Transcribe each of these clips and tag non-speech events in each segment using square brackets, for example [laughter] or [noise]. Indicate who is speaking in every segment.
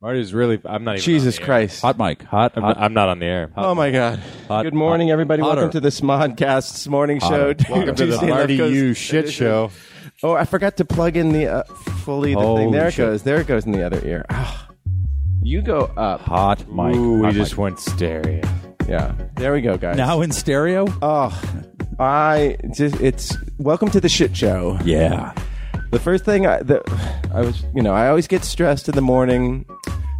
Speaker 1: Marty's really. I'm not even.
Speaker 2: Jesus
Speaker 1: on the air.
Speaker 2: Christ.
Speaker 3: Hot mic. Hot.
Speaker 1: I'm,
Speaker 3: hot.
Speaker 1: not, I'm not on the air.
Speaker 2: Oh my God!
Speaker 3: Hot-
Speaker 2: Good morning, everybody.
Speaker 3: hotter.
Speaker 2: Welcome to this Modcast's morning show.
Speaker 1: Welcome to the
Speaker 2: [laughs] Tuesday Lefko's-
Speaker 1: Marty U [laughs] shit show.
Speaker 2: [laughs] Oh, I forgot to plug in the uh, fully the
Speaker 3: Holy
Speaker 2: thing. There it
Speaker 3: shit.
Speaker 2: goes. There it goes in the other ear. Ah. You go up.
Speaker 3: hot mic.
Speaker 1: Ooh, we
Speaker 3: Hot
Speaker 1: just
Speaker 3: mic.
Speaker 1: went stereo.
Speaker 2: Yeah. There we go, guys.
Speaker 3: now in stereo.
Speaker 2: oh, I just it's welcome to the shit show.
Speaker 3: yeah.
Speaker 2: The first thing I, the, I was, you know, I always get stressed in the morning.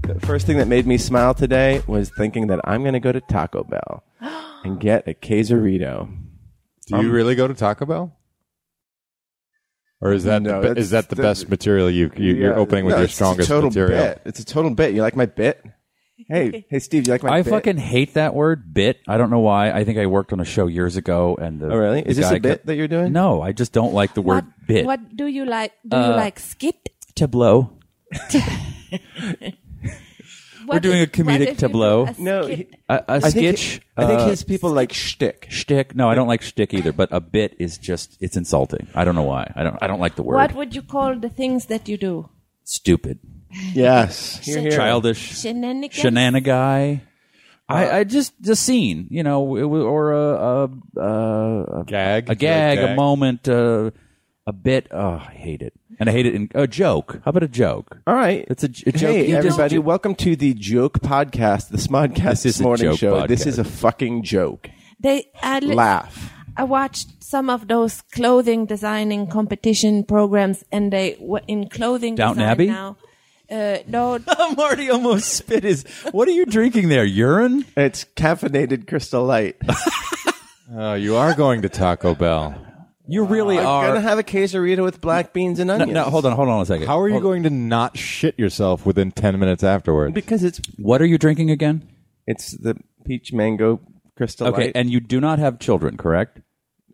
Speaker 2: The first thing that made me smile today was thinking that I'm going to go to Taco
Speaker 3: [gasps]
Speaker 2: Bell and get a quesarito.
Speaker 1: Do
Speaker 2: Um,
Speaker 1: you really go to Taco Bell? Or is that
Speaker 2: No,
Speaker 1: the, be-
Speaker 2: that's-
Speaker 1: is that the
Speaker 2: that's-
Speaker 1: best material you, you you're
Speaker 2: Yeah.
Speaker 1: opening with
Speaker 2: No,
Speaker 1: your
Speaker 2: it's a
Speaker 1: strongest
Speaker 2: total
Speaker 1: material?
Speaker 2: Bit. It's a total bit. You like my bit?
Speaker 3: [laughs]
Speaker 2: Hey, hey, Steve, you like my
Speaker 3: I
Speaker 2: bit?
Speaker 3: fucking hate that word bit. I don't know why. I think I worked on a show years ago, and the
Speaker 2: Oh, really?
Speaker 3: the
Speaker 2: Is this
Speaker 3: guy
Speaker 2: a bit
Speaker 3: kept-
Speaker 2: that you're doing?
Speaker 3: No, I just don't like the word
Speaker 4: what,
Speaker 3: bit. Uh,
Speaker 4: What do you like? Do you like skit?
Speaker 3: tableau?
Speaker 4: What
Speaker 3: doing
Speaker 4: if-
Speaker 3: a comedic
Speaker 4: what if you do
Speaker 3: tableau.
Speaker 4: a
Speaker 2: No,
Speaker 4: skit?
Speaker 2: he-
Speaker 3: A, a
Speaker 2: I think,
Speaker 3: sketch.
Speaker 2: I think
Speaker 3: uh,
Speaker 2: his people like shtick.
Speaker 3: shtick. No, I don't like shtick either. But a bit is just it's insulting. I don't know why. I don't. I don't like the word.
Speaker 4: what would you call the things that you do?
Speaker 3: Stupid.
Speaker 2: Yes. Here, here.
Speaker 3: Childish.
Speaker 4: Shenanigans?
Speaker 3: Shenanigan.
Speaker 2: Uh,
Speaker 3: I, I just the scene, you know, it wa- or a a, uh, a, a
Speaker 1: Gag?
Speaker 3: a gag,
Speaker 1: Like
Speaker 3: a
Speaker 1: gag?
Speaker 3: moment, uh, a bit. Oh, I hate it, and I hate it in a joke. How about a joke?
Speaker 2: All right.
Speaker 3: It's a j- a joke.
Speaker 2: Hey,
Speaker 3: You just-
Speaker 2: everybody. welcome to the Joke Podcast, this Modcast
Speaker 3: This is
Speaker 2: this
Speaker 3: a
Speaker 2: morning
Speaker 3: joke
Speaker 2: show. This
Speaker 3: podcast.
Speaker 2: is a fucking joke.
Speaker 4: They I li-
Speaker 2: Laugh.
Speaker 4: I watched some of those clothing designing competition programs, and they were in clothing
Speaker 3: Downton
Speaker 4: design
Speaker 3: Abbey?
Speaker 4: now. Uh,
Speaker 3: [laughs]
Speaker 4: no,
Speaker 3: [laughs] Marty almost spit his. What are you drinking there? Urine?
Speaker 2: It's caffeinated crystal
Speaker 3: [laughs]
Speaker 2: light.
Speaker 1: Oh, you are going to Taco Bell.
Speaker 3: You really
Speaker 2: I'm
Speaker 3: are.
Speaker 2: gonna Uh, have a quesarito with black beans and
Speaker 3: no,
Speaker 2: onions.
Speaker 3: no, hold on, hold on a second.
Speaker 1: How are you
Speaker 3: Hold-
Speaker 1: going to not shit yourself within ten minutes afterwards?
Speaker 2: because it's
Speaker 3: What are you drinking again?
Speaker 2: it's the peach mango crystal
Speaker 3: Okay,
Speaker 2: light.
Speaker 3: and you do not have children, correct?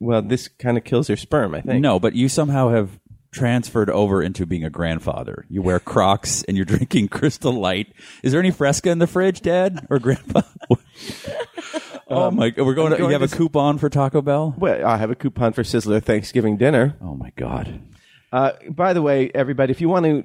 Speaker 2: well, this kind of kills your sperm, I think.
Speaker 3: No, but you somehow have transferred over into being a grandfather. You wear Crocs and you're drinking [laughs] Crystal Light. Is there any Fresca in the fridge, Dad or Grandpa? [laughs] oh my! We're going. to,
Speaker 2: going
Speaker 3: you have
Speaker 2: to-
Speaker 3: a coupon for Taco Bell.
Speaker 2: Well, I have a coupon for Sizzler Thanksgiving dinner.
Speaker 3: Oh my God!
Speaker 2: Uh, by the way, everybody, if you want to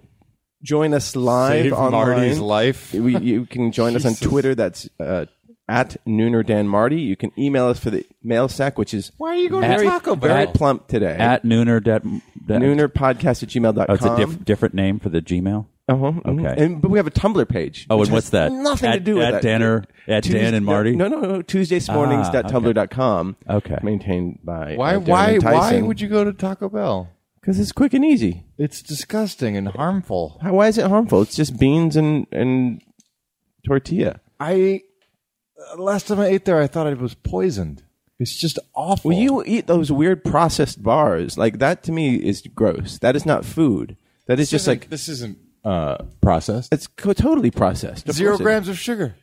Speaker 2: join us live
Speaker 1: Save
Speaker 2: online,
Speaker 1: Marty's life.
Speaker 2: we, you can join us on Twitter. That's uh, at Nooner Dan Marty. You can email us for the mail sack, which is why are you going
Speaker 3: to
Speaker 2: very,
Speaker 3: Taco Bell?
Speaker 2: Very plump today.
Speaker 3: At Nooner. Dat, dat,
Speaker 2: noonerpodcast at gmail.com.
Speaker 3: Oh, it's a diff, different name for the Gmail.
Speaker 2: Uh-huh. mhm.
Speaker 3: Okay.
Speaker 2: And, but we have a Tumblr page.
Speaker 3: Oh,
Speaker 2: which
Speaker 3: and what's
Speaker 2: has
Speaker 3: that?
Speaker 2: Nothing to
Speaker 3: At-
Speaker 2: do with
Speaker 3: at
Speaker 2: that.
Speaker 3: Danner- at
Speaker 2: Tues-
Speaker 3: Dan and
Speaker 2: no,
Speaker 3: Marty?
Speaker 2: No, no, no. Tuesdaysmornings.tumblr.com.
Speaker 3: Ah, okay.
Speaker 2: Maintained by
Speaker 1: why
Speaker 2: uh,
Speaker 1: why why would you go to Taco Bell?
Speaker 2: Because it's quick and easy.
Speaker 1: It's disgusting and harmful.
Speaker 2: How- Why is it harmful? It's just beans and and tortilla.
Speaker 1: I uh, last time I ate there, I thought I was poisoned. It's just awful.
Speaker 2: Well, you eat those weird processed bars. Like that to me is gross. That is not food. That is just like
Speaker 1: this isn't uh, processed.
Speaker 2: it's co- totally processed. Of
Speaker 1: Zero
Speaker 2: course it-
Speaker 1: grams of sugar,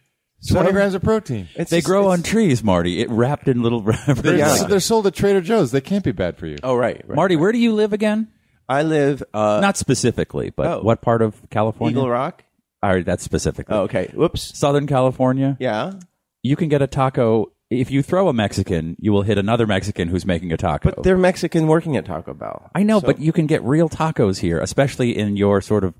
Speaker 1: twenty grams of protein.
Speaker 2: It's
Speaker 3: They
Speaker 2: just-
Speaker 3: grow
Speaker 2: it's-
Speaker 3: on trees, Marty. It wrapped in little [laughs] wrappers.
Speaker 2: Yeah.
Speaker 1: They're, they're sold at Trader Joe's. They can't be bad for you.
Speaker 2: Oh right, right.
Speaker 3: Marty, where do you live again?
Speaker 2: I live uh,
Speaker 3: Not specifically, but
Speaker 2: oh.
Speaker 3: what part of California?
Speaker 2: Eagle Rock.
Speaker 3: All right, that's specifically.
Speaker 2: Oh, okay. Whoops.
Speaker 3: Southern California.
Speaker 2: Yeah.
Speaker 3: you can get a taco if you throw a Mexican, you will hit another Mexican who's making a taco.
Speaker 2: But they're Mexican working at Taco Bell.
Speaker 3: Oh. I know, but you can get real tacos here, especially in your sort of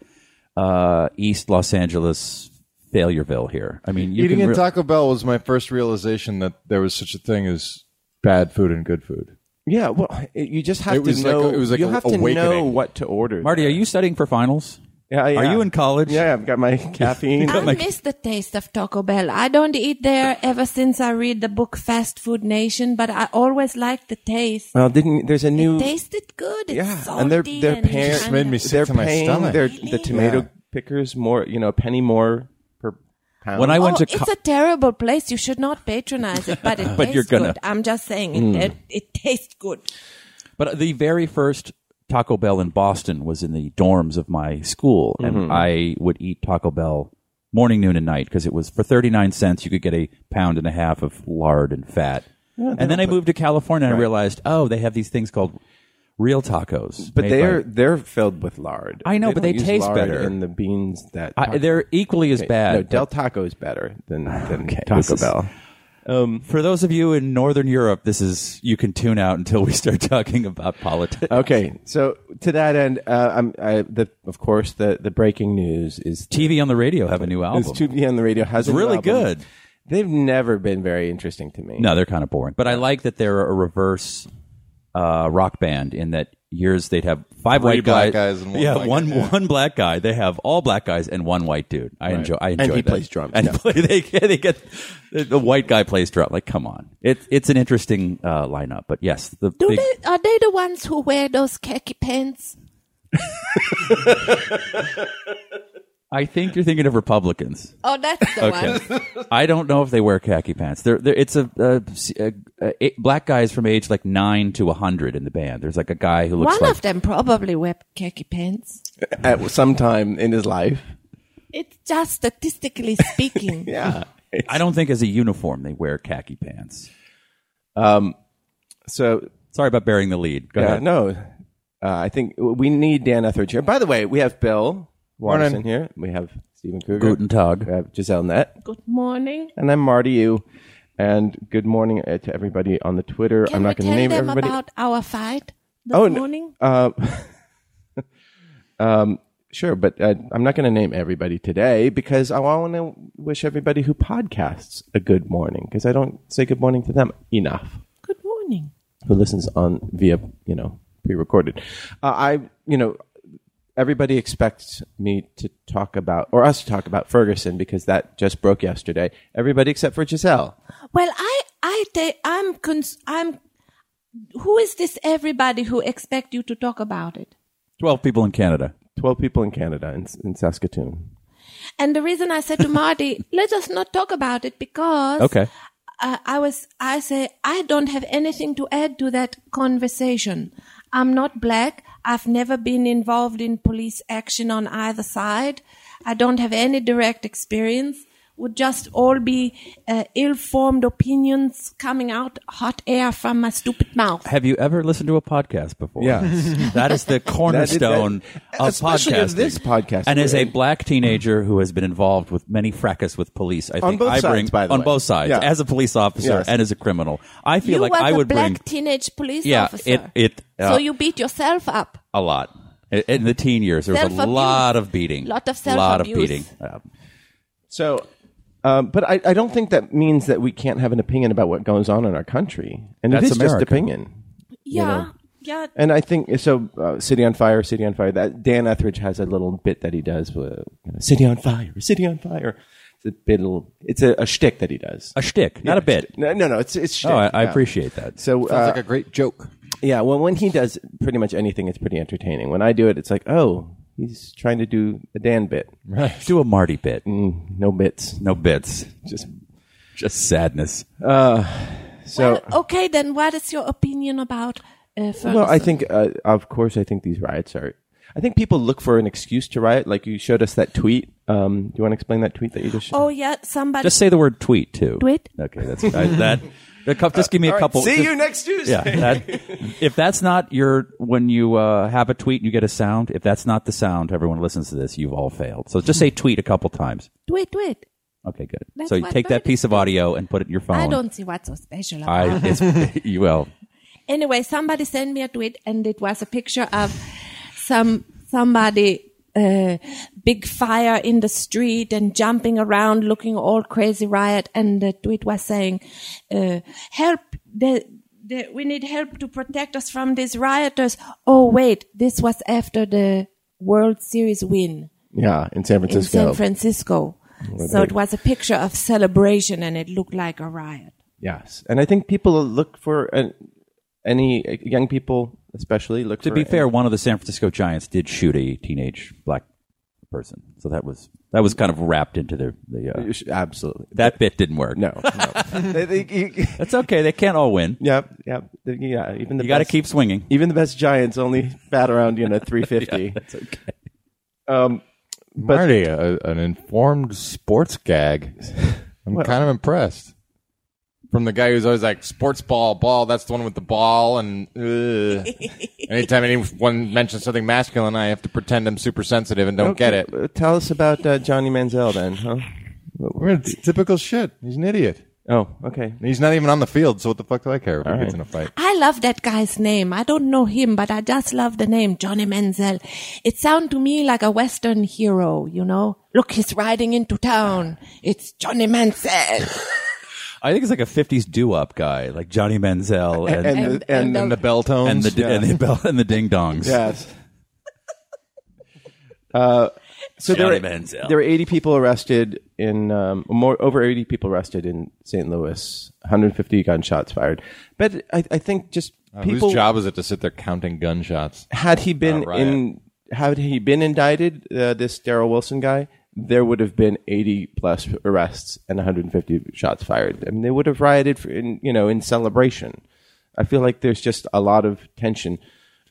Speaker 3: uh, East Los Angeles failureville here. I mean, you
Speaker 1: Eating
Speaker 3: can
Speaker 1: at
Speaker 3: re-
Speaker 1: Taco Bell was my first realization that there was such a thing as bad food and good food.
Speaker 2: Yeah, well, it- you just have
Speaker 1: It was
Speaker 2: to
Speaker 1: like a-
Speaker 2: know.
Speaker 1: it was like
Speaker 2: you
Speaker 1: a-
Speaker 2: have to know
Speaker 1: awakening.
Speaker 2: what to order.
Speaker 3: Marty, are you studying for finals?
Speaker 2: Yeah, yeah.
Speaker 3: Are you in college?
Speaker 2: Yeah, I've got
Speaker 3: [laughs]
Speaker 2: my caffeine.
Speaker 4: I miss the taste of Taco Bell. I don't eat there ever since I read the book Fast Food Nation, but I always liked the taste.
Speaker 2: well, didn't there's a new
Speaker 4: it tasted good. It's
Speaker 2: yeah,
Speaker 4: salty
Speaker 2: and their their
Speaker 4: and
Speaker 2: parents
Speaker 1: Just made me sick
Speaker 2: they're
Speaker 1: to my
Speaker 2: paying
Speaker 1: stomach.
Speaker 2: their the
Speaker 4: Really?
Speaker 2: tomato
Speaker 1: Yeah.
Speaker 2: pickers more, you know, a penny more per pound.
Speaker 3: When I
Speaker 4: Oh,
Speaker 3: went to
Speaker 4: it's
Speaker 3: co-
Speaker 4: a terrible place. You should not patronize it,
Speaker 3: [laughs]
Speaker 4: but it
Speaker 3: But
Speaker 4: tastes
Speaker 3: you're gonna. Mm.
Speaker 4: good. I'm just saying, it, it, it tastes good.
Speaker 3: But the very first Taco Bell in Boston was in the dorms of my school,
Speaker 2: Mm-hmm.
Speaker 3: and I would eat Taco Bell morning, noon, and night because it was for thirty nine cents you could get a pound and a half of lard and fat. and then I moved to California and I realized, oh, they have these things called real tacos.
Speaker 2: but
Speaker 3: made
Speaker 2: they're
Speaker 3: by-
Speaker 2: they're filled with lard.
Speaker 3: I know, but
Speaker 2: don't
Speaker 3: they
Speaker 2: use
Speaker 3: taste
Speaker 2: lard
Speaker 3: better.
Speaker 2: in the beans that
Speaker 3: I,
Speaker 2: Taco-
Speaker 3: they're equally as
Speaker 2: no
Speaker 3: bad.
Speaker 2: Del Taco is better than, than
Speaker 3: Okay,
Speaker 2: Taco
Speaker 3: this is-
Speaker 2: Bell.
Speaker 3: um, For those of you in Northern Europe, this is you can tune out until we start [laughs] talking about politics.
Speaker 2: Okay, so to that end, uh, I'm, I, the, of course, the, the breaking news is
Speaker 3: TV on the radio have a new
Speaker 2: is
Speaker 3: album.
Speaker 2: 2B on the radio has
Speaker 3: It's
Speaker 2: a new
Speaker 3: really
Speaker 2: album.
Speaker 3: good.
Speaker 2: They've never been very interesting to me.
Speaker 3: No, they're kind of boring. But I like that they're a reverse uh, rock band in that years they'd have five
Speaker 1: Three
Speaker 3: white
Speaker 1: black guys and one
Speaker 3: yeah,
Speaker 1: white
Speaker 3: one
Speaker 1: guy.
Speaker 3: one black guy. They have all black guys and one white dude. I enjoy. I enjoy.
Speaker 2: he
Speaker 3: that.
Speaker 2: plays drums.
Speaker 3: And
Speaker 2: No.
Speaker 3: play, [laughs] they get, they get the, the white guy plays drum. Like, come on, it's it's an interesting uh, lineup. But yes, the
Speaker 4: Do
Speaker 3: big,
Speaker 4: they, are they the ones who wear those khaki pants?
Speaker 3: I think you're thinking of Republicans.
Speaker 4: Oh, that's the one.
Speaker 3: I don't know if they wear khaki pants. They're, they're, it's a, a, a, a- eight- black guys from age like nine to hundred in the band. There's like a guy who looks
Speaker 4: One
Speaker 3: like
Speaker 4: of them probably wear khaki pants.
Speaker 2: [laughs] At some time in his life,
Speaker 4: It's
Speaker 3: [laughs]
Speaker 4: just statistically speaking.
Speaker 2: yeah.
Speaker 3: I don't think as a uniform they wear khaki pants.
Speaker 2: [laughs] So
Speaker 3: Sorry about bearing the lead. Go
Speaker 2: yeah,
Speaker 3: ahead.
Speaker 2: no, uh, I think we need Dan Etheridge here. By the way, we have Bill Watson
Speaker 1: Morning.
Speaker 2: here. We have Stephen Kruger.
Speaker 3: Guten Tag.
Speaker 2: We have Giselle Net.
Speaker 4: Good morning.
Speaker 2: and I'm Marty you. And good morning uh, to everybody on the Twitter.
Speaker 4: Can
Speaker 2: I'm not
Speaker 4: we
Speaker 2: going
Speaker 4: tell
Speaker 2: to name
Speaker 4: them
Speaker 2: everybody.
Speaker 4: about our fight this
Speaker 2: Oh, no.
Speaker 4: morning?
Speaker 2: Uh, [laughs] um, sure, but uh, I'm not going to name everybody today because I want to wish everybody who podcasts a good morning because I don't say good morning to them enough
Speaker 4: Good morning.
Speaker 2: who listens on via you know pre-recorded uh, i you know everybody expects me to talk about or us to talk about ferguson because that just broke yesterday everybody except for giselle
Speaker 4: Well, I, I, ta- I'm, cons- I'm. Who is this? Everybody who expect you to talk about it.
Speaker 3: Twelve people in Canada.
Speaker 2: 12 people in canada in, in saskatoon
Speaker 4: And the reason I said to
Speaker 3: [laughs]
Speaker 4: Marty, let us not talk about it because
Speaker 3: Okay.
Speaker 4: uh, I was, I say, I don't have anything to add to that conversation. I'm not black. I've never been involved in police action on either side. I don't have any direct experience. Would just all be uh, ill-formed opinions coming out hot air from my stupid mouth.
Speaker 3: Have you ever listened to a podcast before?
Speaker 2: Yes.
Speaker 3: [laughs] that is the cornerstone of
Speaker 2: Especially
Speaker 3: podcasting.
Speaker 2: in this podcast
Speaker 3: And as
Speaker 2: we're
Speaker 3: a
Speaker 2: in.
Speaker 3: black teenager who has been involved with many fracas with police, I think
Speaker 2: both
Speaker 3: I bring
Speaker 2: sides, by the
Speaker 3: on
Speaker 2: way.
Speaker 3: both sides,
Speaker 2: Yeah.
Speaker 3: as a police officer
Speaker 2: Yes.
Speaker 3: and as a criminal, I feel
Speaker 4: you
Speaker 3: like
Speaker 4: was
Speaker 3: I
Speaker 4: a
Speaker 3: would
Speaker 4: black
Speaker 3: bring
Speaker 4: teenage police
Speaker 3: yeah
Speaker 4: officer.
Speaker 3: it it uh,
Speaker 4: so you beat yourself up.
Speaker 3: a lot I- in the teen years. There was a
Speaker 4: Self-abuse.
Speaker 3: lot of beating,
Speaker 4: Lot of
Speaker 3: lot of
Speaker 4: self-abuse.
Speaker 3: beating. Uh,
Speaker 2: Um, so um, but I, I don't think that means that we can't have an opinion about what goes on in our country and
Speaker 3: That's
Speaker 2: it is just
Speaker 3: America.
Speaker 2: opinion
Speaker 4: Yeah,
Speaker 2: know.
Speaker 4: yeah.
Speaker 2: And I think so. Uh, City on Fire, City on Fire. That Dan Etheridge has a little bit that he does with you know, City on Fire, City on Fire. It's a bit. It's a, a shtick that he does.
Speaker 3: a shtick, not a bit.
Speaker 2: No, no, no. It's it's. Shtick,
Speaker 3: Oh, I, I
Speaker 2: yeah.
Speaker 3: appreciate that.
Speaker 2: So
Speaker 1: Sounds
Speaker 2: uh,
Speaker 1: like a great joke.
Speaker 2: yeah, well, when he does pretty much anything, it's pretty entertaining. When I do it, it's like, oh, he's trying to do a Dan bit.
Speaker 3: Do a Marty bit.
Speaker 2: No bits.
Speaker 3: No bits.
Speaker 2: Just
Speaker 3: Just sadness.
Speaker 2: so.
Speaker 4: Well, okay, then what is your opinion about uh, Ferguson?
Speaker 2: Well, I think, uh, of course, I think these riots are. I think people look for an excuse to riot. Like you showed us that tweet. Um, do you want to explain that tweet that you just showed?
Speaker 4: Oh yeah, somebody.
Speaker 3: Just say the word tweet too.
Speaker 4: Tweet?
Speaker 3: Okay, that's I, that. a cou- Just give me a couple. just-
Speaker 2: next Tuesday.
Speaker 3: Yeah. that- if that's not your when you uh, have a tweet and you get a sound, if that's not the sound, everyone listens to this. You've all failed. So just say tweet a couple times.
Speaker 4: wait, wait.
Speaker 3: Okay, good.
Speaker 4: That's
Speaker 3: so you
Speaker 4: what
Speaker 3: take that
Speaker 4: Bert
Speaker 3: piece of audio and put it in your phone.
Speaker 4: I don't see what's so special about.
Speaker 3: Oh.
Speaker 4: [laughs]
Speaker 3: I it's, you well.
Speaker 4: Anyway, somebody sent me a tweet, and it was a picture of some somebody uh, big fire in the street and jumping around, looking all crazy riot. And the tweet was saying, uh, "Help the." The, we need help to protect us from these rioters. Oh wait, this was after the World Series win.
Speaker 2: Yeah, in San
Speaker 4: in
Speaker 2: Francisco.
Speaker 4: San Francisco. So it was a picture of celebration and it looked like a riot.
Speaker 2: yes, and I think people look for an, any uh, young people, especially look.
Speaker 3: To
Speaker 2: for
Speaker 3: be
Speaker 2: an-
Speaker 3: fair, one of the San Francisco Giants did shoot a teenage black person, so that was that was kind of wrapped into the the. Uh,
Speaker 2: You should- absolutely
Speaker 3: that bit didn't work.
Speaker 2: no. no. [laughs] They- they- you-
Speaker 3: That's okay. They can't all win.
Speaker 2: yeah, yeah, the- yeah. Even the
Speaker 3: You got to
Speaker 2: best-
Speaker 3: keep [laughs] swinging.
Speaker 2: even the best Giants only bat around you know three
Speaker 3: [laughs]
Speaker 2: fifty. that's okay. Um,
Speaker 1: Marty, a, an informed sports gag. [laughs] I'm kind of impressed. From the guy who's always like, sports ball, ball, that's the one with the ball. And [laughs] uh, anytime anyone mentions something masculine, I have to pretend I'm super sensitive and don't get it.
Speaker 2: Uh, Tell us about uh, Johnny Manziel then, huh?
Speaker 1: We're in typical shit. He's an idiot.
Speaker 2: Oh, okay.
Speaker 1: He's not even on the field, so what the fuck do I care if he gets
Speaker 2: right.
Speaker 1: in a fight?
Speaker 4: I love that guy's name. I don't know him, but I just love the name Johnny Menzel. It sounds to me like a Western hero, you know? Look, he's riding into town. It's
Speaker 2: [laughs]
Speaker 4: Johnny Menzel.
Speaker 3: I think it's like a '50s doo-wop guy, like Johnny Menzel and
Speaker 2: And,
Speaker 3: and,
Speaker 2: and, and,
Speaker 1: And the bell tones.
Speaker 3: the d and the bell and the ding
Speaker 1: [laughs]
Speaker 3: dongs.
Speaker 2: yes. Uh, So
Speaker 3: Johnny
Speaker 2: there were,
Speaker 3: Manziel.
Speaker 2: there were 80 people arrested in um, more over 80 people arrested in St. Louis. 150 gunshots fired. But I, I think just
Speaker 1: Uh,
Speaker 2: people
Speaker 1: Whose job Uh, is it to sit there counting gunshots?
Speaker 2: had he been
Speaker 1: Not riot.
Speaker 2: in had he been indicted uh, this Daryl Wilson guy, there would have been 80 plus arrests and 150 shots fired. I mean, they would have rioted for in you know in celebration. I feel like there's just a lot of tension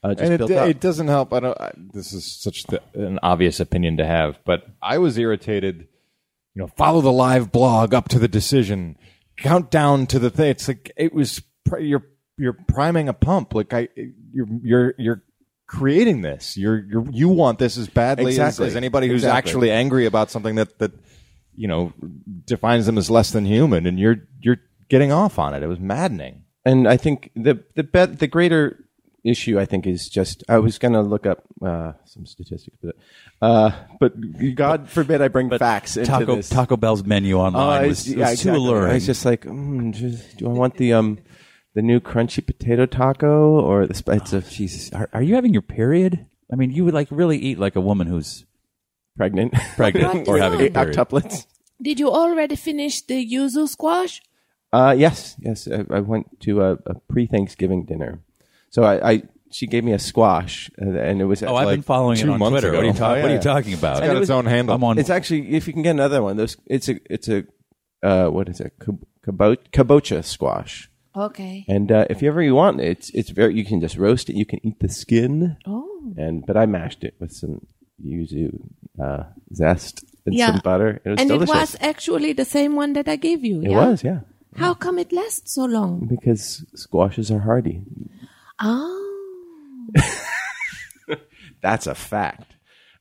Speaker 2: uh, just
Speaker 1: and
Speaker 2: built
Speaker 1: it,
Speaker 2: up.
Speaker 1: it doesn't help. I don't. I, this is such the, an obvious opinion to have, but I was irritated. You know, follow the live blog up to the decision, count down to the thing. It's like it was. pri- You're you're priming a pump. Like I, you're you're you're creating this. You're you're you want this as badly
Speaker 2: Exactly.
Speaker 1: as, as anybody who's
Speaker 2: Exactly.
Speaker 1: actually angry about something that that you know defines them as less than human, and you're you're getting off on it. It was maddening.
Speaker 2: and I think the the bet the greater issue I think is just I was gonna look up uh, some statistics, but uh, but God forbid I bring facts into
Speaker 3: Taco
Speaker 2: this. Oh,
Speaker 3: Taco Bell's menu online
Speaker 2: I
Speaker 3: was,
Speaker 2: see-
Speaker 3: was
Speaker 2: yeah,
Speaker 3: too
Speaker 2: exactly.
Speaker 3: alluring.
Speaker 2: I was just like, mm, just, do I want the um the new crunchy potato taco or the sp- it's a
Speaker 3: Oh, Jesus, are, are you having your period? I mean, you would like really eat like a woman who's
Speaker 2: pregnant
Speaker 3: [laughs] pregnant or having a
Speaker 2: eight
Speaker 3: period.
Speaker 2: octuplets?
Speaker 4: Did you already finish the yuzu squash?
Speaker 2: Uh, yes, yes. I, I went to a, a pre Thanksgiving dinner, so I, I she gave me a squash uh, and it was
Speaker 3: Oh, I've
Speaker 2: like-
Speaker 3: been following it
Speaker 1: two
Speaker 3: on
Speaker 1: months
Speaker 3: Twitter.
Speaker 1: ago.
Speaker 3: What, are you ta-
Speaker 1: Oh, yeah.
Speaker 3: what are you talking about?
Speaker 1: It's got its
Speaker 2: it was-
Speaker 1: own handle.
Speaker 3: I'm on.
Speaker 2: It's actually if you can get another one, those it's a it's a uh, what is it Kab- kabo- kabocha squash.
Speaker 4: Okay.
Speaker 2: And uh, if you ever you want, it's it's very you can just roast it. You can eat the skin.
Speaker 4: Oh.
Speaker 2: And but I mashed it with some yuzu uh, zest and
Speaker 4: Yeah.
Speaker 2: some butter. It was
Speaker 4: and
Speaker 2: delicious.
Speaker 4: it was actually the same one that I gave you.
Speaker 2: It
Speaker 4: yeah?
Speaker 2: was, yeah,
Speaker 4: How come it lasts so long?
Speaker 2: because squashes are hardy.
Speaker 4: Oh.
Speaker 2: That's a fact.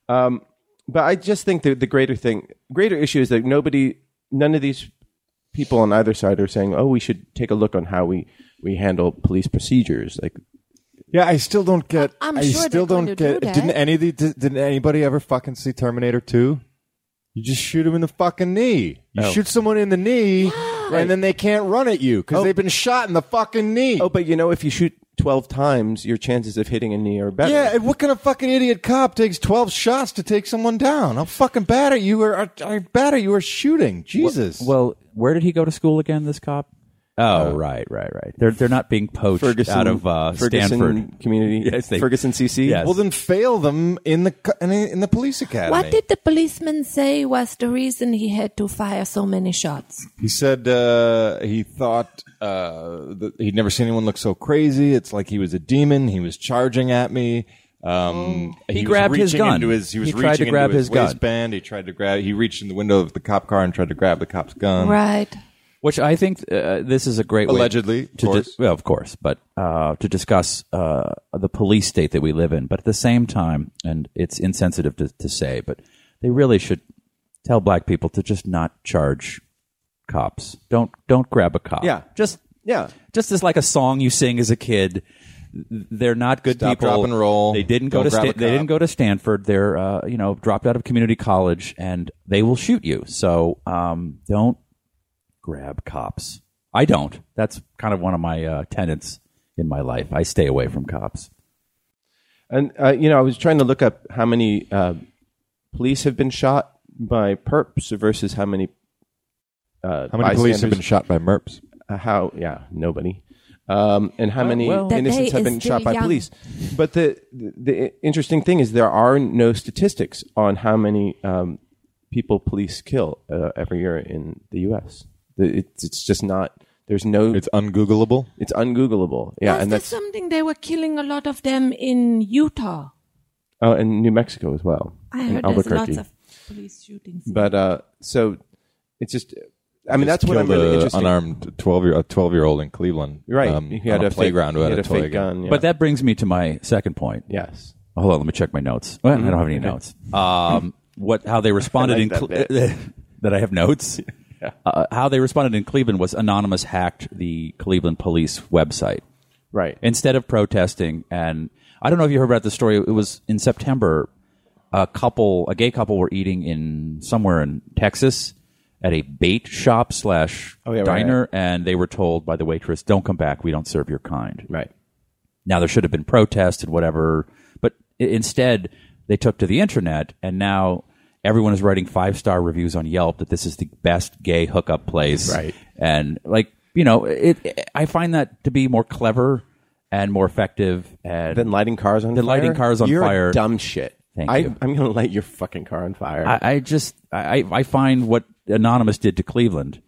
Speaker 2: Um, but I just think that the greater thing, greater issue is that nobody, none of these people on either side are saying, "Oh, we should take a look on how we we handle police procedures." Like
Speaker 1: Yeah, I still don't get.
Speaker 4: I- I'm
Speaker 1: I
Speaker 4: sure
Speaker 1: still
Speaker 4: they're
Speaker 1: don't
Speaker 4: going to
Speaker 1: get.
Speaker 4: do that.
Speaker 1: Didn't any of the, did, did anybody ever fucking see Terminator Two? You just shoot him in the fucking knee. You
Speaker 3: Oh.
Speaker 1: shoot someone in the knee, and then they can't run at you
Speaker 3: Oh.
Speaker 1: because they've been shot in the fucking knee.
Speaker 2: Oh, but you know, if you shoot 12 times, your chances of hitting a knee are better.
Speaker 1: yeah, and what kind of fucking idiot cop takes twelve shots to take someone down? I'm fucking bad at you, or I- I'm bad at you, or shooting. Jesus.
Speaker 3: well, where did he go to school again? This cop. Oh, right, right, right. They're they're not being poached
Speaker 2: Ferguson,
Speaker 3: out of uh,
Speaker 2: Ferguson
Speaker 3: Stanford.
Speaker 2: community.
Speaker 3: [laughs] Yes, they-
Speaker 2: Ferguson CC.
Speaker 3: Yes.
Speaker 1: Well, then fail them in the co- in, in the police academy.
Speaker 4: What did the policeman say was the reason he had to fire so many shots?
Speaker 1: He said uh, he thought uh, that he'd never seen anyone look so crazy. It's like he was a demon. He was charging at me. Um,
Speaker 3: He
Speaker 1: was
Speaker 3: grabbed his
Speaker 1: reaching
Speaker 3: gun.
Speaker 1: Into his, he was
Speaker 3: He tried
Speaker 1: reaching
Speaker 3: to grab
Speaker 1: into his,
Speaker 3: his gun.
Speaker 1: waistband. He tried to grab. He reached in the window of the cop car and tried to grab the cop's gun.
Speaker 4: Right.
Speaker 3: Which I think uh, this is a great way-
Speaker 1: Allegedly, of
Speaker 3: to
Speaker 1: course.
Speaker 3: well, of course, but uh, to discuss uh, the police state that we live in. But at the same time, and it's insensitive to, to say, but they really should tell black people to just not charge cops. Don't don't grab a cop.
Speaker 2: Yeah.
Speaker 3: just
Speaker 2: Yeah.
Speaker 3: just as like a song you sing as a kid. They're not good
Speaker 1: Stop,
Speaker 3: people.
Speaker 1: drop, and roll.
Speaker 3: They didn't go
Speaker 1: Don't
Speaker 3: to
Speaker 1: grab
Speaker 3: Stan-
Speaker 1: a
Speaker 3: they
Speaker 1: cop.
Speaker 3: didn't go to Stanford. They're uh, you know dropped out of community college, and they will shoot you. So um, don't grab cops. I don't. That's kind of one of my uh, tenets in my life. I stay away from cops.
Speaker 2: And, uh, you know, I was trying to look up how many uh, police have been shot by perps versus how many. Uh,
Speaker 1: How many police have
Speaker 2: bystanders-
Speaker 1: been shot by MERPs?
Speaker 2: uh, how yeah nobody um, and how many
Speaker 3: well-
Speaker 4: Oh, The
Speaker 2: innocents
Speaker 4: day
Speaker 2: have
Speaker 4: is
Speaker 2: been shot
Speaker 4: still
Speaker 2: by
Speaker 4: young.
Speaker 2: police but the, the the interesting thing is there are no statistics on how many um, people police kill uh, every year in the US The- it's, it's just not there's no it's,
Speaker 1: It's ungoogleable.
Speaker 2: ungoogleable yeah
Speaker 4: was
Speaker 2: and
Speaker 4: there
Speaker 2: that's
Speaker 4: something they were killing a lot of them in Utah?
Speaker 2: oh and New Mexico as well
Speaker 4: I
Speaker 2: and
Speaker 4: heard there's
Speaker 2: Albuquerque
Speaker 4: lots of police shootings.
Speaker 2: but uh, so it's just I mean that's what I'm
Speaker 1: Killed
Speaker 2: really
Speaker 1: a
Speaker 2: interested
Speaker 1: Unarmed twelve year a twelve year old in Cleveland.
Speaker 2: right
Speaker 1: um,
Speaker 2: he
Speaker 1: on
Speaker 2: had
Speaker 1: a,
Speaker 2: a
Speaker 1: playground
Speaker 2: fake,
Speaker 1: who
Speaker 2: he
Speaker 1: had,
Speaker 2: had a
Speaker 1: toy
Speaker 2: fake gun yeah.
Speaker 3: But that brings me to my second point.
Speaker 2: yes
Speaker 3: Oh, Hold on, let me check my notes. Well, I don't have any notes. Um, what? How they
Speaker 2: [laughs]
Speaker 3: responded
Speaker 2: I
Speaker 3: in [laughs]
Speaker 2: like that [laughs]
Speaker 3: Cle- that I have notes. Uh, how they responded in Cleveland was anonymous hacked the Cleveland police website
Speaker 2: Right.
Speaker 3: instead of protesting. And I don't know if you heard about the story. It was in September. A couple, a gay couple, were eating in somewhere in Texas at a bait shop slash
Speaker 2: Oh, yeah, right,
Speaker 3: diner, and they were told by the waitress, "Don't come back. We don't serve your kind."
Speaker 2: right.
Speaker 3: Now there should have been protests and whatever, but i- instead they took to the internet, and now everyone is writing five star reviews on Yelp that this is the best gay hookup place,
Speaker 2: Right.
Speaker 3: And like you know, it, I find that to be more clever and more effective, and
Speaker 2: Then lighting cars on
Speaker 3: Then
Speaker 2: fire.
Speaker 3: lighting cars on
Speaker 2: You're
Speaker 3: fire.
Speaker 2: Dumb shit.
Speaker 3: Thank
Speaker 2: I,
Speaker 3: you.
Speaker 2: I'm going to light your fucking car on fire.
Speaker 3: I, I just I, I find what Anonymous did to Cleveland,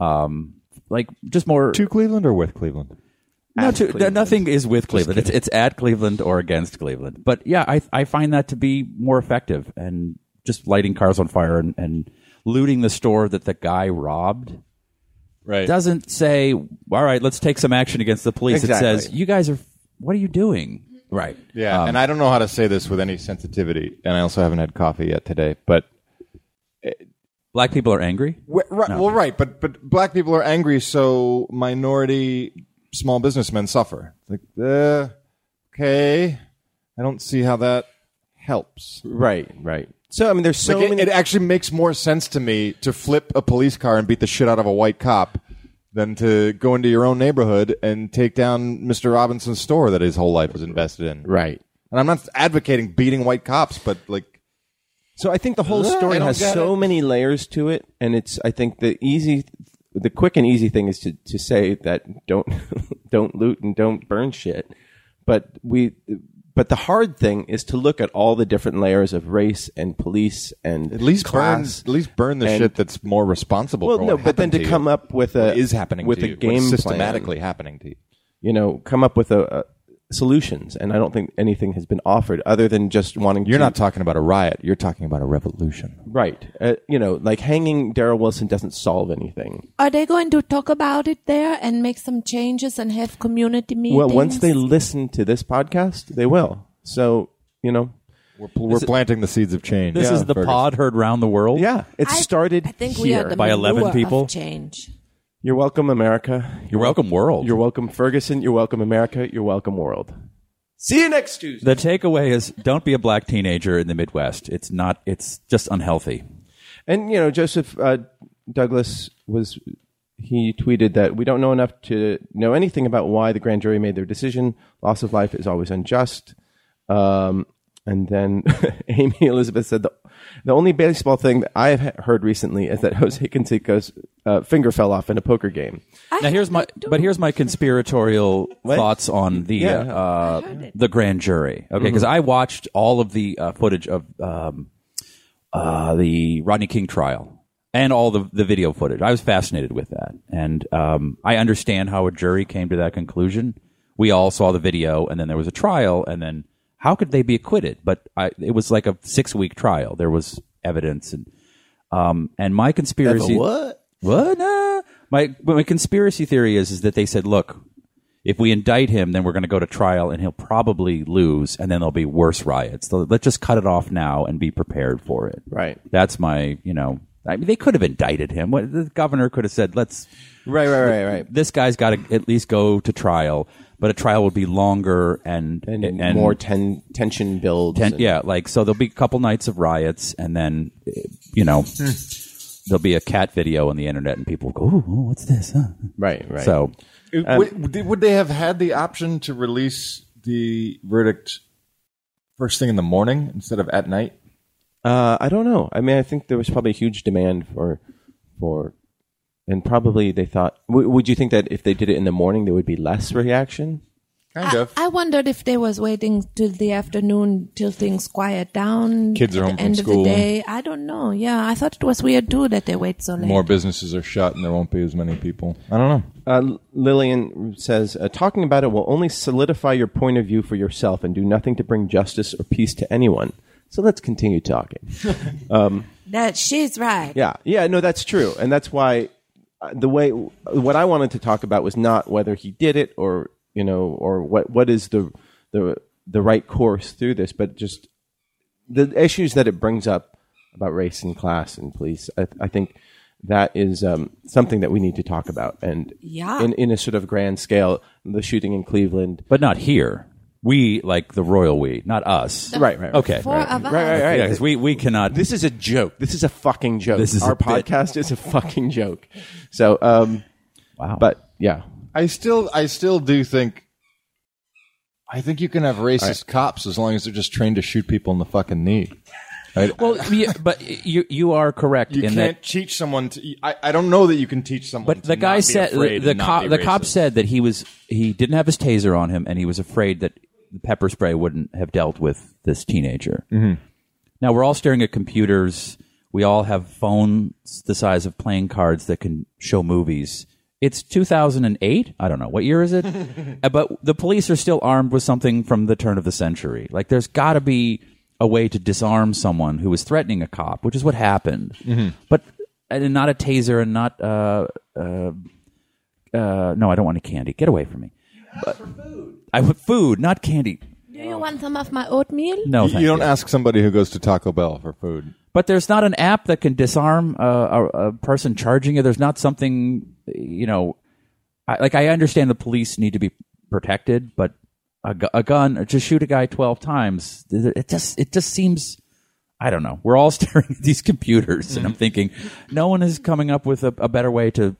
Speaker 3: um, like just more
Speaker 1: To Cleveland or with Cleveland?
Speaker 3: No, to, no, nothing is with Cleveland. It's, it's at Cleveland or against Cleveland. But yeah, I, I find that to be more effective and just lighting cars on fire and, and looting the store that the guy robbed
Speaker 1: Right.
Speaker 3: doesn't say, all right, let's take some action against the police. It says,
Speaker 2: Exactly.
Speaker 3: you guys are, what are you doing? Right.
Speaker 1: Yeah, and I don't know how to say this with any sensitivity, and I also haven't had coffee yet today. But
Speaker 3: Black people are angry.
Speaker 1: right, well, right, but but black people are angry, so minority small businessmen suffer. Like, uh, okay, I don't see how that helps.
Speaker 2: right, right. So, I mean, there's so
Speaker 1: Like, it-
Speaker 2: many.
Speaker 1: it, actually makes more sense to me to flip a police car and beat the shit out of a white cop than to go into your own neighborhood and take down Mr. Robinson's store that his whole life was invested in.
Speaker 2: right.
Speaker 1: And I'm not advocating beating white cops, but like.
Speaker 2: So I think the whole
Speaker 1: Uh, I
Speaker 2: story
Speaker 1: don't
Speaker 2: has
Speaker 1: get
Speaker 2: so
Speaker 1: it.
Speaker 2: many layers to it, and it's I think the easy, the quick and easy thing is to, to say that don't [laughs] don't loot and don't burn shit, but we but the hard thing is to look at all the different layers of race and police and
Speaker 1: At least
Speaker 2: class.
Speaker 1: burn, at least burn the
Speaker 2: and-
Speaker 1: shit that's more responsible.
Speaker 2: Well,
Speaker 1: for what
Speaker 2: no, but then
Speaker 1: happened
Speaker 2: to
Speaker 1: you.
Speaker 2: come up with a-
Speaker 1: What is happening
Speaker 2: with
Speaker 1: to
Speaker 2: a
Speaker 1: you, what's
Speaker 2: game plan.
Speaker 1: systematically happening to you.
Speaker 2: you know come up with a, a solutions, and I don't think anything has been offered other than just wanting.
Speaker 1: You're
Speaker 2: to,
Speaker 1: not talking about a riot. You're talking about a revolution.
Speaker 2: right. Uh, you know, like hanging Daryl Wilson doesn't solve anything.
Speaker 4: Are they going to talk about it there and make some changes and have community meetings?
Speaker 2: Well, once they listen to this podcast, they will. So, you know,
Speaker 1: We're, we're planting the seeds of change.
Speaker 3: This is the
Speaker 1: Fergus.
Speaker 3: pod heard round the world.
Speaker 2: yeah, it
Speaker 4: I-
Speaker 2: started
Speaker 4: I think
Speaker 2: here.
Speaker 4: we are the
Speaker 3: by 11
Speaker 4: manure of
Speaker 3: people.
Speaker 4: change.
Speaker 2: You're welcome, America.
Speaker 3: You're welcome, world.
Speaker 2: You're welcome, Ferguson. You're welcome, America. You're welcome, world. See you next Tuesday.
Speaker 3: the takeaway is don't be a black teenager in the Midwest. It's not, it's just unhealthy.
Speaker 2: And you know, Joseph uh, Douglas was he tweeted that we don't know enough to know anything about why the grand jury made their decision. Loss of life is always unjust. Um, and then [laughs] Amy Elizabeth said the, the only baseball thing that I've he- heard recently is that [laughs] Jose Canseco's uh, finger fell off in a poker game.
Speaker 3: now here's my but here's my conspiratorial thoughts on the
Speaker 2: Yeah. Mm-hmm.
Speaker 3: uh, the grand jury. Okay, because I watched all of the uh, footage of um, uh, the Rodney King trial and all the the video footage. I was fascinated with that, and um, I understand how a jury came to that conclusion. We all saw the video, and then there was a trial, and then how could they be acquitted? But I, it was like a six week trial. There was evidence, and um, and my conspiracy
Speaker 2: what?
Speaker 3: what? Nah. My but my conspiracy theory is is that they said, look, if we indict him, then we're going to go to trial, and he'll probably lose, and then there'll be worse riots. So let's just cut it off now and be prepared for it.
Speaker 2: Right.
Speaker 3: That's my you know. I mean, they could have indicted him. What the governor could have said, let's
Speaker 2: Right, right, right, right.
Speaker 3: this guy's got to at least go to trial, but a trial would be longer and
Speaker 2: And, more ten, tension builds.
Speaker 3: Ten-
Speaker 2: and-
Speaker 3: yeah, like so there'll be a couple nights of riots, and then eh, you know
Speaker 2: Hmm.
Speaker 3: there'll be a cat video on the internet, and people will go, "Ooh, oh, what's this?" Huh?
Speaker 2: Right, right.
Speaker 3: So
Speaker 1: Uh, would, would they have had the option to release the verdict first thing in the morning instead of at night?
Speaker 2: Uh, I don't know. I mean, I think there was probably a huge demand for, for, and probably they thought. W- would you think that if they did it in the morning, there would be less reaction?
Speaker 1: Kind
Speaker 4: I,
Speaker 1: of.
Speaker 4: I wondered if they was waiting till the afternoon till things quiet down.
Speaker 1: Kids are
Speaker 4: at
Speaker 1: home
Speaker 4: the
Speaker 1: from
Speaker 4: end
Speaker 1: school.
Speaker 4: of the day. I don't know. Yeah, I thought it was weird too that they wait so late.
Speaker 1: More businesses are shut, and there won't be as many people. I don't know.
Speaker 2: Uh, Lillian says, uh, talking about it will only solidify your point of view for yourself and do nothing to bring justice or peace to anyone. So let's continue talking.
Speaker 4: That she's right.
Speaker 2: Yeah, yeah, no, that's true, and that's why uh, the way what I wanted to talk about was not whether he did it or you know or what what is the the the right course through this, but just the issues that it brings up about race and class and police. I, I think that is um, something that we need to talk about. And
Speaker 4: Yeah.
Speaker 2: in, in a sort of grand scale, the shooting in Cleveland.
Speaker 3: but not here. We like the royal we, not us.
Speaker 2: Right, right, right.
Speaker 3: Okay.
Speaker 4: Four
Speaker 3: right.
Speaker 4: of us.
Speaker 2: right, right.
Speaker 3: Yeah, 'cause we we cannot.
Speaker 2: This is a joke. This is a fucking joke.
Speaker 3: This is
Speaker 2: Our
Speaker 3: a bit.
Speaker 2: podcast is a fucking joke. [laughs] So, um,
Speaker 3: wow.
Speaker 2: but yeah.
Speaker 1: I still, I still do think. I think you can have racist cops as long as they're just trained to shoot people in the fucking knee. I-
Speaker 3: well, yeah, but you you are correct
Speaker 1: you
Speaker 3: in
Speaker 1: can't
Speaker 3: that.
Speaker 1: teach someone to. I, I don't know that you can teach someone.
Speaker 3: But
Speaker 1: to
Speaker 3: the guy
Speaker 1: not be
Speaker 3: said the,
Speaker 1: afraid
Speaker 3: the
Speaker 1: and not
Speaker 3: cop
Speaker 1: be
Speaker 3: the cop
Speaker 1: racist.
Speaker 3: said that he was he didn't have his taser on him and he was afraid that the pepper spray wouldn't have dealt with this teenager.
Speaker 1: Mm-hmm.
Speaker 3: Now we're all staring at computers. We all have phones the size of playing cards that can show movies. It's 2008. I don't know what year is
Speaker 1: [laughs]
Speaker 3: it, Uh, but the police are still armed with something from the turn of the century. Like there's got to be a way to disarm someone who is threatening a cop, which is what happened.
Speaker 1: Mm-hmm.
Speaker 3: But and not a taser and not uh, uh, uh, no, I don't want a candy. Get away from me. But, I want food, not candy.
Speaker 4: Do you want some of my oatmeal?
Speaker 3: No,
Speaker 1: You-
Speaker 3: thank
Speaker 1: you don't ask somebody who goes to Taco Bell for food.
Speaker 3: But there's not an app that can disarm uh, a, a person charging you. There's not something, you know, I, like I understand the police need to be protected, but a, gu- a gun to shoot a guy twelve times, th- it just it just seems. I don't know. We're all [laughs] staring at these computers, and I'm
Speaker 1: Mm-hmm.
Speaker 3: thinking, no one is coming up with a, a better way to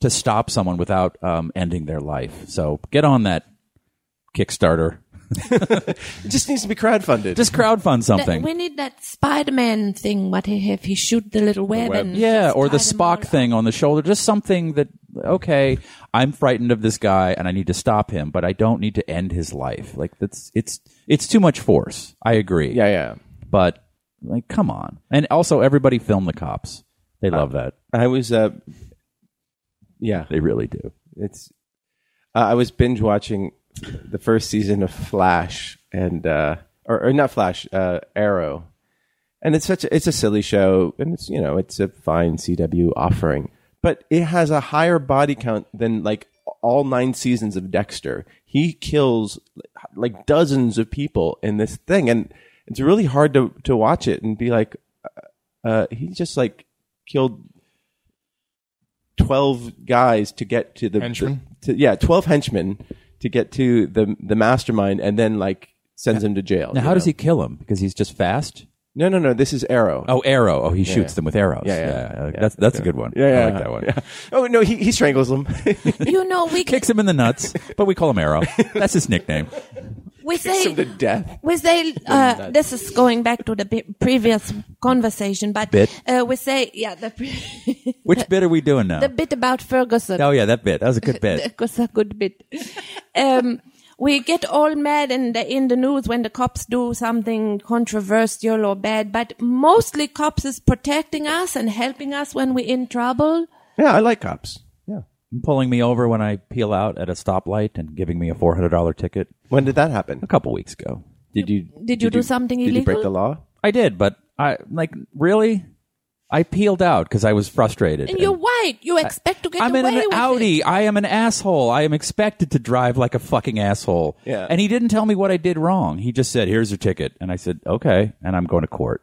Speaker 3: to stop someone without um, ending their life. So get on that Kickstarter.
Speaker 2: It just needs to be crowdfunded.
Speaker 3: Just crowdfund
Speaker 4: That-
Speaker 3: something.
Speaker 4: we need that Spider-Man thing. What he have? He shoot the little web,
Speaker 1: web.
Speaker 4: and
Speaker 3: Yeah,
Speaker 4: just
Speaker 3: or the
Speaker 4: tie them
Speaker 3: Spock
Speaker 4: all
Speaker 3: thing on the shoulder. Just something that, okay, I'm frightened of this guy and I need to stop him, but I don't need to end his life. Like, that's, it's, it's too much force. I agree.
Speaker 2: yeah, yeah.
Speaker 3: But, like, come on. And also, everybody film the cops. They love that.
Speaker 2: I was, uh, yeah.
Speaker 3: They really do.
Speaker 2: it's uh, i was binge watching the first season of flash and uh or, or not flash uh arrow and it's such a, it's a silly show and it's you know it's a fine cw offering but it has a higher body count than like all nine seasons of dexter he kills like dozens of people in this thing and it's really hard to to watch it and be like uh he just like killed 12 guys to get to the
Speaker 1: Henchmen?
Speaker 2: the- to, yeah 12 henchmen to get to the the mastermind and then like sends him to jail
Speaker 3: Now,
Speaker 2: you
Speaker 3: how does
Speaker 2: know?
Speaker 3: he kill him? Because he's just fast?
Speaker 2: no no no this is arrow
Speaker 3: Oh, arrow. Oh, he shoots them with arrows.
Speaker 2: Yeah, yeah.
Speaker 3: That's, that's a good one.
Speaker 2: yeah, yeah
Speaker 3: I like that one.
Speaker 2: yeah. oh no he, he strangles them [laughs]
Speaker 4: out. You know, we
Speaker 3: Kicks him in the nuts, but we call him Arrow. That's his
Speaker 4: [laughs]
Speaker 3: nickname.
Speaker 4: we
Speaker 2: to
Speaker 4: say
Speaker 2: death
Speaker 4: we say uh, this is going back to the b- previous conversation, but
Speaker 3: Bit.
Speaker 4: Uh, we say yeah the pre- [laughs]
Speaker 3: Which bit are we doing now?
Speaker 4: the bit about Ferguson. [laughs]
Speaker 3: oh, yeah, that bit. That was a good bit.
Speaker 4: That was a good bit. Um, we get all mad in the, in the news when the cops do something controversial or bad, but mostly cops is protecting us and helping us when we're in trouble.
Speaker 2: yeah i like cops yeah
Speaker 3: pulling me over when I peel out at a stoplight and giving me a four hundred dollar ticket
Speaker 2: when did that happen
Speaker 3: a couple weeks ago.
Speaker 2: did you
Speaker 4: Did you do something
Speaker 2: did you break
Speaker 4: illegal?
Speaker 2: the law
Speaker 3: I did, but I like really. I peeled out because I was frustrated.
Speaker 4: And you're white. You expect to get
Speaker 3: I'm in
Speaker 4: away
Speaker 3: an
Speaker 4: with it.
Speaker 3: Audi. I am an asshole. I am expected to drive like a fucking asshole.
Speaker 2: Yeah.
Speaker 3: And he didn't tell me what I did wrong. He just said, "Here's your ticket," and I said, "Okay," and I'm going to court.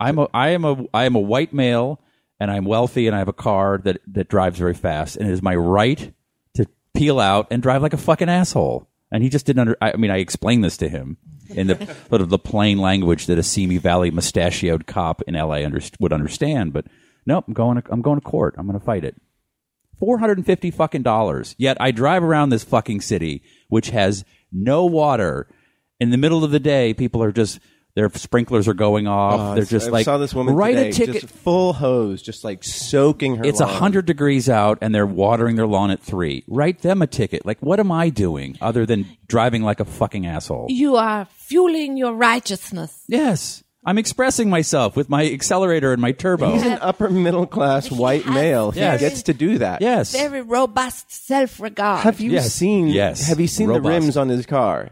Speaker 3: I'm a I am a I am a white male, and I'm wealthy, and I have a car that that drives very fast, and it is my right to peel out and drive like a fucking asshole. And he just didn't under. I, I mean, I explained this to him in
Speaker 4: [laughs]
Speaker 3: the sort of the plain language that a Simi Valley mustachioed cop in L.A. Underst- would understand, but. Nope, I'm going. To, I'm going to court. I'm going to fight it four hundred and fifty fucking dollars. Yet I drive around this fucking city which has no water. In the middle of the day, people are just their sprinklers are going off. They're just
Speaker 2: Uh, I
Speaker 3: like
Speaker 2: saw this woman
Speaker 3: write
Speaker 2: today,
Speaker 3: a ticket.
Speaker 2: just full hose just like soaking her
Speaker 3: it's
Speaker 2: lawn.
Speaker 3: hundred degrees out, and they're watering their lawn at three. Write them a ticket. Like, what am I doing other than driving like a fucking asshole?
Speaker 4: You are fueling your righteousness.
Speaker 3: Yes, I'm expressing myself with my accelerator and my
Speaker 2: He's
Speaker 3: turbo.
Speaker 2: an upper middle class white
Speaker 4: has
Speaker 2: male. He
Speaker 3: Yes.
Speaker 2: gets to do that.
Speaker 3: Yes,
Speaker 4: Very robust self-regard.
Speaker 2: Have you
Speaker 3: Yes.
Speaker 2: seen?
Speaker 3: Yes.
Speaker 2: Have you seen
Speaker 3: Robust.
Speaker 2: the rims on his car?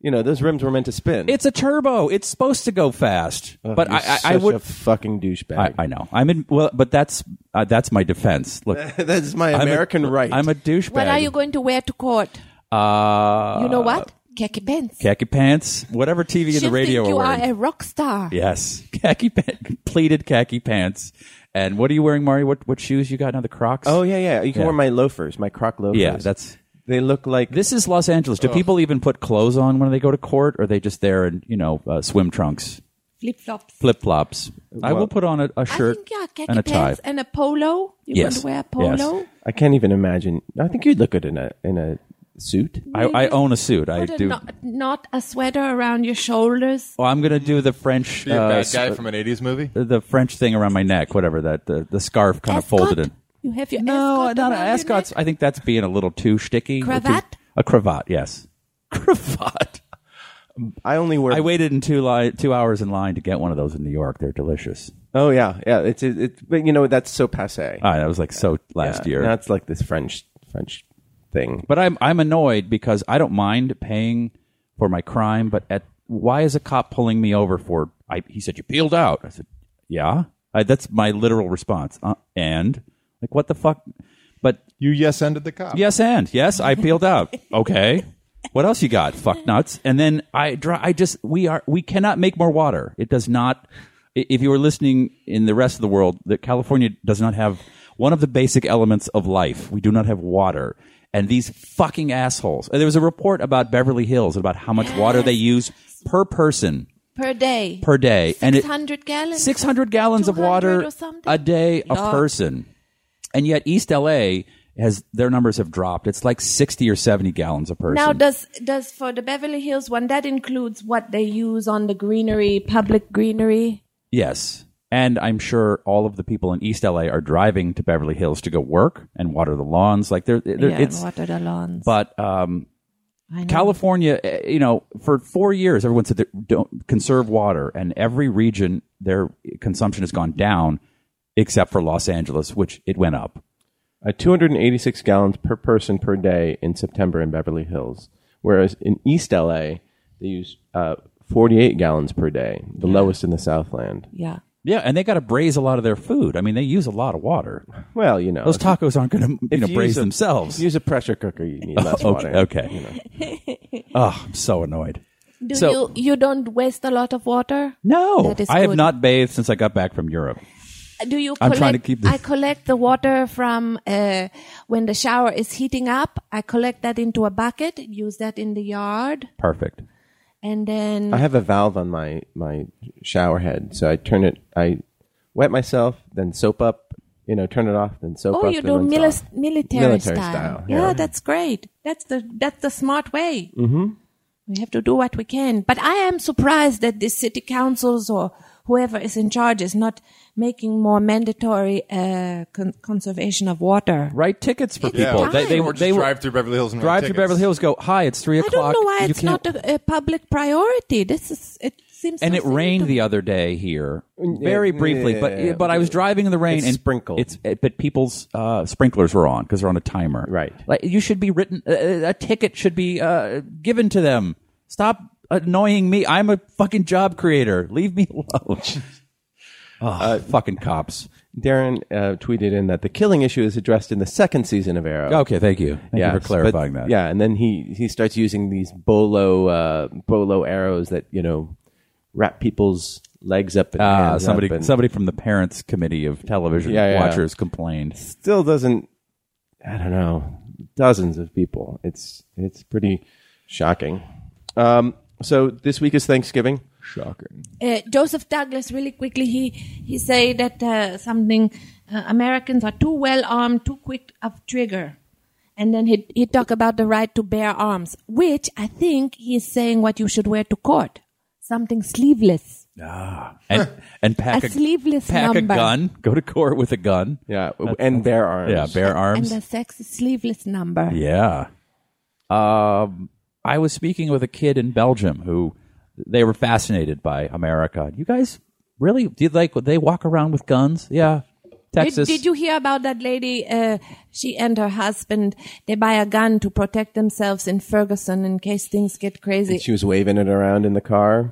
Speaker 2: You know those rims were meant to spin.
Speaker 3: it's a turbo. It's supposed to go fast, but
Speaker 2: You're
Speaker 3: I, I,
Speaker 2: such
Speaker 3: I would
Speaker 2: a fucking douchebag.
Speaker 3: I, I know. I'm in. Well, but that's uh, that's my defense. Look,
Speaker 2: [laughs] That's my
Speaker 3: I'm a-
Speaker 2: American right.
Speaker 3: I'm a douchebag.
Speaker 4: what are you going to wear to court?
Speaker 3: Uh,
Speaker 4: You know what? Khaki pants.
Speaker 3: Khaki pants, whatever TV and
Speaker 4: She'll
Speaker 3: the radio
Speaker 4: think
Speaker 3: are
Speaker 4: you
Speaker 3: wearing. [laughs]
Speaker 4: are a rock star.
Speaker 3: yes, khaki pants, pleated khaki pants, And what are you wearing, Mari? What what shoes you got now? The Crocs?
Speaker 2: Oh yeah, yeah. You can
Speaker 3: Yeah.
Speaker 2: wear my loafers, my croc loafers.
Speaker 3: Yeah, that's-
Speaker 2: they look like
Speaker 3: This is Los Angeles. Do people even put clothes on when they go to court? Or are they just there in, you know, uh, swim trunks,
Speaker 4: Flip flops.
Speaker 3: flip flops? I will put on a, a
Speaker 4: I
Speaker 3: shirt
Speaker 4: think yeah, khaki
Speaker 3: and a tie.
Speaker 4: pants and a polo. You
Speaker 3: Yes.
Speaker 4: would wear a
Speaker 3: Yes.
Speaker 4: polo.
Speaker 2: I can't even imagine. I think you'd look good in a in a suit.
Speaker 3: I, I own a suit. I
Speaker 4: Put a
Speaker 3: do.
Speaker 4: not, not a sweater around your shoulders.
Speaker 3: Oh, I'm going to do the French
Speaker 1: Be a
Speaker 3: uh,
Speaker 1: bad
Speaker 3: s-
Speaker 1: guy from an '80s movie.
Speaker 3: the French thing around my neck, whatever that the, the scarf kind of
Speaker 4: Ascot?
Speaker 3: folded in.
Speaker 4: You have your
Speaker 3: No,
Speaker 4: ascot
Speaker 3: not an
Speaker 4: around your
Speaker 3: ascot.
Speaker 4: neck?
Speaker 3: I think that's being a little too sticky. or too-
Speaker 4: Cravat?
Speaker 3: a cravat, yes. [laughs] Cravat.
Speaker 2: I only wear.
Speaker 3: I waited in two li- two hours in line to get one of those in New York. They're delicious.
Speaker 2: oh yeah, yeah. It's it, it, but you know that's so passe.
Speaker 3: I that was like so last
Speaker 2: Yeah,
Speaker 3: year.
Speaker 2: That's like this French French thing.
Speaker 3: but I'm I'm annoyed because I don't mind paying for my crime, but at why is a cop pulling me over for? I, he said you peeled out. I said, yeah. I, that's my literal response. Uh, and like what the fuck? But
Speaker 1: You yes ended the cop.
Speaker 3: Yes, and yes, I peeled out. Okay. What else you got? Fuck nuts. And then I dry, I just we are we cannot make more water. It does not. i- If you were listening in the rest of the world, that California does not have one of the basic elements of life. We do not have water. And these fucking assholes. And there was a report about Beverly Hills about how much water they use per person
Speaker 4: per day.
Speaker 3: per day. and it
Speaker 4: 600 gallons?
Speaker 3: 600 gallons of
Speaker 4: 200
Speaker 3: water
Speaker 4: or something?
Speaker 3: a day a
Speaker 4: Yeah.
Speaker 3: person. And yet East LA has their numbers have dropped. It's like 60 or 70 gallons a person.
Speaker 4: Now, does does for the Beverly Hills one that includes what they use on the greenery, public greenery?
Speaker 3: yes. And I'm sure all of the people in East LA are driving to Beverly Hills to go work and water the lawns like they're, they're-
Speaker 4: yeah,
Speaker 3: it's
Speaker 4: water the lawns.
Speaker 3: but um
Speaker 4: I know.
Speaker 3: California, eh, you know, for four years, everyone said that don't conserve water, and every region their consumption has gone down, except for Los Angeles, which it went up.
Speaker 2: Uh, 286 gallons per person per day in September in Beverly Hills, whereas in East LA they use uh, 48 gallons per day, the lowest in the Southland.
Speaker 4: yeah,
Speaker 3: Yeah, and they got to braise a lot of their food. I mean, they use a lot of water.
Speaker 2: Well, you know,
Speaker 3: Those
Speaker 2: if-
Speaker 3: tacos aren't going to you
Speaker 2: if
Speaker 3: know
Speaker 2: you
Speaker 3: braise
Speaker 2: use a-
Speaker 3: themselves.
Speaker 2: Use a pressure cooker. You
Speaker 3: [laughs]
Speaker 2: need less water.
Speaker 3: okay. okay. oh, I'm so annoyed.
Speaker 4: do
Speaker 3: So-
Speaker 4: you you don't waste a lot of water?
Speaker 3: No,
Speaker 4: That is
Speaker 3: I have
Speaker 4: good.
Speaker 3: not bathed since I got back from Europe.
Speaker 4: Do you?
Speaker 3: I'm
Speaker 4: Collect,
Speaker 3: trying to keep this-
Speaker 4: I collect the water from uh, when the shower is heating up. I collect that into a bucket, use that in the yard,
Speaker 3: Perfect.
Speaker 4: and then
Speaker 2: I have a valve on my my shower head, so I turn it. I wet myself, then soap up. You know, turn it off, then soap up.
Speaker 4: Oh, you
Speaker 2: then
Speaker 4: do
Speaker 2: rinse
Speaker 4: mili-
Speaker 2: off.
Speaker 4: military,
Speaker 2: Military
Speaker 4: style.
Speaker 2: style,
Speaker 4: Yeah.
Speaker 2: yeah.
Speaker 4: that's great. That's the that's the smart way. Mm-hmm. We have to do what we can. But I am surprised that the city councils or whoever is in charge is not making more mandatory uh, con- conservation of water.
Speaker 3: Write tickets for
Speaker 4: Yeah.
Speaker 3: people. They, they,
Speaker 4: Time.
Speaker 3: were
Speaker 4: Or
Speaker 1: just
Speaker 3: they were-
Speaker 1: drive through Beverly Hills and write
Speaker 3: drive to
Speaker 1: tickets.
Speaker 3: Beverly Hills. Go. Hi, it's three
Speaker 4: I
Speaker 3: o'clock.
Speaker 4: don't know why
Speaker 3: You
Speaker 4: it's
Speaker 3: can't-
Speaker 4: not a, a public priority. This is it seems.
Speaker 3: and
Speaker 4: so
Speaker 3: it
Speaker 4: silly
Speaker 3: rained
Speaker 4: to-
Speaker 3: the other day here, very
Speaker 2: Mm, yeah,
Speaker 3: briefly.
Speaker 2: yeah,
Speaker 3: but
Speaker 2: yeah.
Speaker 3: but I was driving in the rain
Speaker 2: It's
Speaker 3: and
Speaker 2: sprinkled.
Speaker 3: It's it, but people's uh, sprinklers were on because they're on a timer.
Speaker 2: Right.
Speaker 3: Like you should be written eh, a, a ticket should be uh, given to them. Stop annoying me. I'm a fucking job creator. Leave me
Speaker 2: [laughs]
Speaker 3: [laughs] alone. Oh,
Speaker 2: Uh,
Speaker 3: fucking cops.
Speaker 2: Darren uh, tweeted in that the killing issue is addressed in the second season of Arrow.
Speaker 3: Okay, Oh, thank you. Thank
Speaker 2: Yes,
Speaker 3: you for clarifying
Speaker 2: but-
Speaker 3: that.
Speaker 2: Yeah, and then he he starts using these bolo uh, bolo arrows that you know wrap people's legs up. And
Speaker 3: Ah,
Speaker 2: hands
Speaker 3: somebody,
Speaker 2: up and
Speaker 3: somebody from the parents committee of television
Speaker 2: Yeah, yeah.
Speaker 3: watchers complained.
Speaker 2: still doesn't. I don't know. Dozens of people. It's it's pretty shocking. Um, so this week is Thanksgiving.
Speaker 1: Shocking.
Speaker 4: uh, Joseph Douglas really quickly he he say that uh, something uh, Americans are too well armed, too quick of trigger, and then he he talk about the right to bear arms, which I think he's saying what you should wear to court, something sleeveless.
Speaker 3: and and pack
Speaker 4: A
Speaker 3: a,
Speaker 4: sleeveless
Speaker 3: pack
Speaker 4: number.
Speaker 3: a gun. Go to court with a gun.
Speaker 2: Yeah, and bare arms.
Speaker 3: Yeah, bare
Speaker 4: And
Speaker 3: arms.
Speaker 4: the sexy sleeveless number.
Speaker 3: yeah. Um, I was speaking with a kid in Belgium who they were fascinated by America. You guys really did like they walk around with guns? Yeah,
Speaker 4: Did,
Speaker 3: Texas.
Speaker 4: did you hear about that lady? Uh, she and her husband they buy a gun to protect themselves in Ferguson in case things get crazy.
Speaker 2: She was waving it around in the car,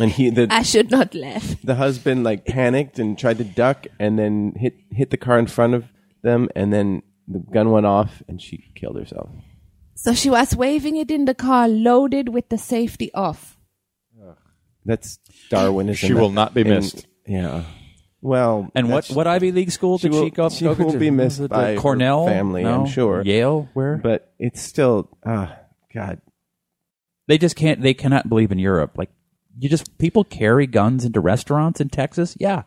Speaker 2: and he the
Speaker 4: I should not laugh.
Speaker 2: the husband like panicked and tried to duck, and then hit hit the car in front of them, and then the gun went off, and she killed herself.
Speaker 4: So she was waving it in the car, loaded with the safety off.
Speaker 2: That's Darwinism.
Speaker 1: She will not be
Speaker 2: And-
Speaker 1: missed.
Speaker 2: yeah. Well,
Speaker 3: And what,
Speaker 2: that's-
Speaker 3: what Ivy League school
Speaker 2: she
Speaker 3: did
Speaker 2: will,
Speaker 3: she go?
Speaker 2: she
Speaker 3: go
Speaker 2: will
Speaker 3: to?
Speaker 2: be
Speaker 3: Was
Speaker 2: missed
Speaker 3: it,
Speaker 2: by
Speaker 3: like,
Speaker 2: her
Speaker 3: Cornell
Speaker 2: family,
Speaker 3: No?
Speaker 2: I'm sure.
Speaker 3: Yale. Where?
Speaker 2: but it's still, ah, God,
Speaker 3: they just can't. They cannot believe in Europe. Like you just people carry guns into restaurants in Texas. Yeah.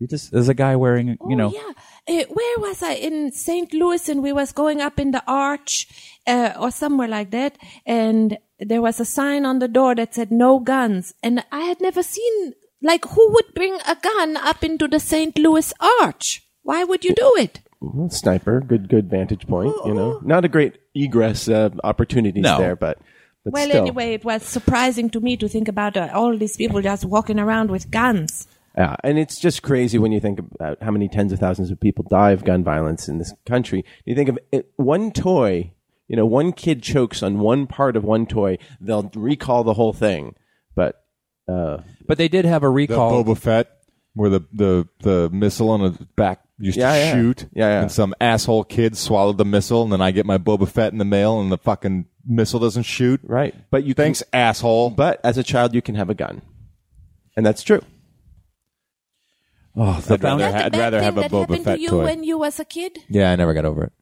Speaker 3: You just there's a guy wearing you know
Speaker 4: Oh, yeah. Uh, where was I in St. Louis? And we was going up in the arch uh, or somewhere like that, and there was a sign on the door that said "No guns," and I had never seen like who would bring a gun up into the St. Louis arch. Why would you do it?
Speaker 2: well, Mm-hmm. sniper, good, good vantage point. You know, not a great egress uh, opportunities
Speaker 3: No.
Speaker 2: there, but but
Speaker 4: Well,
Speaker 2: still.
Speaker 4: anyway, it was surprising to me to think about uh, all these people just walking around with guns.
Speaker 2: Yeah, and it's just crazy when you think about how many tens of thousands of people die of gun violence in this country. You think of it, one toy, you know, one kid chokes on one part of one toy, they'll recall the whole thing. But uh,
Speaker 3: But they did have a
Speaker 1: The
Speaker 3: recall.
Speaker 1: Boba Fett, where the, the, the missile on his back used
Speaker 2: Yeah,
Speaker 1: to
Speaker 2: yeah.
Speaker 1: shoot.
Speaker 2: Yeah, yeah.
Speaker 1: And some asshole kid swallowed the missile, and then I get my Boba Fett in the mail, and the fucking missile doesn't shoot.
Speaker 2: right, but you
Speaker 1: Thanks,
Speaker 2: Can,
Speaker 1: asshole.
Speaker 2: but as a child, you can have a gun, and that's true.
Speaker 3: oh, the
Speaker 1: I'd rather,
Speaker 3: founder-
Speaker 1: ha-
Speaker 4: That
Speaker 1: I'd
Speaker 4: the bad
Speaker 1: rather
Speaker 4: thing
Speaker 1: have a
Speaker 4: that
Speaker 1: Boba
Speaker 4: happened
Speaker 1: Fett
Speaker 4: to you
Speaker 1: toy.
Speaker 4: when you was a kid.
Speaker 1: yeah, I never got over it.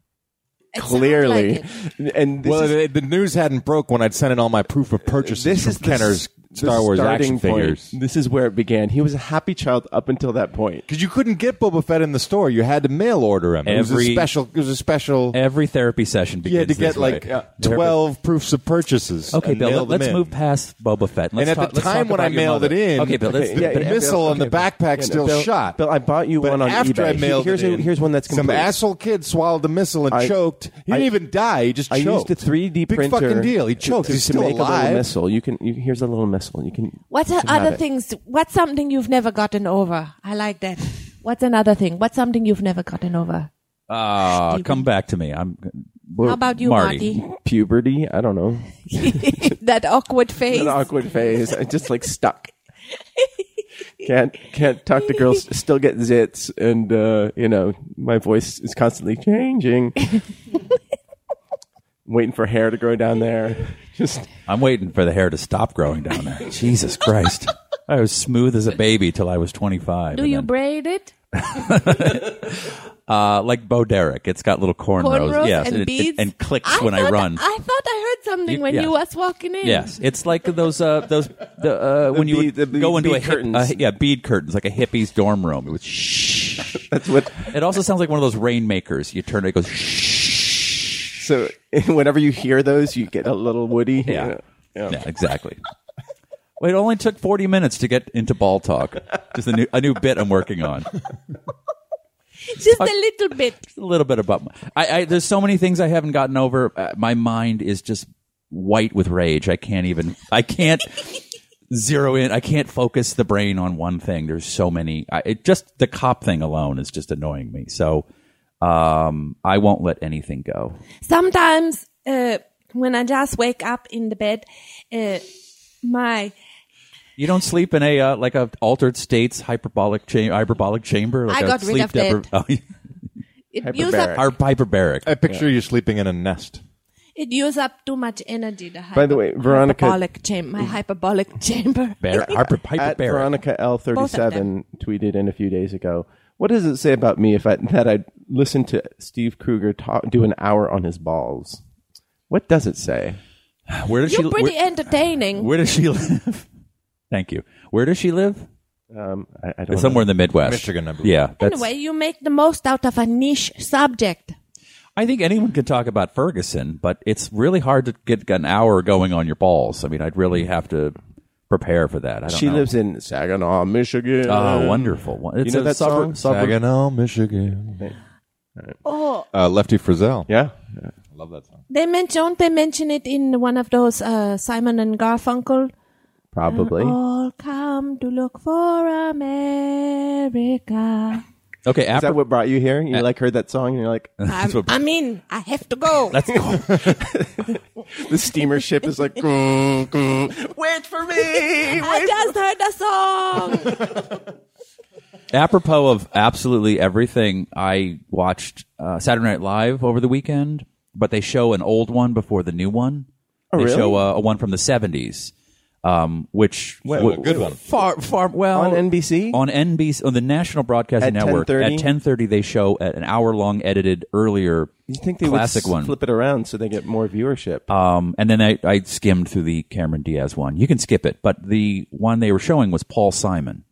Speaker 4: It sounds
Speaker 2: Clearly,
Speaker 4: like it.
Speaker 2: and this
Speaker 1: well,
Speaker 2: is,
Speaker 1: the, the news hadn't broke when I'd sent in all my proof of purchases
Speaker 2: this
Speaker 1: from
Speaker 2: is the
Speaker 1: Kenner's
Speaker 2: s- the
Speaker 1: Star Wars
Speaker 2: starting
Speaker 1: action
Speaker 2: point.
Speaker 1: figures.
Speaker 2: This is where it began. He was a happy child up until that point.
Speaker 1: Because you couldn't get Boba Fett in the store, you had to mail order him. it was a
Speaker 3: Every-
Speaker 1: special. It was a special.
Speaker 3: every therapy session begins
Speaker 1: you had to
Speaker 3: this
Speaker 1: get like
Speaker 3: way.
Speaker 1: uh, twelve proofs of purchases.
Speaker 3: Okay,
Speaker 1: and
Speaker 3: Bill.
Speaker 1: mail
Speaker 3: Let,
Speaker 1: them
Speaker 3: us
Speaker 1: in.
Speaker 3: move past Boba Fett. Let's
Speaker 1: and at
Speaker 3: talk-
Speaker 1: the
Speaker 3: let's
Speaker 1: time
Speaker 3: talk
Speaker 1: when I
Speaker 3: about your
Speaker 1: mailed
Speaker 3: mother.
Speaker 1: it in,
Speaker 3: okay, Bill. Let's,
Speaker 2: Okay, yeah,
Speaker 1: the
Speaker 2: yeah,
Speaker 1: missile
Speaker 2: Bill,
Speaker 1: and the
Speaker 2: okay, Bill.
Speaker 1: backpack
Speaker 2: Yeah, no,
Speaker 1: still
Speaker 2: Bill-
Speaker 1: shot.
Speaker 2: Bill, I bought you
Speaker 1: But
Speaker 2: one on
Speaker 1: after I
Speaker 2: eBay.
Speaker 1: mailed
Speaker 2: Here's
Speaker 1: it
Speaker 2: a-
Speaker 1: in,
Speaker 2: here's one that's
Speaker 1: some
Speaker 2: complete.
Speaker 1: asshole kid swallowed the missile and
Speaker 2: I-
Speaker 1: choked. He didn't
Speaker 2: I-
Speaker 1: even die. He just
Speaker 2: I
Speaker 1: choked.
Speaker 2: used a 3D
Speaker 1: Big
Speaker 2: printer.
Speaker 1: fucking deal. He
Speaker 2: to-
Speaker 1: choked.
Speaker 2: to,
Speaker 1: He's
Speaker 2: to
Speaker 1: still
Speaker 2: make a
Speaker 1: alive.
Speaker 2: little missile. You can. You, here's a little missile. You can.
Speaker 4: What
Speaker 2: you
Speaker 4: are
Speaker 2: can have
Speaker 4: other
Speaker 2: it.
Speaker 4: things? What's something you've never gotten over? I like that. What's another thing? What's something you've never gotten over?
Speaker 3: Ah, come back to me. I'm.
Speaker 4: How about you, Marty?
Speaker 2: Puberty. I don't know. [laughs]
Speaker 4: that awkward face.
Speaker 2: An awkward phase. I just like stuck. Can't can't talk to girls. Still get zits, and uh, you know my voice is constantly changing. Waiting for hair to grow down there. Just
Speaker 3: I'm waiting for the hair to stop growing down
Speaker 4: [laughs]
Speaker 3: there. Jesus Christ. I was smooth as a baby till I was 25.
Speaker 4: Do
Speaker 3: and
Speaker 4: you
Speaker 3: then,
Speaker 4: braid it?
Speaker 3: uh, like Bo Derek? It's got little cornrows.
Speaker 4: Cornrows
Speaker 3: yes,
Speaker 4: and
Speaker 3: it- it-
Speaker 4: beads
Speaker 3: and clicks
Speaker 4: I
Speaker 3: when I
Speaker 4: thought-
Speaker 3: run.
Speaker 4: I thought I heard something
Speaker 3: You-
Speaker 4: when
Speaker 3: yeah.
Speaker 4: you was walking in.
Speaker 3: Yes, it's like those uh, those the, uh, when you
Speaker 2: bead-
Speaker 3: would
Speaker 2: the bead-
Speaker 3: go into
Speaker 2: bead
Speaker 3: a hip-
Speaker 2: curtains.
Speaker 3: a hi- yeah bead curtains like a hippie's dorm room.
Speaker 1: [laughs]
Speaker 3: It was shh.
Speaker 2: that's what.
Speaker 3: It also sounds like one of those rainmakers. You turn it, it goes shh.
Speaker 2: So [laughs] whenever you hear those, you get a little woody.
Speaker 3: Yeah. Yeah, exactly. Well, it only took 40 minutes to get into ball talk. Just a new, a new bit I'm working on.
Speaker 4: Just a little bit.
Speaker 3: Just a little bit about my, I, I, there's so many things I haven't gotten over. Uh, my mind is just white with rage. I can't even, I can't zero in. I can't focus the brain on one thing. There's so many, I, it just, the cop thing alone is just annoying me. So, um, I won't let anything go.
Speaker 4: Sometimes uh, when I just wake up in the bed, uh, my
Speaker 3: You don't sleep in a uh, like a altered states hyperbolic chamber, hyperbolic chamber. Like
Speaker 4: I
Speaker 3: a
Speaker 4: got rid
Speaker 3: sleep
Speaker 4: of that.
Speaker 3: depri- Oh, [laughs]
Speaker 4: it use up
Speaker 2: Hyperbaric.
Speaker 3: Our hyperbaric.
Speaker 2: Uh,
Speaker 1: I picture you sleeping in a nest.
Speaker 4: it use up too much energy. The
Speaker 2: By the way, Veronica-
Speaker 4: hyperbolic cham- my hyperbolic [laughs] chamber.
Speaker 3: Bar- hyper-
Speaker 2: At
Speaker 3: hyperbaric.
Speaker 2: Veronica
Speaker 4: Both of them.
Speaker 2: L37 tweeted in a few days ago. What does it say about me if I that I listen to Steve Kruger talk, do an hour on his balls? What does it say?
Speaker 3: Where does she?
Speaker 4: You're pretty
Speaker 3: Where,
Speaker 4: entertaining.
Speaker 3: where does she [laughs] live? Thank you. Where does she live?
Speaker 2: Um, I, I don't
Speaker 3: Somewhere in the Midwest,
Speaker 1: Michigan, I believe.
Speaker 3: Yeah, that's.
Speaker 4: Anyway, you make the most out of a niche subject.
Speaker 3: I think anyone can talk about Ferguson, but it's really hard to get an hour going on your balls. I mean, I'd really have to prepare for that. I
Speaker 2: know.
Speaker 3: don't
Speaker 2: She
Speaker 3: know.
Speaker 2: lives in Saginaw, Michigan.
Speaker 3: Oh, wonderful! Well, It's
Speaker 2: know
Speaker 3: a
Speaker 2: that
Speaker 3: suburb,
Speaker 2: song?
Speaker 3: suburb-
Speaker 1: Saginaw, Michigan.
Speaker 4: Oh,
Speaker 1: Uh, Lefty Frizzell.
Speaker 3: [laughs]
Speaker 2: Yeah.
Speaker 1: I love that song.
Speaker 4: they men- don't they mention it in one of those uh, Simon and Garfunkel?
Speaker 2: Probably.
Speaker 3: Oh.
Speaker 4: All come to look for America.
Speaker 3: Okay,
Speaker 2: Is that
Speaker 3: after
Speaker 2: what brought you here?
Speaker 3: Uh,
Speaker 2: You like heard that song and you're
Speaker 3: [laughs]
Speaker 2: like,
Speaker 4: I'm, I'm in. Um, I have to go.
Speaker 2: [laughs]
Speaker 3: that's
Speaker 2: the steamer ship is like, "Grr, grr, wait for me.
Speaker 4: I just heard the
Speaker 3: [laughs]
Speaker 4: song.
Speaker 3: apropos of absolutely everything, I watched uh, Saturday Night Live over the weekend, but they show an old one before the new one. they
Speaker 2: Oh, really?
Speaker 3: show uh, a one from the 70s. um, which
Speaker 1: Well,
Speaker 3: w-
Speaker 1: a good one.
Speaker 3: Far, far well
Speaker 2: On NBC?
Speaker 3: on NBC on the National Broadcasting
Speaker 2: At
Speaker 3: Network
Speaker 2: 10:30?
Speaker 3: at ten thirty. They show a- an hour long edited earlier
Speaker 2: You think they
Speaker 3: classic
Speaker 2: would s-
Speaker 3: one.
Speaker 2: flip it around so they get more viewership?
Speaker 3: Um, and then I, I skimmed through the Cameron Diaz one. You can skip it, but the one they were showing was Paul Simon.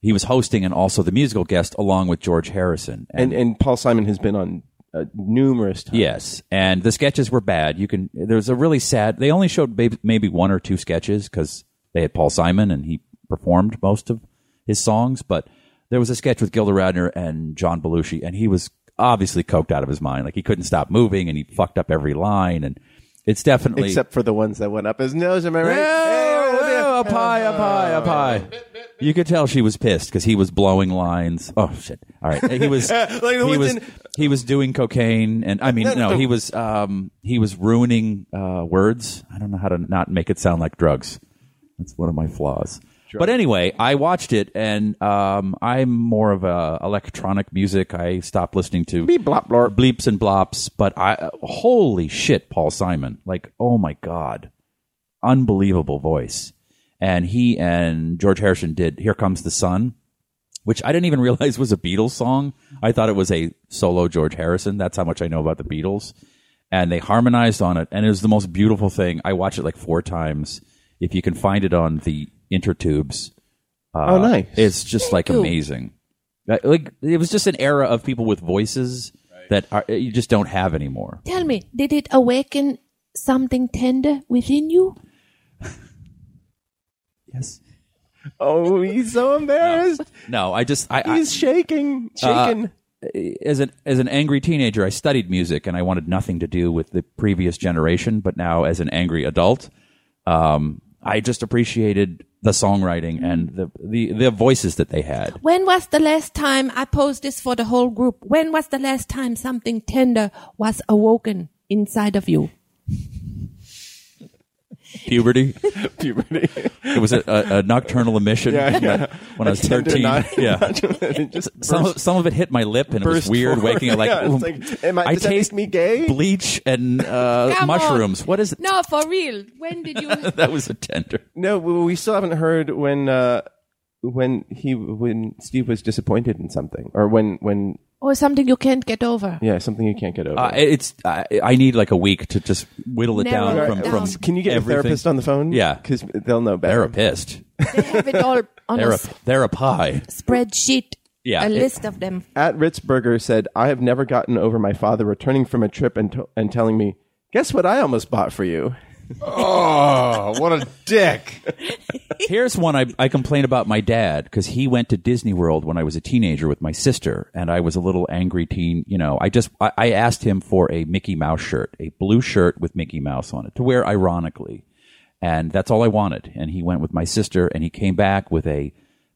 Speaker 3: He was hosting and also the musical guest along with George Harrison.
Speaker 2: and and Paul Simon has been on uh, numerous times.
Speaker 3: yes, and the sketches were bad. You can there's a really sad. They only showed maybe, maybe one or two sketches because they had Paul Simon and he performed most of his songs. But there was a sketch with Gilda Radner and John Belushi, and he was obviously coked out of his mind. Like he couldn't stop moving, and he fucked up every line. And it's definitely
Speaker 2: Except for the ones that went up his nose, am I right? Hey, oh,
Speaker 3: yeah,
Speaker 2: what the-
Speaker 3: yeah, up high, up high, up high. You could tell she was pissed because he was blowing lines. Oh shit! All right, he
Speaker 2: [laughs]
Speaker 3: was
Speaker 2: the
Speaker 3: he
Speaker 2: ones
Speaker 3: was
Speaker 2: in-
Speaker 3: he was doing cocaine, and I mean no, he was um he was ruining uh, words. I don't know how to not make it sound like drugs. That's one of my flaws. But anyway, I watched it, and um, I'm more of a electronic music. I stopped listening to
Speaker 2: Beep, blop, blorp.
Speaker 3: bleeps and blops. But I, holy shit, Paul Simon! Like, oh my god, unbelievable voice. And he and George Harrison did "Here Comes the Sun," which I didn't even [laughs] realize was a Beatles song. I thought it was a solo George Harrison. That's how much I know about the Beatles. And they harmonized on it, and it was the most beautiful thing. I watched it like four times. If you can find it on the intertubes, Uh,
Speaker 2: Oh, nice.
Speaker 3: it's just like
Speaker 4: you.
Speaker 3: amazing. Like- Like it was just an era of people with voices that are, you just don't have anymore.
Speaker 4: Tell me, did it awaken something tender within you?
Speaker 3: Yes.
Speaker 2: oh, he's
Speaker 3: [laughs]
Speaker 2: so embarrassed.
Speaker 3: No, I just I, uh, I
Speaker 2: He's shaking, Uh, shaking.
Speaker 3: as an as an angry teenager, I studied music and I wanted nothing to do with the previous generation. But now, as an angry adult, um, I just appreciated the songwriting and the, the the voices that they had.
Speaker 4: When was the last time I posed this for the whole group? When was the last time something tender was awoken inside of you?
Speaker 3: Puberty.
Speaker 2: [laughs] [laughs] puberty.
Speaker 3: It was a, a, a nocturnal emission when, I, when I was
Speaker 2: Tender
Speaker 3: thirteen.
Speaker 2: [laughs] not-
Speaker 3: yeah.
Speaker 2: It just
Speaker 3: [laughs] Some
Speaker 2: burst-
Speaker 3: of, some of it hit my lip and it was
Speaker 2: burst
Speaker 3: weird
Speaker 2: forward.
Speaker 3: waking up
Speaker 2: [laughs]
Speaker 3: like,
Speaker 2: Yeah, it's
Speaker 3: "Ooh,
Speaker 2: like, am I- does that make
Speaker 3: taste
Speaker 2: me gay?"
Speaker 3: bleach and uh,
Speaker 4: Come on.
Speaker 3: mushrooms. What is it?
Speaker 4: No, for real. When did you?
Speaker 3: [laughs] That was a tender.
Speaker 2: no, we we still haven't heard when uh, when he when Steve was disappointed in something, or when when
Speaker 4: or something you can't get over?
Speaker 2: yeah something you can't get over.
Speaker 3: Uh, it's I, I need like a week to just whittle it
Speaker 4: Narrow
Speaker 3: down
Speaker 4: it
Speaker 3: from,
Speaker 4: down.
Speaker 3: from
Speaker 2: Can you get
Speaker 3: everything.
Speaker 2: a therapist on the phone?
Speaker 3: Yeah.
Speaker 2: because they'll know better.
Speaker 3: therapist
Speaker 4: They have it all on a
Speaker 3: therapy
Speaker 4: s-
Speaker 2: [laughs]
Speaker 3: therapy.
Speaker 4: spreadsheet.
Speaker 3: Yeah,
Speaker 4: a
Speaker 3: it-
Speaker 4: list of them.
Speaker 2: at Ritzberger said, I have never gotten over my father returning from a trip and, t- and telling me, guess what I almost bought for you?
Speaker 1: Oh, what a dick!
Speaker 3: Here's one I, I complain about my dad because he went to Disney World when I was a teenager with my sister, and I was a little angry teen. You know, I just I, I asked him for a Mickey Mouse shirt, a blue shirt with Mickey Mouse on it, to wear ironically, and that's all I wanted. And he went with my sister, and he came back with a,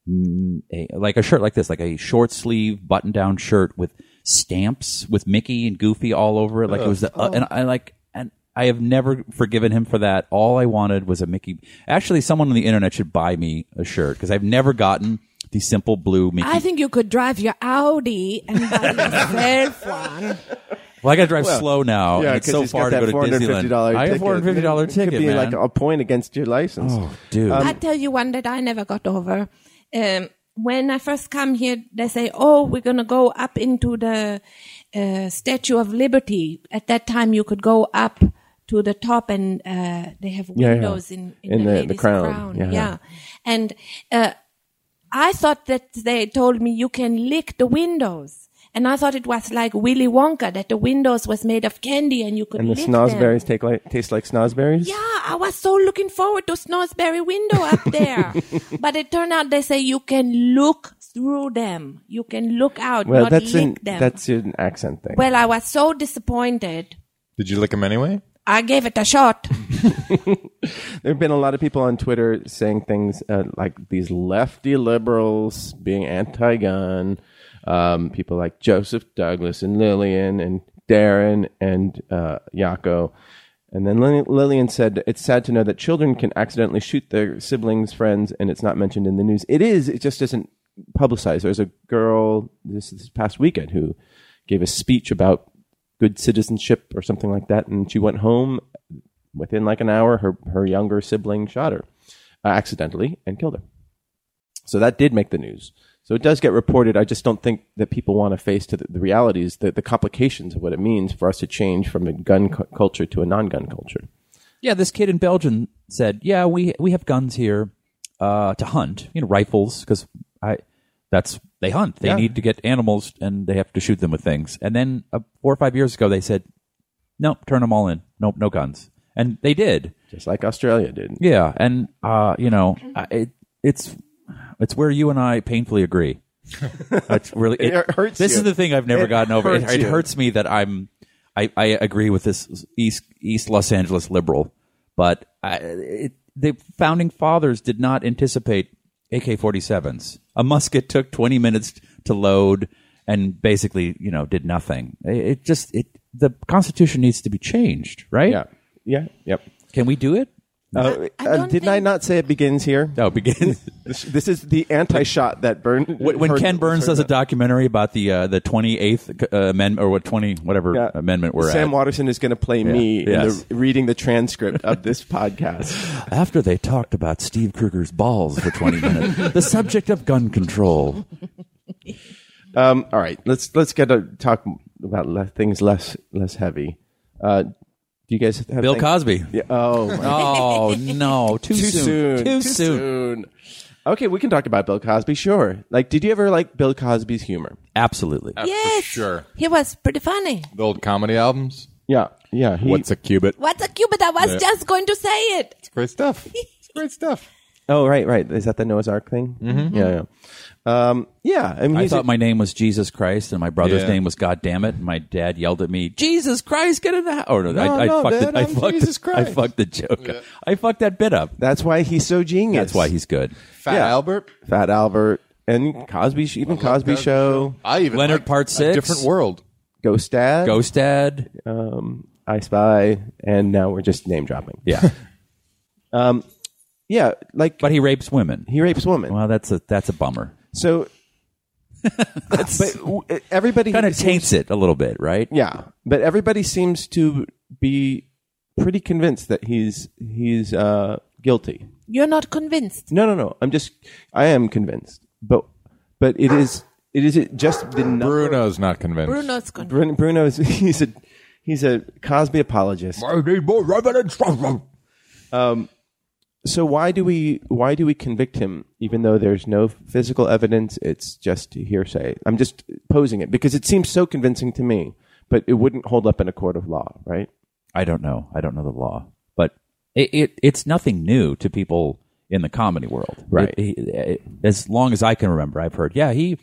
Speaker 3: mm, a like a shirt like this, like a short sleeve button down shirt with stamps with Mickey and Goofy all over it. Like it was the
Speaker 2: Oh.
Speaker 3: uh, and I like and I have never forgiven him for that. All I wanted was a Mickey. Actually, someone on the internet should buy me a shirt because I've never gotten the simple blue Mickey.
Speaker 4: I think you could drive your Audi and buy yourself one.
Speaker 3: well, I got to drive slow now. and Oh, it's
Speaker 2: 'cause
Speaker 3: so
Speaker 2: he's
Speaker 3: far to
Speaker 2: got
Speaker 3: go to
Speaker 2: that
Speaker 3: Disneyland.
Speaker 2: $450
Speaker 3: I have
Speaker 2: ticket.
Speaker 3: four hundred fifty dollar
Speaker 2: It
Speaker 3: ticket,
Speaker 2: could be
Speaker 3: man. Oh.
Speaker 2: like a point against your license.
Speaker 3: Dude,
Speaker 4: I tell you one that I never got over. Um, when I first come here, they say, "Oh, we're gonna go up into the uh, Statue of Liberty." At that time, you could go up to the top, and uh, they have
Speaker 2: yeah.
Speaker 4: windows in, in, the, lady's crown. Yeah, and uh, I thought that they told me you can lick the windows. And I thought it was like Willy Wonka that the windows was made of candy and you could
Speaker 2: And the
Speaker 4: lick them.
Speaker 2: snozberries take like, taste like snozberries?
Speaker 4: Yeah, I was so looking forward to Snoresberry window up
Speaker 2: [laughs]
Speaker 4: there. but it turned out they say you can look through them. You can look out,
Speaker 2: Well,
Speaker 4: not
Speaker 2: that's
Speaker 4: lick
Speaker 2: an,
Speaker 4: them.
Speaker 2: that's an accent thing.
Speaker 4: Well, I was so disappointed.
Speaker 1: Did you lick him anyway?
Speaker 4: I gave it
Speaker 2: [laughs]
Speaker 4: a shot.
Speaker 2: there have been a lot of people on Twitter saying things uh, like these lefty liberals being anti gun, um, people like Joseph Douglas and Lillian and Darren and uh, Yako. And then Lil- Lillian said, It's sad to know that children can accidentally shoot their siblings, friends, and it's not mentioned in the news. It is, it just isn't publicized. There's a girl this, this past weekend who gave a speech about good citizenship or something like that, and she went home within like an hour her her younger sibling shot her uh, accidentally and killed her. So that did make the news. So it does get reported. I just don't think that people want to face to the, the realities, the, the complications of what it means for us to change from a gun cu- culture to a non-gun culture.
Speaker 3: Yeah, this kid in Belgium said, "Yeah, we we have guns here uh, to hunt, you know, rifles because I that's they hunt. They need to get animals and they have to shoot them with things." And then uh, four or five years ago, they said, "Nope, turn them all in. Nope, no guns." And they did.
Speaker 2: Just like Australia did.
Speaker 3: Yeah, and uh, you know, I- it, it's it's where you and I painfully agree.
Speaker 2: [laughs]
Speaker 3: That's really it,
Speaker 2: hurts
Speaker 3: This
Speaker 2: you.
Speaker 3: is the thing I've never
Speaker 2: It
Speaker 3: gotten over.
Speaker 2: hurts
Speaker 3: it, it
Speaker 2: you.
Speaker 3: hurts me that I'm I, I agree with this East East Los Angeles liberal, but I, it, the founding fathers did not anticipate AK-47s. A musket took 20 minutes to load and basically, you know, did nothing. It, it just it the Constitution needs to be changed, right?
Speaker 2: Yeah. Yeah. Yep.
Speaker 3: Can we do it?
Speaker 2: Uh,
Speaker 4: I
Speaker 2: uh,
Speaker 4: don't
Speaker 2: didn't I
Speaker 4: think-
Speaker 2: not say it begins here?
Speaker 3: No, begin. [laughs]
Speaker 2: This, this is the anti-shot that Burns.
Speaker 3: when, when Ken Burns does a documentary about the uh, the twenty eighth uh, amendment or what twenty whatever amendment we're
Speaker 2: Sam
Speaker 3: at,
Speaker 2: Watterson is going to play me
Speaker 3: Yes.
Speaker 2: in the, reading the transcript of this [laughs] podcast.
Speaker 3: after they talked about Steve Kruger's balls for twenty
Speaker 2: [laughs]
Speaker 3: minutes, the subject of gun control.
Speaker 2: Um, all right, let's let's get to talk about le- things less less heavy. Uh, do you guys have
Speaker 3: Bill
Speaker 2: things-
Speaker 3: Cosby.
Speaker 2: Yeah, oh,
Speaker 3: [laughs]
Speaker 2: my-
Speaker 3: Oh
Speaker 2: [laughs]
Speaker 3: no, too,
Speaker 2: too soon.
Speaker 3: Too, soon.
Speaker 2: Okay, we can talk about Bill Cosby. Sure. Like, did you ever like Bill Cosby's humor?
Speaker 3: Absolutely.
Speaker 4: Yes.
Speaker 1: Uh, sure.
Speaker 4: He was pretty funny.
Speaker 1: The old comedy albums.
Speaker 2: Yeah, yeah. He,
Speaker 1: What's a cubit?
Speaker 4: What's a cubit? I was
Speaker 1: Yeah.
Speaker 4: just going to say it.
Speaker 1: [laughs] Great stuff. It's great stuff.
Speaker 2: oh, right, right. Is that the Noah's Ark thing? Mm-hmm. Yeah, yeah. Um, yeah. I mean,
Speaker 3: I
Speaker 2: he's a-
Speaker 3: thought my name was Jesus Christ and my brother's
Speaker 1: Yeah.
Speaker 3: name was God damn it. And my dad yelled at me, Jesus Christ, get in the house. Or no,
Speaker 2: No,
Speaker 3: I, I
Speaker 2: no,
Speaker 3: fucked
Speaker 2: Dad,
Speaker 3: it. I
Speaker 2: I'm
Speaker 3: fucked
Speaker 2: Jesus
Speaker 3: I
Speaker 2: Christ.
Speaker 3: fucked the joke. up. I fucked that bit up.
Speaker 2: that's why he's so genius.
Speaker 3: That's why he's good.
Speaker 1: Fat
Speaker 2: Yeah.
Speaker 1: Albert.
Speaker 2: Fat Albert and Cosby, sh- even Cosby
Speaker 1: Cosby
Speaker 2: Show,
Speaker 1: I even
Speaker 3: Leonard
Speaker 1: liked
Speaker 3: Part
Speaker 1: A
Speaker 3: Six.
Speaker 1: different world.
Speaker 2: Ghost Dad,
Speaker 3: Ghost Dad.
Speaker 2: um, I Spy, and now we're just name dropping. [laughs]
Speaker 3: Yeah.
Speaker 2: Yeah, like
Speaker 3: but he rapes women.
Speaker 2: he rapes women.
Speaker 3: Well, that's a that's a bummer.
Speaker 2: So
Speaker 3: That's
Speaker 2: but w- e, everybody
Speaker 3: kind of
Speaker 2: seems-
Speaker 3: taints it a little bit, right?
Speaker 2: Yeah, but everybody seems to be pretty convinced that he's he's uh, guilty.
Speaker 4: You're not convinced.
Speaker 2: No, no, no. I'm just I am convinced, but but it is it is just the number.
Speaker 1: Bruno's not convinced.
Speaker 4: Bruno's convinced.
Speaker 2: Bruno, Bruno is [laughs] he's a he's a Cosby apologist.
Speaker 1: I need more evidence.
Speaker 2: So why do we why do we convict him even though there's no physical evidence? It's just hearsay. I'm just posing it because it seems so convincing to me, but it wouldn't hold up in a court of law, right?
Speaker 3: I don't know. I don't know the law, but it, it it's nothing new to people in the comedy world,
Speaker 2: Right.
Speaker 3: It- it- as long as I can remember, I've heard, yeah, he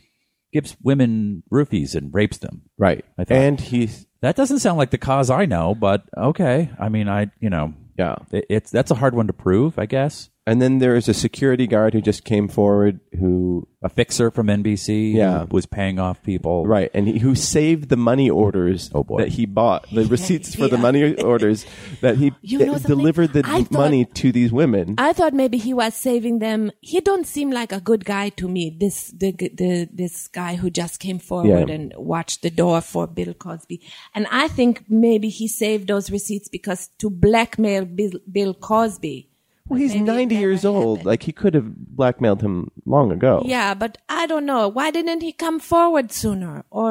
Speaker 3: gives women roofies and rapes them.
Speaker 2: Right.
Speaker 3: I thought-
Speaker 2: And he's
Speaker 3: That doesn't sound like the cause I know, but okay. I mean, I you know,
Speaker 2: yeah.
Speaker 3: it, it's that's a hard one to prove, I guess.
Speaker 2: And then there is a security guard who just came forward who
Speaker 3: A fixer from NBC, who
Speaker 2: Yeah.
Speaker 3: was paying off people,
Speaker 2: right and he, who saved the money orders
Speaker 3: Oh, boy.
Speaker 2: that he bought
Speaker 4: [laughs]
Speaker 2: the receipts for the
Speaker 4: Yeah.
Speaker 2: money orders that he
Speaker 4: [laughs] You know
Speaker 2: that
Speaker 4: something?
Speaker 2: delivered the
Speaker 4: I thought-
Speaker 2: money to these women.
Speaker 4: I thought maybe he was saving them. He don't seem like a good guy to me. This the, the this guy who just came forward
Speaker 2: Yeah.
Speaker 4: and watched the door for Bill Cosby, and I think maybe he saved those receipts because to blackmail Bill, Bill Cosby.
Speaker 2: well, he's
Speaker 4: Maybe it
Speaker 2: 90
Speaker 4: never
Speaker 2: years old.
Speaker 4: happened.
Speaker 2: Like he could have blackmailed him long ago.
Speaker 4: Yeah, but I don't know why didn't he come forward sooner, or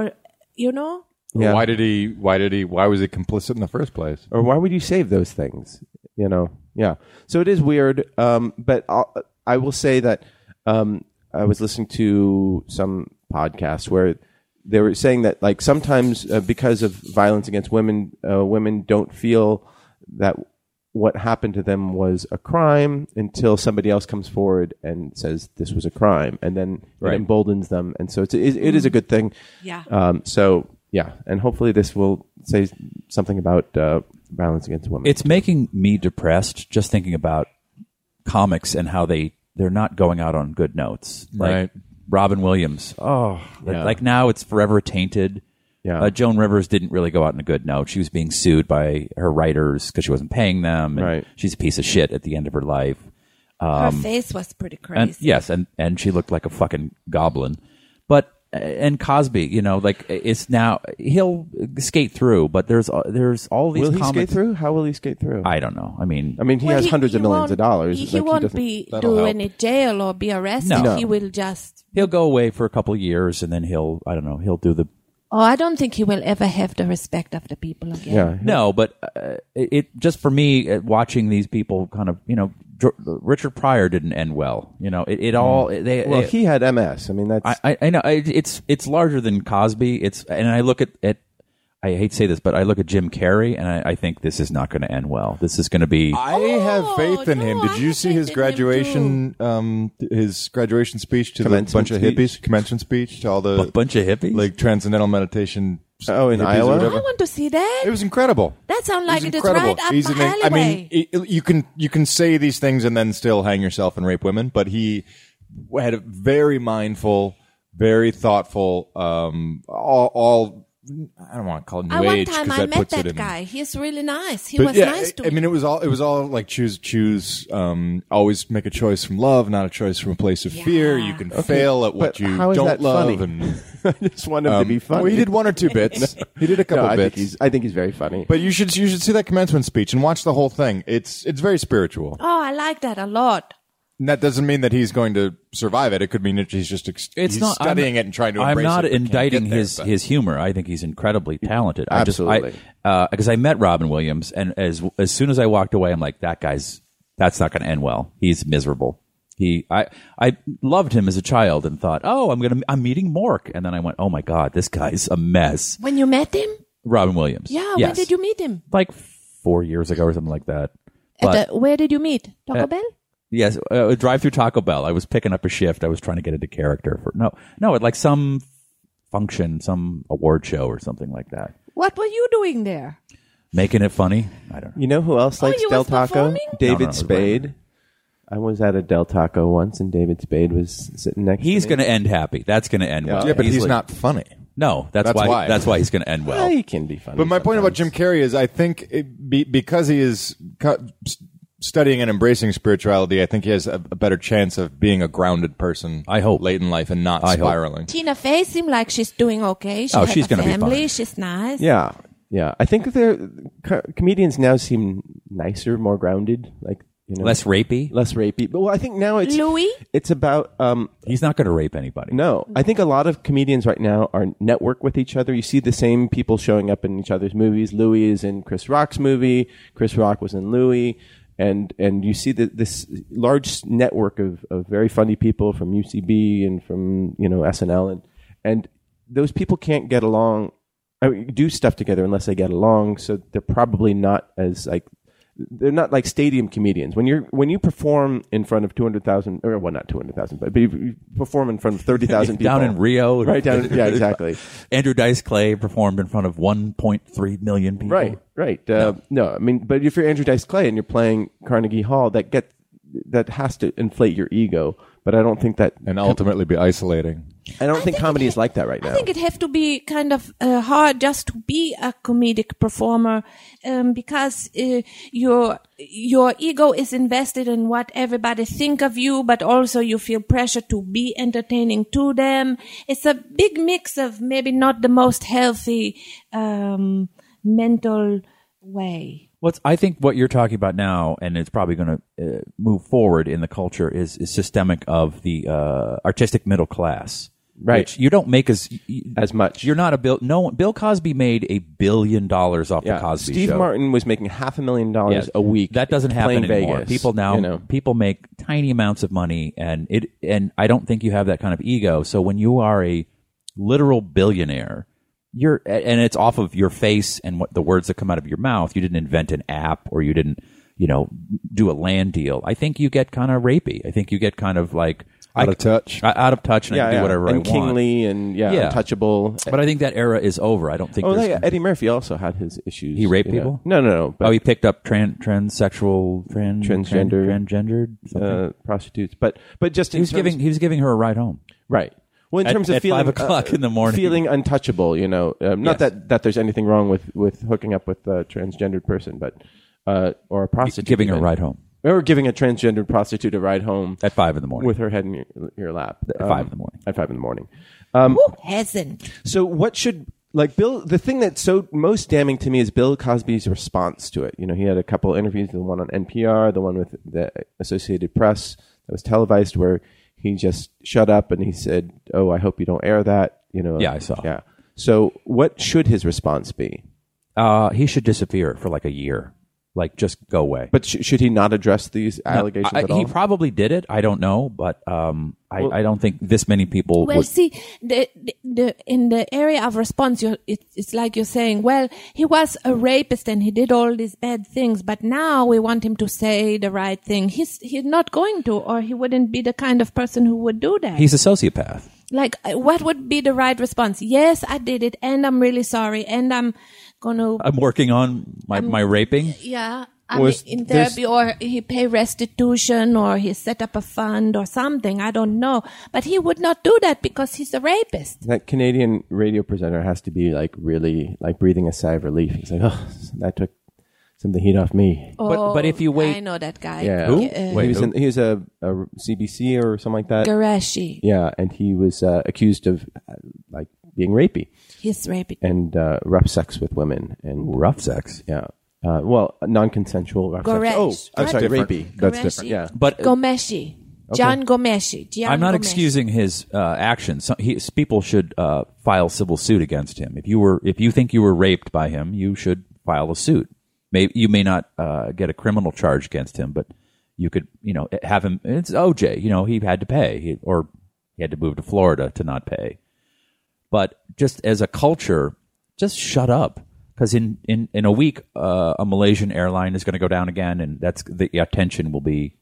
Speaker 4: you know,
Speaker 2: Yeah.
Speaker 1: Why did he? Why did he? Why was he complicit in the first place?
Speaker 2: Or why would you save those things? You know. Yeah. So it is weird um but I'll, I will say that um I was listening to some podcast where they were saying that like sometimes uh, because of violence against women uh, women don't feel that what happened to them was a crime until somebody else comes forward and says this was a crime and then it emboldens them and so it's, it, it is a good thing
Speaker 4: Yeah.
Speaker 2: um, so yeah and hopefully this will say something about uh, violence against women
Speaker 3: it's making me depressed just thinking about comics and how they they're not going out on good notes. Like
Speaker 1: Right.
Speaker 3: Robin Williams. Oh, like, like now it's forever tainted.
Speaker 2: Yeah.
Speaker 3: Uh, Joan Rivers didn't really go out on a good note. She was being sued by her writers because she wasn't paying them. and
Speaker 2: Right.
Speaker 3: She's a piece of shit at the end of her life.
Speaker 2: Um,
Speaker 4: her face was pretty crazy.
Speaker 3: And yes, and and she looked like a fucking goblin. But and Cosby, you know, like it's now he'll skate through, but there's there's all these
Speaker 2: Will he skate
Speaker 3: comics.
Speaker 2: through? How will he skate through?
Speaker 3: I don't know. I mean,
Speaker 2: I mean, he
Speaker 4: Well,
Speaker 2: has hundreds of
Speaker 4: he
Speaker 2: millions of
Speaker 4: won't-
Speaker 2: dollars.
Speaker 4: He,
Speaker 2: It's
Speaker 4: he
Speaker 2: like
Speaker 4: won't
Speaker 2: doesn't-
Speaker 4: be
Speaker 1: that'll
Speaker 4: do
Speaker 1: help.
Speaker 4: any jail or be arrested.
Speaker 3: No.
Speaker 4: He will just.
Speaker 3: he'll go away for a couple of years and then he'll I don't know, he'll do the
Speaker 4: Oh, I don't think he will ever have the respect of the people again.
Speaker 2: Yeah.
Speaker 3: No, but uh, it, it just for me uh, watching these people kind of, you know, Dr- Richard Pryor didn't end well. You know, it, it all they
Speaker 2: Mm. Well,
Speaker 3: it-
Speaker 2: he had MS. I mean, that's.
Speaker 3: I, I, I know I, it's it's larger than Cosby. It's and I look at, at I hate to say this, but I look at Jim Carrey and I, I think this is not going to end well. This is going to be
Speaker 1: I
Speaker 4: Oh,
Speaker 1: have faith in him.
Speaker 4: no,
Speaker 1: Did
Speaker 4: I
Speaker 1: you
Speaker 4: have
Speaker 1: see
Speaker 4: faith
Speaker 1: his
Speaker 4: in him,
Speaker 1: graduation? Um, his graduation speech to the
Speaker 2: Commencement
Speaker 1: bunch of
Speaker 2: speech.
Speaker 1: hippies, commencement speech to all the
Speaker 3: a bunch of hippies.
Speaker 1: like transcendental meditation.
Speaker 2: Oh, in
Speaker 1: hippies or
Speaker 2: Iowa?
Speaker 1: whatever.
Speaker 4: I want to see that.
Speaker 1: It was incredible.
Speaker 4: That sounds
Speaker 1: It was
Speaker 4: like it is
Speaker 1: incredible.
Speaker 4: right up
Speaker 1: He's
Speaker 4: my
Speaker 1: an- I mean,
Speaker 4: alleyway.
Speaker 1: it- you can you can say these things and then still hang yourself and rape women, but he had a very mindful, very thoughtful, um, all, all I don't want to call it new
Speaker 4: I, one
Speaker 1: age
Speaker 4: time
Speaker 1: 'cause
Speaker 4: I
Speaker 1: that
Speaker 4: met
Speaker 1: puts it
Speaker 4: that
Speaker 1: in-
Speaker 4: guy. He's really nice. He
Speaker 1: But
Speaker 4: was nice to
Speaker 1: I, I
Speaker 4: me.
Speaker 1: mean, it was all it was all like choose choose. Um, always make a choice from love, not a choice from a place of fear.
Speaker 4: Yeah.
Speaker 1: You can fail at what
Speaker 2: but
Speaker 1: you
Speaker 2: how is
Speaker 1: don't
Speaker 2: that
Speaker 1: love.
Speaker 2: funny?
Speaker 1: And
Speaker 2: [laughs] I just want him to be funny.
Speaker 1: Well, he Um, did one or two
Speaker 2: [laughs]
Speaker 1: bits. he did a
Speaker 2: No,
Speaker 1: couple
Speaker 2: I
Speaker 1: bits.
Speaker 2: think he's. I think he's very funny.
Speaker 1: But you should you should see that commencement speech and watch the whole thing. It's it's very spiritual.
Speaker 4: oh, I like that a lot.
Speaker 1: And that doesn't mean that he's going to survive it. It could mean that he's just ex-
Speaker 3: it's
Speaker 1: he's
Speaker 3: not
Speaker 1: studying
Speaker 3: I'm,
Speaker 1: it and trying to.
Speaker 3: I'm
Speaker 1: embrace
Speaker 3: not
Speaker 1: it, but can't
Speaker 3: indicting
Speaker 1: get there,
Speaker 3: his
Speaker 1: but-
Speaker 3: his humor. I think he's incredibly talented.
Speaker 2: Absolutely.
Speaker 3: Because I, uh 'cause I met Robin Williams, and as as soon as I walked away, I'm like, that guy's that's not going to end well. He's miserable. He I I loved him as a child and thought, oh, I'm gonna I'm meeting Mork, and then I went, oh my god, this guy's a mess.
Speaker 4: When you met him?
Speaker 3: Robin Williams.
Speaker 4: Yeah, when
Speaker 3: Yes.
Speaker 4: did you meet him?
Speaker 3: Like four years ago or something like that. But
Speaker 4: At the, where did you meet? Taco Bell?
Speaker 3: Yes, uh, drive through Taco Bell. I was picking up a shift. I was trying to get into character for no, no, at like some function, some award show or something like that.
Speaker 4: What were you doing there?
Speaker 3: Making it funny. I don't know.
Speaker 2: you know who else likes
Speaker 4: Oh, he was
Speaker 2: Del Taco?
Speaker 4: performing?
Speaker 3: No, no, it
Speaker 2: David
Speaker 3: was
Speaker 2: Spade.
Speaker 3: Raymond.
Speaker 2: I was at a Del Taco once, and David Spade was sitting next.
Speaker 3: He's
Speaker 2: to me.
Speaker 3: going to end happy. That's going to end well.
Speaker 1: yeah, but he's
Speaker 3: Easily.
Speaker 1: not funny.
Speaker 3: No, that's,
Speaker 1: That's
Speaker 3: why,
Speaker 1: why.
Speaker 3: That's why he's going to end
Speaker 2: Well,
Speaker 3: well.
Speaker 2: he can be funny.
Speaker 1: But my point about Jim
Speaker 2: sometimes.
Speaker 1: Carrey is, I think it, be, because he is cu- s- studying and embracing spirituality, I think he has a, a better chance of being a grounded person.
Speaker 3: I hope.
Speaker 1: late in life and not
Speaker 3: I hope.
Speaker 1: spiraling.
Speaker 4: Tina Fey seemed like she's doing okay. She
Speaker 3: Oh,
Speaker 4: has
Speaker 3: she's
Speaker 4: a
Speaker 3: gonna be
Speaker 4: family.
Speaker 3: fine.
Speaker 4: She's nice.
Speaker 2: Yeah, yeah. I think they're co- comedians now seem nicer, more grounded, like you know,
Speaker 3: Less rapey.
Speaker 2: less rapey. But well, I think now it's
Speaker 4: Louis?
Speaker 2: It's about um,
Speaker 3: He's not going to rape anybody.
Speaker 2: No, I think a lot of comedians right now are network with each other. You see the same people showing up in each other's movies. Louis is in Chris Rock's movie. Chris Rock was in Louis, and and you see the, this large network of, of very funny people from UCB and from you know SNL and and those people can't get along. I mean, do stuff together unless they get along. So they're probably not as like they're not like stadium comedians. When you're when you perform in front of two hundred thousand, or well, not two hundred thousand, but, but you- you perform in front of thirty thousand people
Speaker 3: [laughs] Down in Rio.
Speaker 2: right? Down, in- yeah,
Speaker 3: [laughs]
Speaker 2: exactly.
Speaker 3: Andrew Dice Clay performed in front of 1.3 million people.
Speaker 2: Right, right. Uh, no. I mean, but if you're Andrew Dice Clay and you're playing Carnegie Hall, that get that has to inflate your ego. But I don't think that
Speaker 1: And ultimately be isolating.
Speaker 2: I don't think, comedy is like that right now.
Speaker 4: I think it have to be kind of uh, hard just to be a comedic performer um, because uh, your your ego is invested in what everybody think of you, but also you feel pressure to be entertaining to them. It's a big mix of maybe not the most healthy um, mental way.
Speaker 3: What's I think what you're talking about now, and it's probably going to uh, move forward in the culture, is, is systemic of the uh, artistic middle class.
Speaker 2: Right.
Speaker 3: Which you don't make as
Speaker 2: As much.
Speaker 3: You're not a bill. No, one- Bill Cosby made a billion dollars off
Speaker 2: yeah.
Speaker 3: the Cosby
Speaker 2: Steve
Speaker 3: Show.
Speaker 2: Martin was making half a million dollars
Speaker 3: Yeah.
Speaker 2: a week.
Speaker 3: That doesn't happen
Speaker 2: playing
Speaker 3: anymore.
Speaker 2: Vegas,
Speaker 3: people now
Speaker 2: you know.
Speaker 3: people make tiny amounts of money, and it and I don't think you have that kind of ego. So when you are a literal billionaire, you're and it's off of your face and what the words that come out of your mouth. You didn't invent an app, or you didn't you know do a land deal. I think you get kind of rapey. I think you get kind of like
Speaker 1: Out
Speaker 3: I-
Speaker 1: of touch.
Speaker 3: I- out of touch, and I can do whatever
Speaker 2: and
Speaker 3: I want.
Speaker 2: kingly and yeah,
Speaker 3: Yeah.
Speaker 2: untouchable.
Speaker 3: But I think that era is over. I don't think.
Speaker 2: Oh,
Speaker 3: there's-
Speaker 2: like Eddie Murphy also had his issues.
Speaker 3: He raped
Speaker 2: you know.
Speaker 3: people?
Speaker 2: No, no, no. But,
Speaker 3: oh, he picked up tran, transsexual, tran,
Speaker 2: Transgender.
Speaker 3: tran, transgendered. Something.
Speaker 2: uh, prostitutes. But but just
Speaker 3: he was giving he was giving her a ride home.
Speaker 2: right. Well, in
Speaker 3: At-
Speaker 2: terms of
Speaker 3: at
Speaker 2: feeling uh,
Speaker 3: five o'clock in the morning.
Speaker 2: feeling untouchable. You know, um, not
Speaker 3: Yes.
Speaker 2: that that there's anything wrong with with hooking up with a transgendered person, but uh, or a prostitute,
Speaker 3: giving her a
Speaker 2: even.
Speaker 3: ride home
Speaker 2: or giving a transgendered prostitute a ride home
Speaker 3: at five in the morning.
Speaker 2: with her head in your, your lap Um,
Speaker 3: At five in the morning.
Speaker 2: At five in the morning.
Speaker 4: Who hasn't?
Speaker 2: So what should like Bill? The thing that's so most damning to me is Bill Cosby's response to it. You know, he had a couple interviews, the one on NPR, the one with the Associated Press that was televised, where he just shut up and he said, "Oh, I hope you don't air that." You know.
Speaker 3: Yeah, I saw.
Speaker 2: Yeah. So what should his response be?
Speaker 3: Uh, he should disappear for like a year. Like, just go away.
Speaker 2: But sh- should he not address these allegations
Speaker 3: I,
Speaker 2: at all?
Speaker 3: he probably did it. I don't know, but um, I, I don't think this many people.
Speaker 4: Well,
Speaker 3: would,
Speaker 4: see, the, the, the in the area of response, you it, it's like you're saying, well, he was a rapist and he did all these bad things, but now we want him to say the right thing. He's he's not going to, or he wouldn't be the kind of person who would do that.
Speaker 3: he's a sociopath.
Speaker 4: like, uh, what would be the right response? Yes, I did it, and I'm really sorry, and I'm gonna,
Speaker 3: I'm working on my, my raping.
Speaker 4: yeah. I'm
Speaker 2: Was
Speaker 4: in
Speaker 2: this-
Speaker 4: therapy, or he pay restitution, or he set up a fund, or something. I don't know, but he would not do that because he's a rapist.
Speaker 2: that Canadian radio presenter has to be like really like breathing a sigh of relief. He's like, oh, that took some of the heat off me.
Speaker 3: But- but if you wait-
Speaker 4: Oh, I know that guy. Uh,
Speaker 2: Yeah.
Speaker 3: Who?
Speaker 2: He
Speaker 3: Wait,
Speaker 2: was,
Speaker 3: who?
Speaker 2: in, he was a, a CBC or something like that.
Speaker 4: Garashi,
Speaker 2: Yeah, and he was uh, accused of uh, like being rapey
Speaker 4: he's raping.
Speaker 2: and uh, rough sex with women and
Speaker 3: Rough sex.
Speaker 2: yeah, uh, well, non-consensual rough
Speaker 4: Goresh.
Speaker 2: sex. Oh, I'm
Speaker 4: That's
Speaker 2: sorry,
Speaker 1: different.
Speaker 2: rapey. That's
Speaker 4: Goreshi.
Speaker 2: different. Yeah,
Speaker 3: But
Speaker 4: Gomeshi, John Gomeshi. Gian
Speaker 3: I'm not
Speaker 4: Gomeshi.
Speaker 3: excusing his uh, actions. So he, people should uh, file civil suit against him. If you were, if you think you were raped by him, you should file a suit. May, you may not uh, get a criminal charge against him, but you could, you know, have him. It's OJ. You know, he had to pay, he, or he had to move to Florida to not pay. But just as a culture, just shut up. Because in, in, in a week, uh, a Malaysian airline is going to go down again, and that's the attention will be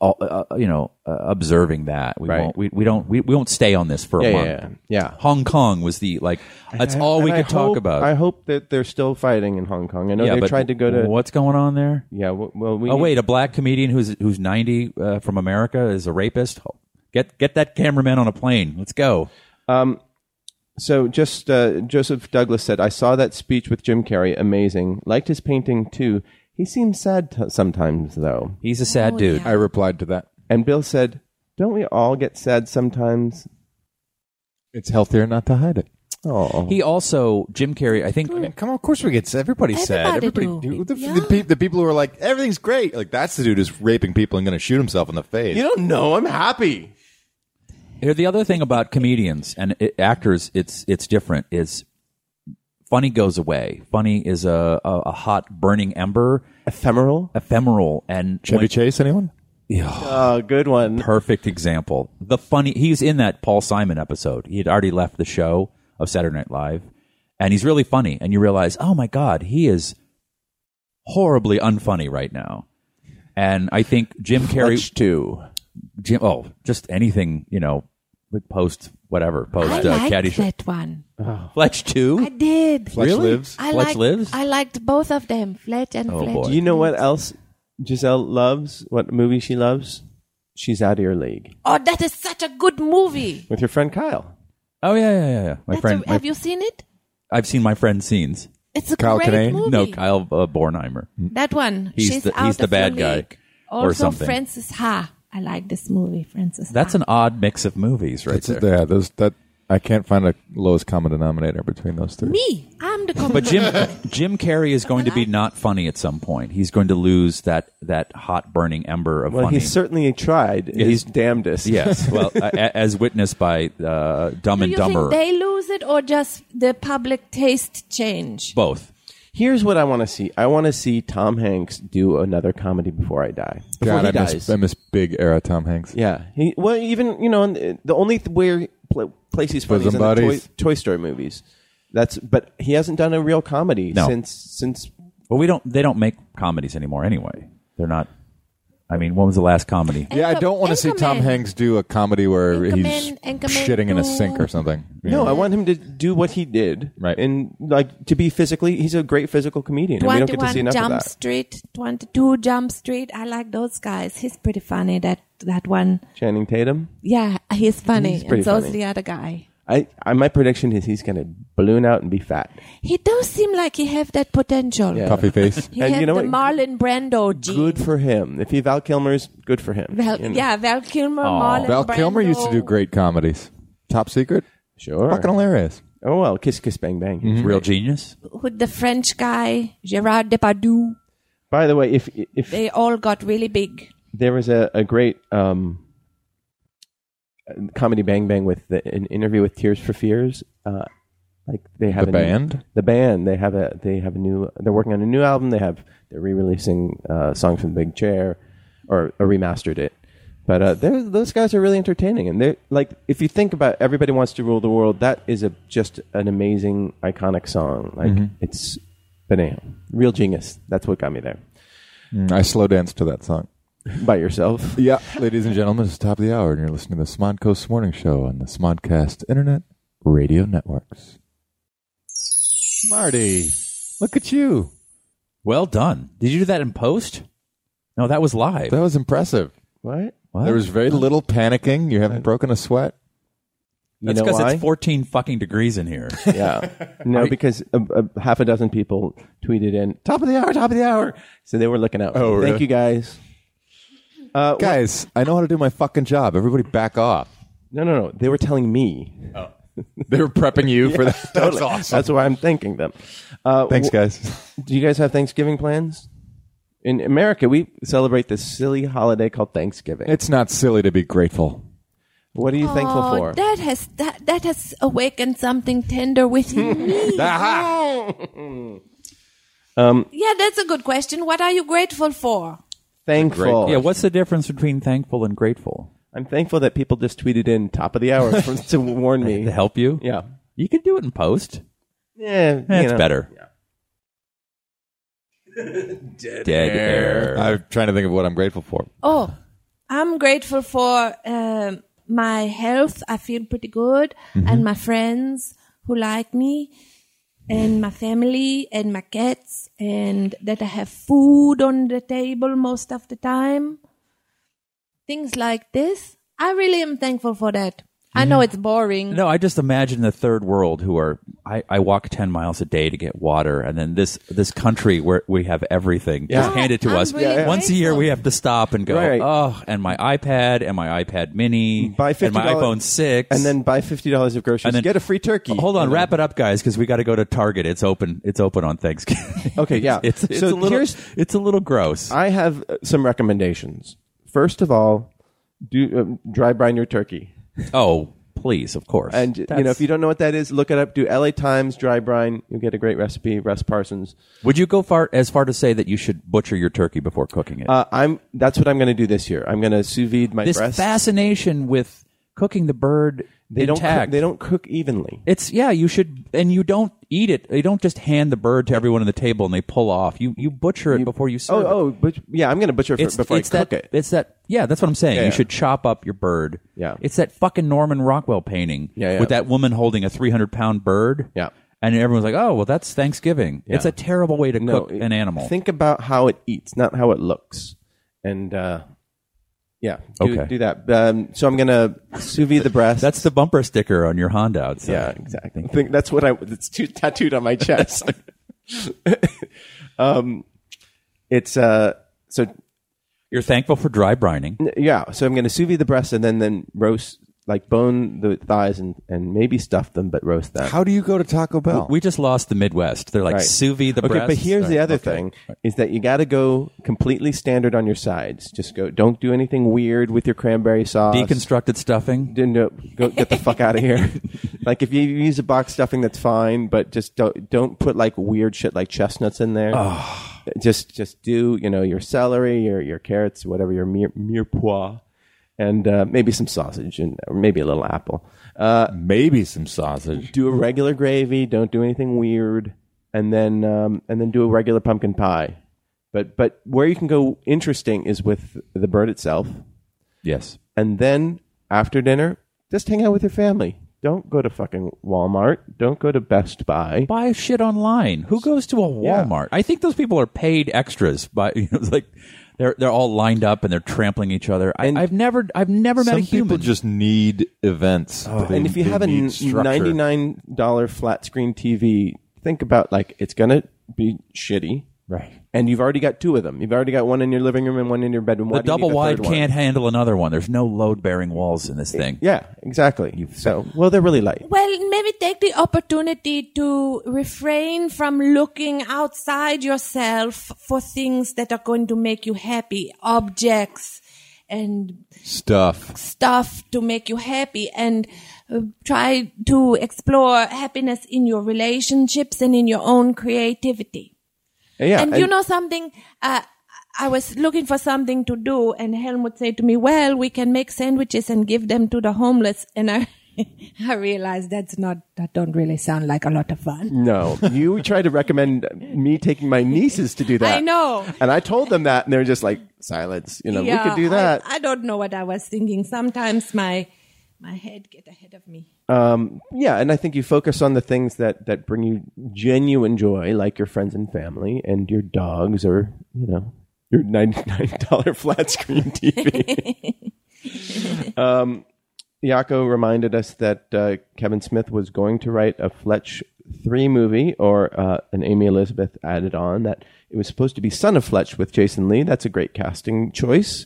Speaker 3: all, uh, you know, uh, observing that. We
Speaker 2: Right.
Speaker 3: won't. We, we don't. We, we won't stay on this for a
Speaker 2: Yeah,
Speaker 3: month.
Speaker 2: yeah, yeah.
Speaker 3: Hong Kong was the like. That's all we
Speaker 2: And I
Speaker 3: could talk
Speaker 2: hope-
Speaker 3: about.
Speaker 2: I hope that they're still fighting in Hong Kong. I know
Speaker 3: yeah,
Speaker 2: they
Speaker 3: but
Speaker 2: tried to go to.
Speaker 3: What's going on there?
Speaker 2: Yeah, w- well, we
Speaker 3: Oh
Speaker 2: need-
Speaker 3: wait, a black comedian who's who's ninety uh, from America is a rapist. Get get that cameraman on a plane. Let's go.
Speaker 2: Um, So just uh, Joseph Douglas said, I saw that speech with Jim Carrey. Amazing. Liked his painting too. He seems sad t- sometimes though.
Speaker 3: He's a sad dude.
Speaker 1: I replied to that.
Speaker 2: And Bill said, "Don't we all get sad sometimes?"
Speaker 1: It's healthier not to hide it.
Speaker 2: Oh,
Speaker 3: He also Jim Carrey. I think
Speaker 1: Come on, of course we get sad. Everybody's sad.
Speaker 4: Everybody
Speaker 1: Everybody,
Speaker 4: do.
Speaker 1: The,
Speaker 4: Yeah.
Speaker 1: the, pe- the people who are like everything's great, like that's the dude who's raping people and going to shoot himself in the face.
Speaker 2: you don't know. I'm happy.
Speaker 3: Here, the other thing about comedians and i actors, it's it's different. Is funny goes away. Funny is a a, a hot burning ember,
Speaker 2: Ephemeral.
Speaker 3: ephemeral, and
Speaker 1: Chevy
Speaker 3: when-
Speaker 1: Chase, anyone?
Speaker 2: Oh, good one.
Speaker 3: perfect example. The funny he's in that Paul Simon episode. He had already left the show of Saturday Night Live, and he's really funny. And you realize, oh my god, he is horribly unfunny right now. And I think Jim Carrey
Speaker 2: too.
Speaker 3: Jim, oh, just anything, you know, like post whatever, post
Speaker 4: I
Speaker 3: uh,
Speaker 4: liked
Speaker 3: Caddyshack.
Speaker 4: that one.
Speaker 3: Fletch
Speaker 4: I
Speaker 3: two,
Speaker 4: did.
Speaker 1: Fletch
Speaker 3: Really?
Speaker 1: lives.
Speaker 4: I
Speaker 3: Fletch
Speaker 4: liked,
Speaker 3: lives?
Speaker 4: I liked both of them, Fletch and
Speaker 3: Oh,
Speaker 4: Fletch.
Speaker 3: boy.
Speaker 2: Do you know what uh, else Giselle loves? What movie she loves? She's out of your league
Speaker 4: Oh, that is such a good movie.
Speaker 2: with your friend Kyle.
Speaker 3: oh yeah, yeah, yeah, yeah. My
Speaker 4: That's
Speaker 3: friend,
Speaker 4: a-
Speaker 3: my-
Speaker 4: have you seen it?
Speaker 3: I've seen my friend's scenes.
Speaker 4: It's a
Speaker 1: Kyle
Speaker 4: great
Speaker 1: Kinane?
Speaker 4: movie.
Speaker 3: No, Kyle uh, Bornheimer.
Speaker 4: That one.
Speaker 3: He's
Speaker 4: She's
Speaker 3: the-
Speaker 4: out
Speaker 3: he's the
Speaker 4: of your
Speaker 3: bad guy
Speaker 4: league.
Speaker 3: or
Speaker 4: Also,
Speaker 3: something.
Speaker 4: Francis Ha. I like this movie, Francis.
Speaker 3: That's
Speaker 4: Ha.
Speaker 3: an odd mix of movies, right
Speaker 1: That's
Speaker 3: there.
Speaker 1: it. Yeah, those that I can't find a lowest common denominator between those three.
Speaker 4: me. I'm the
Speaker 3: But
Speaker 4: [laughs]
Speaker 3: Jim Jim Carrey is going to be not funny at some point. He's going to lose that that hot burning ember of
Speaker 2: Well,
Speaker 3: funny.
Speaker 2: he certainly tried.
Speaker 3: he's-
Speaker 2: his damnedest.
Speaker 3: [laughs] yes, well, a- a- as witnessed by uh, Dumb
Speaker 4: Do
Speaker 3: and
Speaker 4: you
Speaker 3: Dumber,
Speaker 4: think they lose it or just the public taste change?
Speaker 3: both.
Speaker 2: Here's what I want to see. I want to see Tom Hanks do another comedy before I die. Before
Speaker 1: God,
Speaker 2: he
Speaker 1: I
Speaker 2: dies.
Speaker 1: miss, I miss big era Tom Hanks.
Speaker 2: yeah. He, well, even you know, and, uh, the only th- where pl- place he's funny is
Speaker 1: Bosom
Speaker 2: in the toy,
Speaker 1: Buddies.
Speaker 2: toy Story movies. That's but he hasn't done a real comedy
Speaker 3: No.
Speaker 2: since since
Speaker 3: But we don't. They don't make comedies anymore anyway. They're not. I mean, when was the last comedy?
Speaker 1: Yeah, I don't want to see Tom
Speaker 4: Anchorman.
Speaker 1: Hanks do a comedy where he's
Speaker 4: Anchorman- Anchorman
Speaker 1: shitting in a
Speaker 4: two.
Speaker 1: sink or something. You
Speaker 2: no.
Speaker 1: know?
Speaker 2: I want him to do what he did,
Speaker 1: Right.
Speaker 2: And like to be physically, he's a great physical comedian. And we don't get to see
Speaker 4: 21
Speaker 2: enough
Speaker 4: Jump
Speaker 2: of that.
Speaker 4: Street, 22 Jump Street. I like those guys. He's pretty funny, that, that one.
Speaker 2: Channing Tatum.
Speaker 4: Yeah, he's funny.
Speaker 2: He's pretty
Speaker 4: and so's
Speaker 2: funny.
Speaker 4: the other guy.
Speaker 2: I, I my prediction is he's going to balloon out and be fat.
Speaker 4: He does seem like he have that potential.
Speaker 2: Yeah.
Speaker 1: Puffy
Speaker 4: [laughs]
Speaker 1: face.
Speaker 4: He
Speaker 2: And
Speaker 4: have
Speaker 2: you know
Speaker 4: the
Speaker 2: what?
Speaker 4: Marlon Brando gene.
Speaker 2: Good for him. If he Val Kilmer's good for him.
Speaker 4: Val,
Speaker 2: You know.
Speaker 4: yeah, Val Kilmer, Marlon
Speaker 1: Val Kilmer used to do
Speaker 4: Brando.
Speaker 1: great comedies. Top Secret.
Speaker 2: Sure.
Speaker 1: Fucking hilarious.
Speaker 2: Oh well, kiss kiss bang bang.
Speaker 1: Mm-hmm.
Speaker 3: Real genius.
Speaker 4: Who the French guy Gerard Depardieu?
Speaker 2: By the way, if if
Speaker 4: They all got really big.
Speaker 2: there was a a great um, comedy bang bang with the, an interview with Tears for Fears, uh, like they have
Speaker 1: The
Speaker 2: a new-
Speaker 1: band?
Speaker 2: the band they have a they have a new they're working on a new album. They have they're re-releasing uh, songs from the Big Chair, or, or remastered it. But uh, they're- those guys are really entertaining, and they're like if you think about everybody wants to rule the world. That is a just an amazing iconic song. Like it's banana, real genius. That's what got me there.
Speaker 1: Mm, I slow danced to that song.
Speaker 2: By yourself.
Speaker 1: Yeah, ladies and gentlemen, it's the top of the hour, and you're listening to the Smodcoast Morning Show on the Smodcast Internet Radio Networks. Marty, look at you.
Speaker 3: Well done. Did you do that in post? No, that was live.
Speaker 1: That was impressive.
Speaker 2: What?
Speaker 3: What?
Speaker 1: There was very little panicking. You haven't broken a sweat.
Speaker 2: You
Speaker 3: That's
Speaker 2: know
Speaker 3: because
Speaker 2: why?
Speaker 3: it's 14 fucking degrees
Speaker 2: [laughs]
Speaker 3: in here.
Speaker 2: yeah. No, because a, a half a dozen people tweeted in top of the hour, top of the hour. So they were looking out.
Speaker 1: Oh,
Speaker 2: Thank
Speaker 1: really?
Speaker 2: you guys. Uh, wha-
Speaker 1: Guys, I know how to do my fucking job. Everybody back off.
Speaker 2: no, no, no. They were telling me.
Speaker 1: They were prepping you [laughs] for that. That's
Speaker 2: Totally. That's why I'm thanking them. Uh,
Speaker 1: Thanks,
Speaker 2: wh-
Speaker 1: guys.
Speaker 2: Do you guys have Thanksgiving plans? In America, we celebrate this silly holiday called Thanksgiving.
Speaker 1: It's not silly to be grateful.
Speaker 2: what are you thankful
Speaker 4: Oh,
Speaker 2: for?
Speaker 4: that has that, that has awakened something tender
Speaker 2: [laughs]
Speaker 4: within me. yeah, that's a good question. What are you grateful for?
Speaker 2: thankful.
Speaker 3: yeah, what's the difference between thankful and grateful?
Speaker 2: I'm thankful that people just tweeted in top of the hour [laughs] for, to warn
Speaker 3: To
Speaker 2: me.
Speaker 3: help you?
Speaker 2: Yeah.
Speaker 3: You can do it in post.
Speaker 2: Yeah. you
Speaker 3: That's
Speaker 2: know.
Speaker 3: better. Dead, air.
Speaker 1: I'm trying to think of what I'm grateful for.
Speaker 4: Oh, I'm grateful for um my health. I feel pretty good, and my friends who like me, and my family, and my cats, and that I have food on the table most of the time. Things like this. I really am thankful for that. I know it's boring.
Speaker 3: No, I just imagine the third world who are I, I walk ten miles a day to get water, and then this this country where we have everything just
Speaker 4: Yeah,
Speaker 3: handed to
Speaker 4: I'm
Speaker 3: us.
Speaker 4: really Yeah, yeah.
Speaker 3: Once a year,
Speaker 4: grateful.
Speaker 3: we have to stop and go.
Speaker 2: Right.
Speaker 3: Oh, and my iPad and my iPad Mini
Speaker 2: Buy
Speaker 3: and my
Speaker 2: $50
Speaker 3: iPhone six,
Speaker 2: and then buy fifty dollars of groceries.
Speaker 3: And then-
Speaker 2: get a free turkey.
Speaker 3: Hold on,
Speaker 2: And then-
Speaker 3: wrap it up, guys, because we got to go to Target. It's open. It's open on Thanksgiving.
Speaker 2: Okay, yeah.
Speaker 3: [laughs] it's, it's
Speaker 2: So
Speaker 3: a little.
Speaker 2: here's-
Speaker 3: It's a little gross.
Speaker 2: I have uh, some recommendations. First of all, do um, dry brine your turkey,
Speaker 3: oh, please, of course.
Speaker 2: and you know
Speaker 3: That's-
Speaker 2: if you don't know what that is, look it up. Do L.A. Times dry brine. You'll get a great recipe. Russ Parsons.
Speaker 3: would you go far as far to say that you should butcher your turkey before cooking it?
Speaker 2: Uh, I'm. That's what I'm going to do this year. I'm going to sous vide my
Speaker 3: this
Speaker 2: breasts.
Speaker 3: fascination with cooking the bird
Speaker 2: they don't.
Speaker 3: intact.
Speaker 2: Cook, they don't cook evenly.
Speaker 3: It's yeah. You should, and you don't eat it. You don't just hand the bird to everyone on the table and they pull off. You you butcher it before you serve.
Speaker 2: Oh,
Speaker 3: it.
Speaker 2: oh, but yeah, I'm going to butcher it
Speaker 3: It's,
Speaker 2: before
Speaker 3: it's
Speaker 2: I cook
Speaker 3: that,
Speaker 2: it.
Speaker 3: It's that. Yeah, that's what I'm saying.
Speaker 2: Yeah.
Speaker 3: You should chop up your bird.
Speaker 2: Yeah.
Speaker 3: It's that fucking Norman Rockwell painting.
Speaker 2: Yeah, yeah.
Speaker 3: With that woman holding a 300 pound bird.
Speaker 2: Yeah.
Speaker 3: And everyone's like, "Oh, well, that's Thanksgiving." It's a terrible way to cook
Speaker 2: it-
Speaker 3: an animal.
Speaker 2: Think about how it eats, not how it looks. And uh, yeah, do,
Speaker 3: Okay.
Speaker 2: do that. Um, so I'm going to sous vide the breast.
Speaker 3: that's the bumper sticker on your Honda outside.
Speaker 2: Yeah, exactly. I think that's what I. It's too tattooed on my
Speaker 3: [laughs]
Speaker 2: chest. um, it's uh, so
Speaker 3: You're thankful for dry brining.
Speaker 2: n- yeah. So I'm going to sous vide the breast and then then roast like bone the thighs and and maybe stuff them, but roast them.
Speaker 1: How do you go to Taco Bell?
Speaker 3: We just lost the Midwest. They're like
Speaker 2: Right.
Speaker 3: sous vide the
Speaker 2: okay,
Speaker 3: breasts.
Speaker 2: but here's the
Speaker 3: Right.
Speaker 2: other thing: is that you got to go completely standard on your sides. Just go. Don't do anything weird with your cranberry sauce.
Speaker 3: deconstructed stuffing.
Speaker 2: didn't do- go get the fuck out of here. like if you use a box stuffing, that's fine, but just don't don't put like weird shit like chestnuts in there. Just just do you know your celery, your your carrots, whatever your mir- mirepoix, and uh, maybe some sausage and or maybe a little apple. Uh,
Speaker 1: Maybe some sausage.
Speaker 2: do a regular gravy. Don't do anything weird, and then um, and then do a regular pumpkin pie. But but where you can go interesting is with the bird itself
Speaker 3: Yes.
Speaker 2: and then after dinner, just hang out with your family. Don't go to fucking Walmart. Don't go to Best Buy.
Speaker 3: buy shit online. Who goes to a
Speaker 2: Yeah.
Speaker 3: Walmart? I think those people are paid extras by [laughs] you know, it's like they're they're all lined up and they're trampling each other. I,
Speaker 2: And
Speaker 3: I've never I've never met a
Speaker 1: Some people
Speaker 3: human.
Speaker 1: just need events. They-
Speaker 2: and if you
Speaker 1: they
Speaker 2: have a
Speaker 1: need
Speaker 2: n-
Speaker 1: structure.
Speaker 2: ninety-nine dollar flat screen TV, think about like it's gonna be shitty.
Speaker 1: Right.
Speaker 2: and you've already got two of them. You've already got one in your living room and one in your bedroom. Why
Speaker 3: The
Speaker 2: do you need
Speaker 3: double
Speaker 2: a
Speaker 3: wide
Speaker 2: third one?
Speaker 3: can't handle another one. There's no load bearing walls in this thing.
Speaker 2: Yeah, exactly. So, well, they're really light.
Speaker 4: Well, maybe take the opportunity to refrain from looking outside yourself for things that are going to make you happy, objects and
Speaker 1: Stuff.
Speaker 4: stuff to make you happy and uh, try to explore happiness in your relationships and in your own creativity.
Speaker 2: Yeah,
Speaker 4: and you know something? Uh, I was looking for something to do, and Helmut said to me, "Well, we can make sandwiches and give them to the homeless." And I, [laughs] I realized that's not that don't really sound like a lot of fun.
Speaker 2: No, you tried to recommend me taking my nieces to do that.
Speaker 4: [laughs] I know.
Speaker 2: And I told them that, and they were just like, silence. You know, we could do that.
Speaker 4: I, I don't know what I was thinking. Sometimes my my head get ahead of me.
Speaker 2: yeah, and I think you focus on the things that, that bring you genuine joy, like your friends and family and your dogs or, you know, your [laughs] $99 flat screen TV. um, Yako reminded us that uh, Kevin Smith was going to write a Fletch 3 movie or uh, an Amy Elizabeth added on that it was supposed to be Son of Fletch with Jason Lee. That's a great casting choice,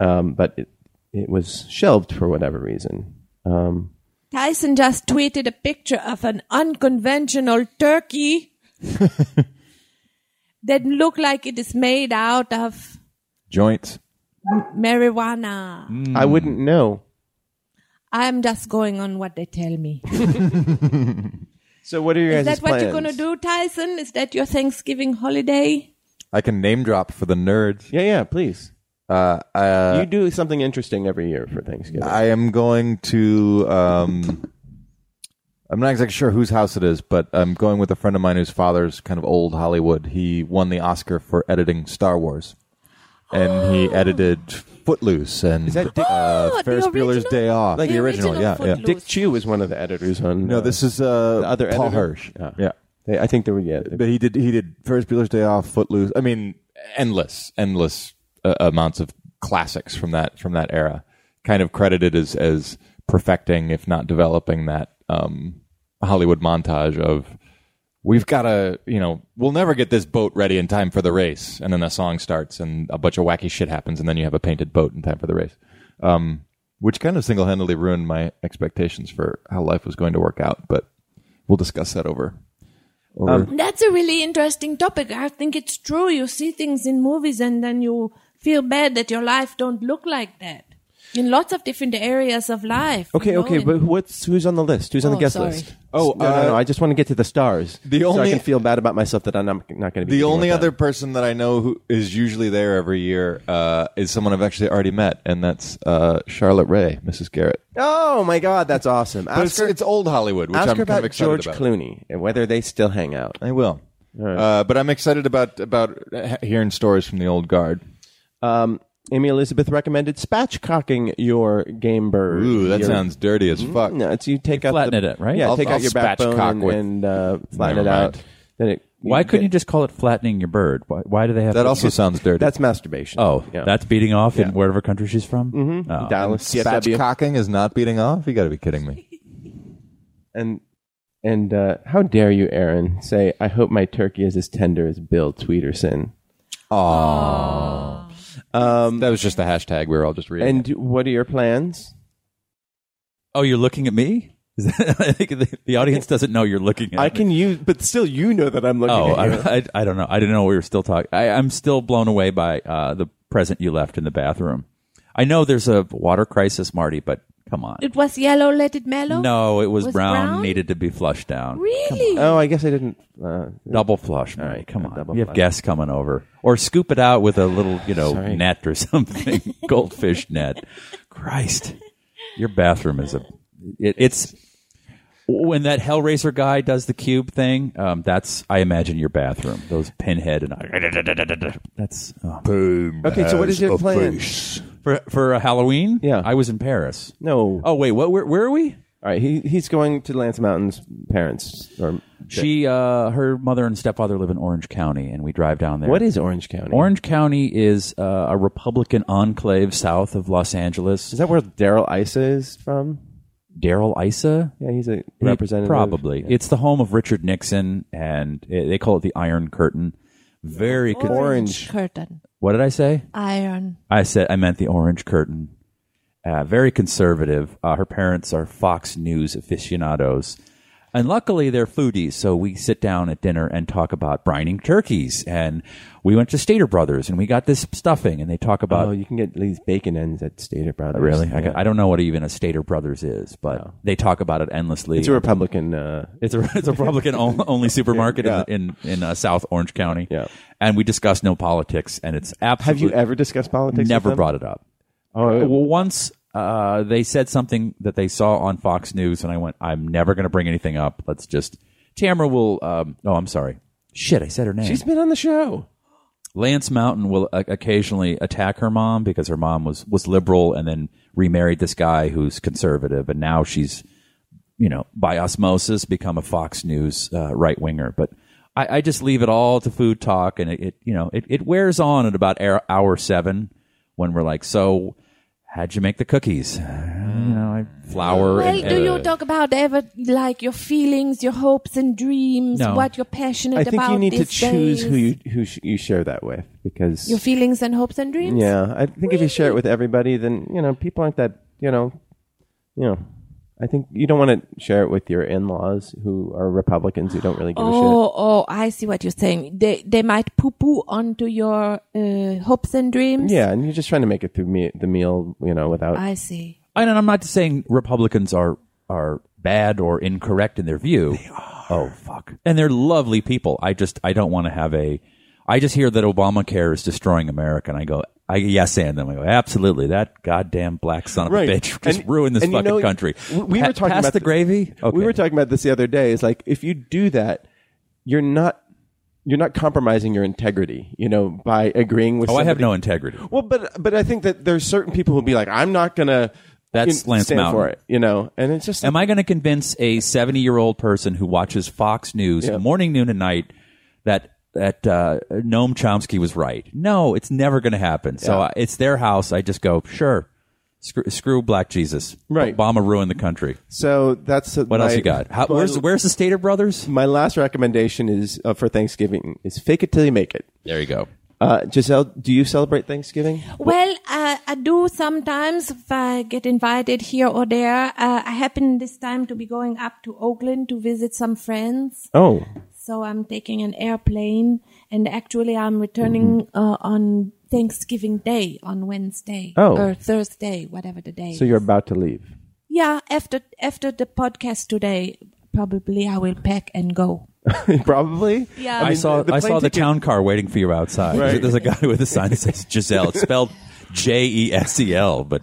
Speaker 2: um, but it, it was shelved for whatever reason. Um,
Speaker 4: Tyson just tweeted a picture of an unconventional
Speaker 2: [laughs]
Speaker 4: turkey that look like it is made out of
Speaker 1: Joints.
Speaker 4: marijuana.
Speaker 2: I wouldn't know.
Speaker 4: I'm just going on what they tell me.
Speaker 2: So what are your
Speaker 4: Is
Speaker 2: guys'
Speaker 4: that what
Speaker 2: plans?
Speaker 4: you're going to do, Tyson? Is that your Thanksgiving holiday?
Speaker 1: I can name drop for the nerds.
Speaker 2: Yeah, yeah, please.
Speaker 1: Uh, uh,
Speaker 2: you do something interesting every year for Thanksgiving.
Speaker 1: I am going to. Um, I'm not exactly sure whose house it is, but I'm going with a friend of mine whose father's kind of old Hollywood. He won the Oscar for editing Star Wars, and he edited Footloose and
Speaker 2: Is that Dick-
Speaker 1: uh,
Speaker 4: Oh, the
Speaker 1: Ferris Bueller's
Speaker 4: original-
Speaker 1: Day Off,
Speaker 4: Like-
Speaker 1: the
Speaker 4: the
Speaker 1: original,
Speaker 4: original
Speaker 1: yeah, yeah.
Speaker 4: Footloose.
Speaker 2: Dick Chew was one of the editors on.
Speaker 1: No, this is uh,
Speaker 2: the other
Speaker 1: Paul
Speaker 2: editor?
Speaker 1: Hirsch.
Speaker 2: Yeah.
Speaker 1: yeah,
Speaker 2: They, I think they were. Yeah,
Speaker 1: but he did he did Ferris Bueller's Day Off, Footloose. I mean, endless, endless uh, amounts of classics from that from that era. Kind of credited as as perfecting, if not developing, that um, Hollywood montage of we've got to you know we'll never get this boat ready in time for the race, and then a song starts and a bunch of wacky shit happens, and then you have a painted boat in time for the race. Um, which kind of single handedly ruined my expectations for how life was going to work out, but we'll discuss that over. over
Speaker 4: That's a really interesting topic. I think it's true. You see things in movies and then you feel bad that your life don't look like that. In lots of different areas of life. you
Speaker 2: okay,
Speaker 4: know,
Speaker 2: okay,
Speaker 4: in-
Speaker 2: but what's who's on the list? Who's on the
Speaker 4: Oh,
Speaker 2: guest
Speaker 4: sorry.
Speaker 2: list?
Speaker 1: Oh,
Speaker 2: no, no,
Speaker 1: uh,
Speaker 2: no, I just want to get to the stars.
Speaker 1: The
Speaker 2: so I
Speaker 1: only-
Speaker 2: can feel bad about myself that I'm not, not going to be
Speaker 1: The
Speaker 2: dealing
Speaker 1: only
Speaker 2: with
Speaker 1: other
Speaker 2: that.
Speaker 1: person that I know who is usually there every year uh, is someone I've actually already met, and that's uh, Charlotte Ray, Mrs. Garrett.
Speaker 2: Oh my God, that's awesome.
Speaker 1: But
Speaker 2: Ask
Speaker 1: it's,
Speaker 2: her,
Speaker 1: it's old Hollywood, which
Speaker 2: ask
Speaker 1: I'm
Speaker 2: her
Speaker 1: kind
Speaker 2: about
Speaker 1: of excited
Speaker 2: George
Speaker 1: about.
Speaker 2: Clooney and whether they still hang out.
Speaker 1: I will, uh, but I'm excited about about hearing stories from the old guard.
Speaker 2: Um, Amy Elizabeth recommended spatchcocking your game bird.
Speaker 1: Ooh, that
Speaker 2: Your-
Speaker 1: sounds dirty as fuck.
Speaker 2: No, it's you take out
Speaker 3: flatten
Speaker 2: the,
Speaker 3: it out, right?
Speaker 2: Yeah,
Speaker 1: I'll-
Speaker 2: take
Speaker 1: I'll
Speaker 2: out your
Speaker 1: spatchcock
Speaker 2: backbone and,
Speaker 1: with-
Speaker 2: and uh, flatten
Speaker 1: Never
Speaker 2: it
Speaker 1: mind.
Speaker 2: out. Then it.
Speaker 3: Why couldn't you
Speaker 2: get-
Speaker 3: just call it flattening your bird? Why, why do they have
Speaker 1: That
Speaker 3: to-
Speaker 1: also sounds dirty.
Speaker 2: That's masturbation.
Speaker 3: Oh,
Speaker 2: Yeah.
Speaker 3: that's beating off in wherever country she's from. Mm-hmm.
Speaker 2: Dallas CSW.
Speaker 1: spatchcocking is not beating off. You got to be kidding
Speaker 4: [laughs]
Speaker 1: me.
Speaker 2: and and uh, how dare you, Aaron? Say, I hope my turkey is as tender as Bill Tweederson. Um,
Speaker 1: that was just the hashtag we were all just reading.
Speaker 2: And what are your plans?
Speaker 3: Oh, you're looking at me. [laughs] Is that- I think the, the audience doesn't know you're looking at.
Speaker 2: I
Speaker 3: me.
Speaker 2: can use, but still, you know that I'm looking.
Speaker 3: Oh,
Speaker 2: at you.
Speaker 3: [laughs] I, I, I don't know. I didn't know we were still talking. I, I'm still blown away by uh, the present you left in the bathroom. I know there's a water crisis, Marty, but come on.
Speaker 4: It was yellow, let it mellow?
Speaker 3: no, it was,
Speaker 4: was
Speaker 3: brown,
Speaker 4: brown?
Speaker 3: Needed to be flushed down.
Speaker 4: Really?
Speaker 2: oh, I guess I didn't. Uh,
Speaker 3: Double flush, Marty.
Speaker 2: right,
Speaker 3: come
Speaker 2: a
Speaker 3: on.
Speaker 2: double
Speaker 3: We have
Speaker 2: flush.
Speaker 3: guests coming over, or scoop it out with a little, you know, net or [laughs] something, goldfish net. Christ, your bathroom is a. It, it's when that Hellraiser guy does the cube thing. Um, that's I imagine your bathroom. Those pinhead and I. That's oh.
Speaker 2: okay, so what is your plan?
Speaker 3: for for uh, Halloween.
Speaker 2: Yeah.
Speaker 3: I was in Paris.
Speaker 2: No.
Speaker 3: Oh wait, what? Where, where are we?
Speaker 2: All right, he, he's going to Lance Mountain's parents. Or
Speaker 3: She, uh, her mother and stepfather live in Orange County, and we drive down there.
Speaker 2: what is Orange County?
Speaker 3: Orange County is uh, a Republican enclave south of Los Angeles.
Speaker 2: is that where Daryl Issa is from?
Speaker 3: Daryl Issa?
Speaker 2: Yeah, he's a representative.
Speaker 3: Probably. It's the home of Richard Nixon, and uh, they call it the Iron Curtain. Very con-
Speaker 2: Orange.
Speaker 4: curtain.
Speaker 3: What did I say?
Speaker 4: Iron.
Speaker 3: I said I meant the orange curtain. Uh, very conservative. Uh, her parents are Fox News aficionados, and luckily they're foodies. So we sit down at dinner and talk about brining turkeys, and we went to Stater Brothers and we got this stuffing, and they talk about.
Speaker 2: Oh, you can get these bacon ends at Stater Brothers.
Speaker 3: Really,
Speaker 2: Yeah.
Speaker 3: I, got- I don't know what even a Stater Brothers is, but they talk about it endlessly.
Speaker 2: it's a Republican. Uh,
Speaker 3: It's a it's a
Speaker 2: [laughs]
Speaker 3: Republican on- only supermarket
Speaker 2: Yeah.
Speaker 3: in in, in uh, South Orange County.
Speaker 2: Yeah.
Speaker 3: and we discuss no politics, and it's
Speaker 2: have
Speaker 3: absolutely
Speaker 2: you ever discussed politics? with
Speaker 3: never
Speaker 2: them?
Speaker 3: brought it up.
Speaker 2: Oh,
Speaker 3: Well, once uh, they said something that they saw on Fox News, and I went, "I'm never going to bring anything up. Let's just." Tamara will. Um, oh, I'm sorry. Shit, I said her name.
Speaker 2: she's been on the show.
Speaker 3: Lance Mountain will uh, occasionally attack her mom because her mom was was liberal and then remarried this guy who's conservative, and now she's you know by osmosis become a Fox News uh, right winger. But I, I just leave it all to food talk, and it, it you know it, it wears on at about hour, hour seven when we're like, so how'd you make the cookies? Uh, you know, I flour.
Speaker 4: Well,
Speaker 3: and,
Speaker 4: Mm. do you
Speaker 3: and-
Speaker 4: talk about ever like your feelings, your hopes and dreams,
Speaker 3: No.
Speaker 4: what you're passionate
Speaker 2: I think
Speaker 4: about?
Speaker 2: you need to
Speaker 4: these
Speaker 2: choose
Speaker 4: days?
Speaker 2: who you who sh- you share that with because
Speaker 4: your feelings and hopes and dreams.
Speaker 2: yeah, I think if you share it with everybody, then you know people aren't that you know, you know. I think you don't want to share it with your in-laws who are Republicans who don't really give a shit.
Speaker 4: Oh, oh, I see what you're saying. They they might poo poo onto your uh, hopes and dreams.
Speaker 2: Yeah, and you're just trying to make it through me- the meal, you know, without
Speaker 4: I see.
Speaker 3: And I'm not saying Republicans are are bad or incorrect in their view. They are. Oh fuck. And they're lovely people. I just I don't want to have a. I just hear that Obamacare is destroying America, and I go, I yes, and them. I go, absolutely. That goddamn black son of
Speaker 2: Right.
Speaker 3: a bitch [laughs] just
Speaker 2: And-
Speaker 3: ruined this
Speaker 2: and you
Speaker 3: fucking
Speaker 2: know,
Speaker 3: country.
Speaker 2: w- We were
Speaker 3: Pa-
Speaker 2: talking
Speaker 3: pass
Speaker 2: about
Speaker 3: the
Speaker 2: th-
Speaker 3: gravy. Okay.
Speaker 2: We were talking about this the other day. It's like if you do that, you're not you're not compromising your integrity, you know, by agreeing with.
Speaker 3: Oh, I have
Speaker 2: somebody.
Speaker 3: no integrity.
Speaker 2: Well, but but I think that there's certain people who'll be like, I'm not gonna.
Speaker 3: That's
Speaker 2: you know,
Speaker 3: Lance
Speaker 2: stand for
Speaker 3: Mountain.
Speaker 2: it, you know, and it's just
Speaker 3: Am I going to convince a 70 year old person who watches Fox News morning, noon, and night that that uh, Noam Chomsky was right? No, it's never going to happen. So uh, it's their house. I just go, sure, screw, screw Black Jesus.
Speaker 2: Right.
Speaker 3: Obama ruined the country.
Speaker 2: so that's
Speaker 3: What else you got? How, where's where's the Stater Brothers?
Speaker 2: my last recommendation is uh, for Thanksgiving is fake it till you make it.
Speaker 3: There you go.
Speaker 2: Uh, Giselle, do you celebrate Thanksgiving?
Speaker 4: Well, uh, I do sometimes if I get invited here or there. Uh, I happen this time to be going up to Oakland to visit some friends.
Speaker 2: Oh,
Speaker 4: So I'm taking an airplane and actually I'm returning
Speaker 2: Mm-hmm.
Speaker 4: uh, on Thanksgiving Day on Wednesday
Speaker 2: Oh.
Speaker 4: or Thursday, whatever the day.
Speaker 2: so you're about to leave. [laughs]
Speaker 4: yeah, after after the podcast today, probably I will pack and go.
Speaker 2: Probably.
Speaker 4: Yeah.
Speaker 3: I,
Speaker 4: I mean,
Speaker 3: saw
Speaker 2: the
Speaker 3: I
Speaker 2: plane
Speaker 3: saw the
Speaker 2: ticket-
Speaker 3: town car waiting for you outside.
Speaker 2: Right.
Speaker 3: There's a guy with a sign that says Giselle. It's spelled J E S E L, but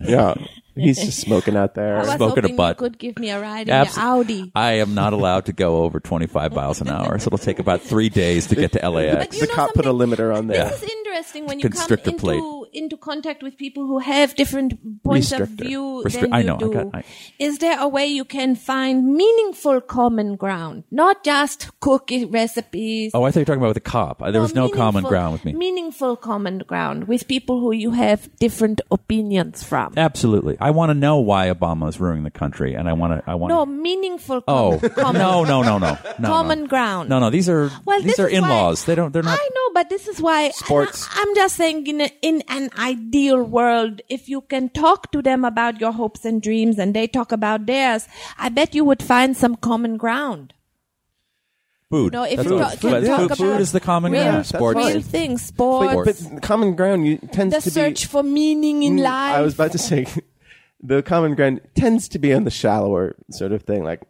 Speaker 2: Yeah, he's just smoking out
Speaker 4: [laughs]
Speaker 2: there.
Speaker 4: I was
Speaker 3: Smoking a
Speaker 4: hoping
Speaker 3: butt.
Speaker 4: you could give me a ride in
Speaker 3: Abs-
Speaker 4: your Audi.
Speaker 3: I am not allowed to go over 25 miles an hour, so it'll take about three days to
Speaker 4: [laughs]
Speaker 3: get to
Speaker 4: But
Speaker 3: LAX.
Speaker 4: you
Speaker 2: the
Speaker 4: know
Speaker 2: cop put a
Speaker 4: something?
Speaker 2: limiter on there.
Speaker 4: This is interesting when you come
Speaker 3: Constrict the plate.
Speaker 4: into, into contact with people who have different points of
Speaker 2: Restrictor.
Speaker 4: view
Speaker 3: Restri-
Speaker 4: than you
Speaker 3: I know, I
Speaker 4: do.
Speaker 3: got- I-
Speaker 4: Is there a way you can find meaningful common ground, not just cookie recipes?
Speaker 3: Oh, I thought you were talking about with the cop. Uh, There was no common
Speaker 4: meaningful-
Speaker 3: ground with me.
Speaker 4: Meaningful common ground with people who you have different opinions from.
Speaker 3: Absolutely. I want to know why Obama is ruining the country, and I want to. I want.
Speaker 4: no,
Speaker 3: To,
Speaker 4: meaningful.
Speaker 3: oh
Speaker 4: com- [laughs] common,
Speaker 3: no, no, no, no, no, no.
Speaker 4: common ground.
Speaker 3: No, no. These are
Speaker 4: Well,
Speaker 3: these
Speaker 4: this
Speaker 3: are
Speaker 4: is why-
Speaker 3: in-laws. They don't. They're not.
Speaker 4: I know, but this is why
Speaker 2: Sports.
Speaker 4: I, am just saying, in, a, in an ideal world, if you can talk to them about your hopes and dreams, and they talk about theirs, I bet you would find some common ground.
Speaker 3: Food.
Speaker 4: No, if
Speaker 3: That's
Speaker 4: you
Speaker 3: all.
Speaker 4: ta- can
Speaker 3: But
Speaker 4: talk
Speaker 3: food,
Speaker 4: about
Speaker 3: food is the common
Speaker 4: real,
Speaker 3: ground.
Speaker 2: that's Sports.
Speaker 4: real
Speaker 2: fine.
Speaker 4: things, sports,
Speaker 2: But, but common ground you, tends
Speaker 4: the
Speaker 2: to
Speaker 4: search
Speaker 2: be.
Speaker 4: for meaning in
Speaker 2: Mm,
Speaker 4: life.
Speaker 2: I was about to say, [laughs] the common ground tends to be on the shallower sort of thing. Like,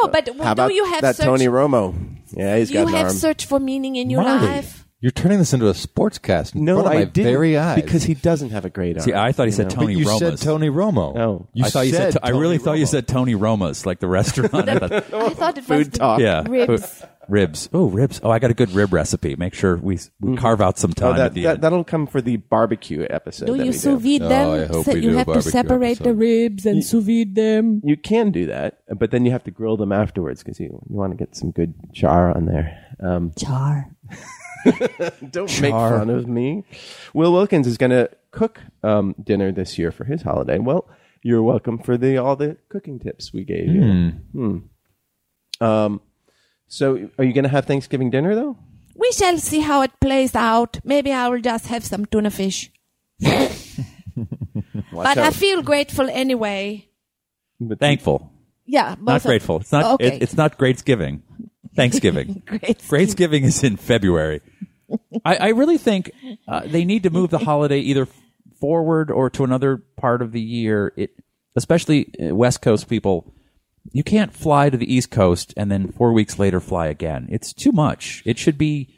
Speaker 4: no, but
Speaker 2: how
Speaker 4: do
Speaker 2: about
Speaker 4: you have
Speaker 2: that
Speaker 4: search?
Speaker 2: Tony Romo? Yeah, he's
Speaker 4: you
Speaker 2: got an
Speaker 4: have
Speaker 2: arm.
Speaker 4: search for meaning in your
Speaker 1: Marty,
Speaker 4: life.
Speaker 1: You're turning this into a sportscast. In
Speaker 2: no,
Speaker 1: front of my
Speaker 2: I didn't,
Speaker 1: very eyes.
Speaker 2: because he doesn't have a great arm.
Speaker 3: See, I thought he said
Speaker 1: But
Speaker 3: Tony
Speaker 1: you
Speaker 3: Roma's.
Speaker 1: said Tony Romo.
Speaker 2: No.
Speaker 3: I thought you said. I
Speaker 1: Tony
Speaker 3: really thought you
Speaker 1: Romo.
Speaker 3: said Tony Roma's, like the
Speaker 4: [laughs]
Speaker 3: restaurant. [laughs] I thought-
Speaker 4: I thought it was
Speaker 2: Food
Speaker 4: the
Speaker 2: talk.
Speaker 3: Yeah,
Speaker 4: ribs.
Speaker 3: Uh, ribs. Oh, ribs. Oh, I got a good rib recipe. Make sure we, we carve out some time
Speaker 2: Oh, that,
Speaker 3: at the
Speaker 2: that,
Speaker 3: end.
Speaker 2: that'll come for the barbecue episode.
Speaker 4: Do
Speaker 2: that
Speaker 4: you
Speaker 2: we
Speaker 4: sous vide
Speaker 1: Oh,
Speaker 4: them?
Speaker 1: I hope
Speaker 4: So
Speaker 1: we
Speaker 4: you
Speaker 1: do a
Speaker 4: have to
Speaker 1: barbecue
Speaker 4: separate the
Speaker 1: episode.
Speaker 4: ribs and sous vide them.
Speaker 2: You can do that, but then you have to grill them afterwards because you, you want to get some good char on there. Um,
Speaker 4: Char.
Speaker 2: [laughs] Don't make fun of me. Will Wilkins is going to cook um, dinner this year for his holiday. Well, you're welcome for the all the cooking tips we gave Hmm. you. Hmm. Um, so, are you going to have Thanksgiving dinner though?
Speaker 4: We shall see how it plays out. Maybe I will just have some
Speaker 3: [laughs]
Speaker 4: tuna fish. but I feel grateful anyway.
Speaker 2: But
Speaker 3: Thankful,
Speaker 4: Yeah,
Speaker 3: not
Speaker 4: both of-
Speaker 3: grateful. It's not.
Speaker 4: Okay.
Speaker 3: It, it's not Gratesgiving. Thanksgiving.
Speaker 4: Grates-
Speaker 3: Gratesgiving is in February. I, I really think uh, they need to move the holiday either forward or to another part of the year. It, especially uh, West Coast people, you can't fly to the East Coast and then four weeks later fly again. It's too much. It should be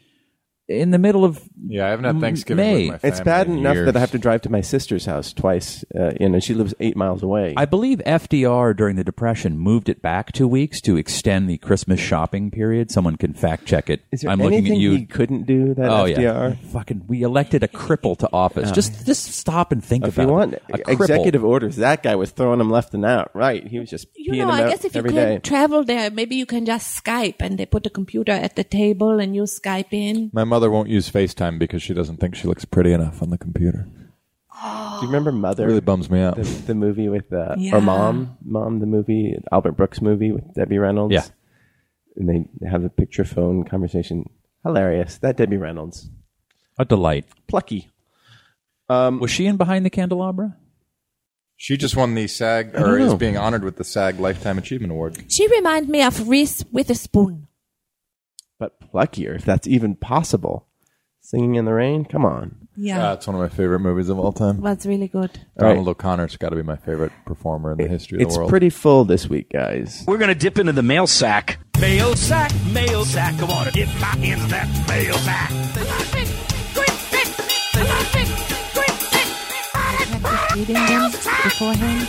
Speaker 3: in the middle of
Speaker 1: Yeah, I haven't had Thanksgiving
Speaker 3: May.
Speaker 1: with my family.
Speaker 2: It's bad
Speaker 1: in
Speaker 2: enough
Speaker 1: years.
Speaker 2: that I have to drive to my sister's house twice. Uh, you know, she lives eight miles away.
Speaker 3: I believe FDR during the Depression moved it back two weeks to extend the Christmas shopping period. Someone can fact check it.
Speaker 2: Is there
Speaker 3: I'm
Speaker 2: anything
Speaker 3: looking at you.
Speaker 2: he couldn't do that
Speaker 3: oh
Speaker 2: FDR?
Speaker 3: yeah, fucking. We elected a cripple to office. just just stop and think
Speaker 2: Oh, If
Speaker 3: about
Speaker 2: you want e-,
Speaker 3: it. A cripple.
Speaker 2: executive orders, that guy was throwing them left and out. Right, he was just
Speaker 4: You
Speaker 2: peeing
Speaker 4: know,
Speaker 2: them
Speaker 4: I
Speaker 2: out
Speaker 4: guess if you
Speaker 2: every
Speaker 4: couldn't
Speaker 2: day.
Speaker 4: travel there, maybe you can just Skype and they put a computer at the table and you Skype in.
Speaker 1: My mother won't use FaceTime because she doesn't think she looks pretty enough on the computer.
Speaker 2: Do you remember Mother?
Speaker 1: It really bums me out.
Speaker 2: the, the movie with uh,
Speaker 4: Yeah.
Speaker 2: or Mom, Mom, the movie Albert Brooks movie with Debbie Reynolds.
Speaker 3: Yeah.
Speaker 2: and they have a picture phone conversation. Hilarious. That Debbie Reynolds,
Speaker 3: a delight.
Speaker 2: plucky. Um,
Speaker 3: Was she in Behind the Candelabra?
Speaker 1: She just won the SAG or is being honored with the SAG Lifetime Achievement Award.
Speaker 4: She remind me of Reese Witherspoon.
Speaker 2: but pluckier, if that's even possible. Singing in the rain, come on.
Speaker 4: Yeah,
Speaker 1: Uh,
Speaker 3: Uh,
Speaker 1: it's one of my favorite movies of all time.
Speaker 4: was really good.
Speaker 1: Donald O'Connor's got to be my favorite performer in the history of
Speaker 2: It's
Speaker 1: the world.
Speaker 2: pretty full this week, guys.
Speaker 5: We're gonna dip into the mail sack. Mail sack, mail sack. Come on, dip back into that mail sack.
Speaker 4: Reading them beforehand.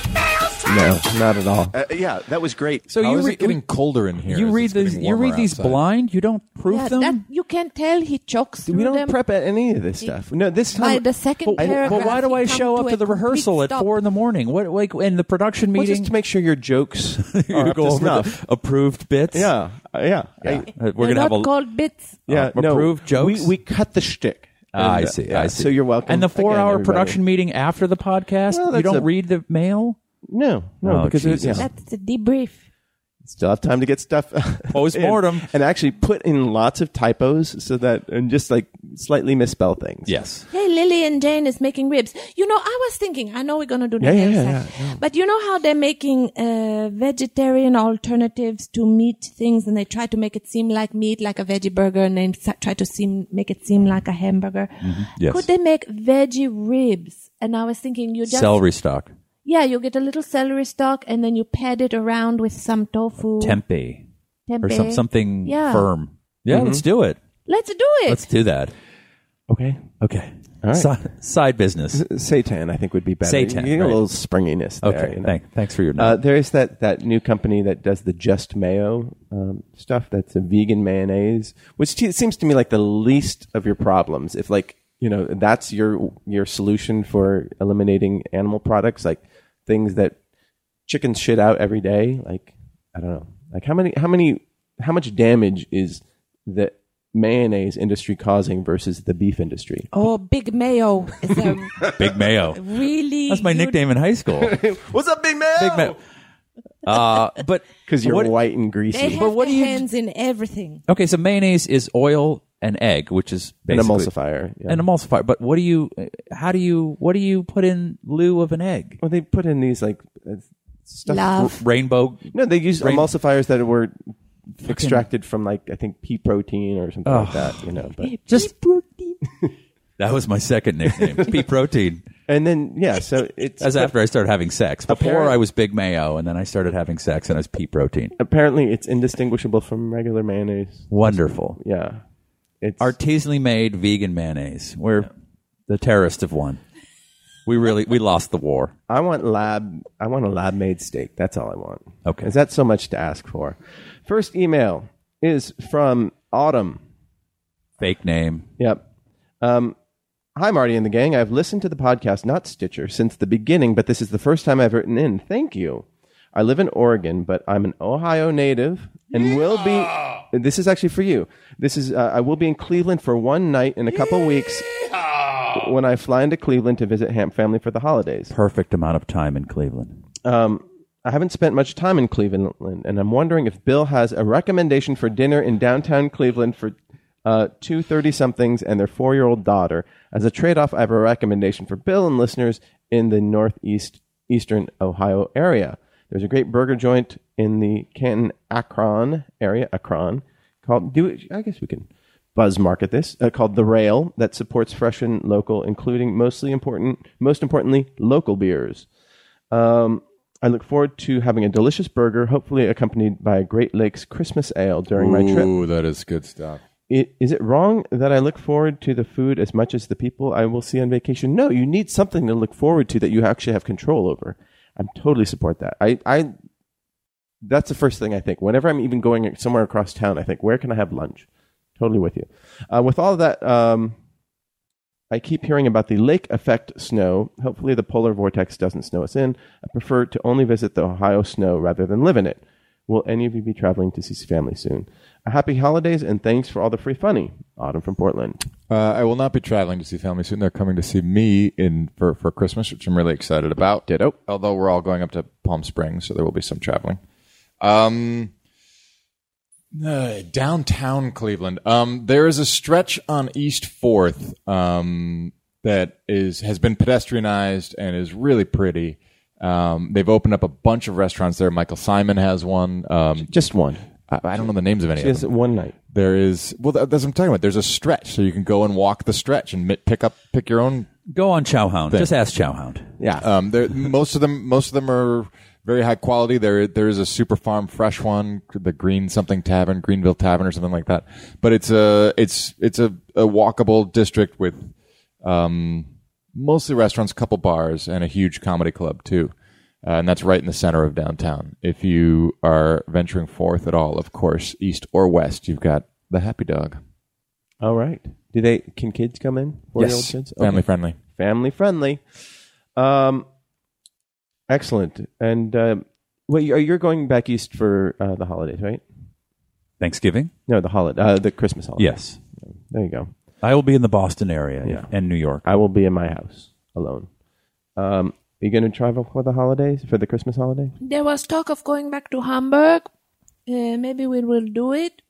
Speaker 2: No, not at all.
Speaker 5: Uh, yeah, that was great.
Speaker 3: So
Speaker 1: How
Speaker 3: you
Speaker 1: is
Speaker 3: re-
Speaker 1: it getting colder in here?
Speaker 3: you
Speaker 1: as
Speaker 3: read
Speaker 1: it's getting
Speaker 3: these you
Speaker 1: warmer
Speaker 3: read these
Speaker 1: outside?
Speaker 3: blind. You don't proof
Speaker 4: Yeah,
Speaker 3: them.
Speaker 4: that, you can tell he chokes through
Speaker 2: We
Speaker 4: them
Speaker 2: don't prep at any of this stuff. No, this time.
Speaker 4: by the second
Speaker 3: but,
Speaker 4: paragraph.
Speaker 3: but why do
Speaker 4: he
Speaker 3: I
Speaker 4: come
Speaker 3: show up
Speaker 4: a
Speaker 3: to the
Speaker 4: complete
Speaker 3: rehearsal at
Speaker 4: stop.
Speaker 3: four in the morning? What like in the production
Speaker 2: well,
Speaker 3: meeting?
Speaker 2: just to
Speaker 3: [laughs]
Speaker 2: make sure your jokes
Speaker 3: you
Speaker 2: are up
Speaker 3: go
Speaker 2: to
Speaker 3: over the
Speaker 2: snuff.
Speaker 3: [laughs] approved bits.
Speaker 2: Yeah, uh, yeah, I-
Speaker 3: Uh, we're
Speaker 4: They're
Speaker 3: gonna have
Speaker 4: not
Speaker 3: a
Speaker 4: called bits.
Speaker 2: yeah.
Speaker 3: Uh,
Speaker 2: no,
Speaker 3: approved jokes?
Speaker 2: We, we cut the shtick.
Speaker 3: Ah, I
Speaker 2: And, uh,
Speaker 3: see.
Speaker 2: yeah,
Speaker 3: I see.
Speaker 2: So you're welcome.
Speaker 3: And the
Speaker 2: again,
Speaker 3: four-hour
Speaker 2: everybody.
Speaker 3: production meeting after the podcast.
Speaker 2: Well,
Speaker 3: you
Speaker 2: that's
Speaker 3: don't
Speaker 2: a-
Speaker 3: read the mail.
Speaker 2: No, no,
Speaker 3: Oh,
Speaker 2: because it-
Speaker 3: Jesus.
Speaker 2: yeah.
Speaker 4: That's the debrief.
Speaker 2: still have time to get
Speaker 3: [laughs]
Speaker 2: stuff. [laughs] in.
Speaker 3: mortem.
Speaker 2: and actually put in lots of typos so that and just like slightly misspell things.
Speaker 3: Yes.
Speaker 4: Hey, Lily and Jane is making ribs. You know, I was thinking, I know we're going to do the
Speaker 2: Yeah, yeah,
Speaker 4: next
Speaker 2: yeah,
Speaker 4: time. But you know how they're making uh, vegetarian alternatives to meat things and they try to make it seem like meat, like a veggie burger, and then sa- try to seem, make it seem like a hamburger.
Speaker 3: Mm-hmm. Yes.
Speaker 4: Could they make veggie ribs? And I was thinking, you just.
Speaker 3: Celery stock,
Speaker 4: Yeah, you get a little celery stalk and then you pad it around with some tofu.
Speaker 3: tempeh, or
Speaker 4: tempeh.
Speaker 3: some, something
Speaker 4: Yeah.
Speaker 3: firm. Yeah,
Speaker 2: Mm-hmm.
Speaker 3: let's do it.
Speaker 4: Let's do it.
Speaker 3: Let's do that.
Speaker 2: Okay.
Speaker 3: Okay.
Speaker 2: All right.
Speaker 3: Si- side
Speaker 2: [laughs]
Speaker 3: business.
Speaker 2: Satan, I think would be better.
Speaker 3: Seitan,
Speaker 2: you get
Speaker 3: right.
Speaker 2: a little springiness. There,
Speaker 3: Okay.
Speaker 2: you know.
Speaker 3: thank, thanks for your
Speaker 2: Uh,
Speaker 3: note.
Speaker 2: there is that, that new company that does the just mayo um, stuff. That's a vegan mayonnaise, which te- seems to me like the least of your problems. If like you know that's your your solution for eliminating animal products, like things that chickens shit out every day. Like I don't know, like how many how many how much damage is the mayonnaise industry causing versus the beef industry?
Speaker 4: oh, Big Mayo is
Speaker 3: [laughs]
Speaker 4: a
Speaker 3: Big
Speaker 2: [laughs]
Speaker 3: Mayo.
Speaker 4: really.
Speaker 3: That's my
Speaker 4: huge-
Speaker 3: nickname in high school. Big
Speaker 2: What's up, big man?
Speaker 4: [laughs]
Speaker 3: Mayo. Uh, but
Speaker 2: Because you're
Speaker 3: what-
Speaker 2: white and
Speaker 4: They
Speaker 2: greasy.
Speaker 4: have
Speaker 3: But what
Speaker 4: their
Speaker 3: do you-
Speaker 4: hands in everything.
Speaker 3: Okay, so mayonnaise is oil and egg, which is
Speaker 2: An
Speaker 3: basically-
Speaker 2: emulsifier. yeah.
Speaker 3: An emulsifier. But what do you? How do you? What do you put in lieu of an egg?
Speaker 2: Well, they put in these like uh, stuff.
Speaker 4: Love.
Speaker 3: Rainbow.
Speaker 2: No, they used
Speaker 3: Rain-
Speaker 2: emulsifiers that were extracted from like I think pea protein or something like that. You know, but
Speaker 3: Just That was my second
Speaker 2: [laughs]
Speaker 3: nickname. Pea protein.
Speaker 2: and then yeah, so it's
Speaker 3: That's after I started having sex. Before
Speaker 2: Apparent-
Speaker 3: I was Big Mayo, and then I started having sex, and I was pea protein.
Speaker 2: apparently it's indistinguishable from regular mayonnaise.
Speaker 3: Wonderful,
Speaker 2: Yeah, it's
Speaker 3: artisanally made vegan mayonnaise. We're the terrorists have won. We really we lost the war.
Speaker 2: I want lab. I want a lab made steak. That's all I want.
Speaker 3: Okay.
Speaker 2: Is that so much to ask for? First email is from Autumn.
Speaker 3: Fake name.
Speaker 2: Yep. Um, hi, Marty and the gang. I've listened to the podcast, not Stitcher, since the beginning, but this is the first time I've written in. Thank you. I live in Oregon, but I'm an Ohio native and will be. This is actually for you. This is uh, I will be in Cleveland for one night in a couple weeks when I fly into Cleveland to visit Hamp family for the holidays.
Speaker 3: Perfect amount of time in Cleveland.
Speaker 2: I haven't spent much time in Cleveland, and I'm wondering if Bill has a recommendation for dinner in downtown Cleveland for uh, two 30 somethings and their four year old daughter. As a trade off, I have a recommendation for Bill and listeners in the Northeast Eastern Ohio area. There's a great burger joint in the Canton Akron area, Akron, called, do it, I guess we can buzz market this, uh, called The Rail, that supports fresh and local, including mostly important, most importantly, local beers. I look forward to having a delicious burger, hopefully accompanied by a Great Lakes Christmas ale during my trip.
Speaker 1: Ooh, that is good stuff.
Speaker 2: It, is it wrong that I look forward to the food as much as the people I will see on vacation? No, you need something to look forward to that you actually have control over. I totally support that. I, I that's the first thing I think. Whenever I'm even going somewhere across town, I think, where can I have lunch? Totally with you. Uh, with all of that, um, I keep hearing about the lake effect snow. Hopefully, the polar vortex doesn't snow us in. I prefer to only visit the Ohio snow rather than live in it. Will any of you be traveling to see family soon? A happy holidays and thanks for all the free funny. Autumn from Portland.
Speaker 1: Uh, I will not be traveling to see family soon. They're coming to see me in for, for Christmas, which I'm really excited about.
Speaker 2: Ditto.
Speaker 1: Although we're all going up to Palm Springs, so there will be some traveling. Um, uh, downtown Cleveland. Um, there is a stretch on East Fourth um, that is has been pedestrianized and is really pretty. Um, they've opened up a bunch of restaurants there. Michael Simon has one. Um,
Speaker 2: Just one.
Speaker 1: I, I don't know the names of any of
Speaker 2: Just
Speaker 1: them.
Speaker 2: one night.
Speaker 1: There is well, that, that's what I'm talking about. There's a stretch, so you can go and walk the stretch and mi- pick up pick your own
Speaker 3: Go on Chowhound. Just ask Chowhound.
Speaker 2: Yeah.
Speaker 1: um, there, most of them, most of them are very high quality. There, there is a super farm fresh one, the Green something Tavern, Greenville Tavern, or something like that. But it's a, it's, it's a, a walkable district with um, mostly restaurants, a couple bars, and a huge comedy club too. Uh, and that's right in the center of downtown. If you are venturing forth at all, of course, east or west, you've got the Happy Dog.
Speaker 2: all right. Do they? Can kids come in? Four-year-old kids. Okay.
Speaker 1: family friendly.
Speaker 2: family friendly. Um, excellent. And uh, well, you- you're going back east for uh, the holidays, right?
Speaker 3: Thanksgiving?
Speaker 2: No, the holiday, uh, the Christmas holiday.
Speaker 3: Yes.
Speaker 2: There you go.
Speaker 3: I will be in the Boston area
Speaker 2: Yeah.
Speaker 3: and New York.
Speaker 2: I will be in my house alone. Um, are you going to travel for the holidays for the Christmas holiday?
Speaker 4: There was talk of going back to Hamburg. Uh, maybe we will do it.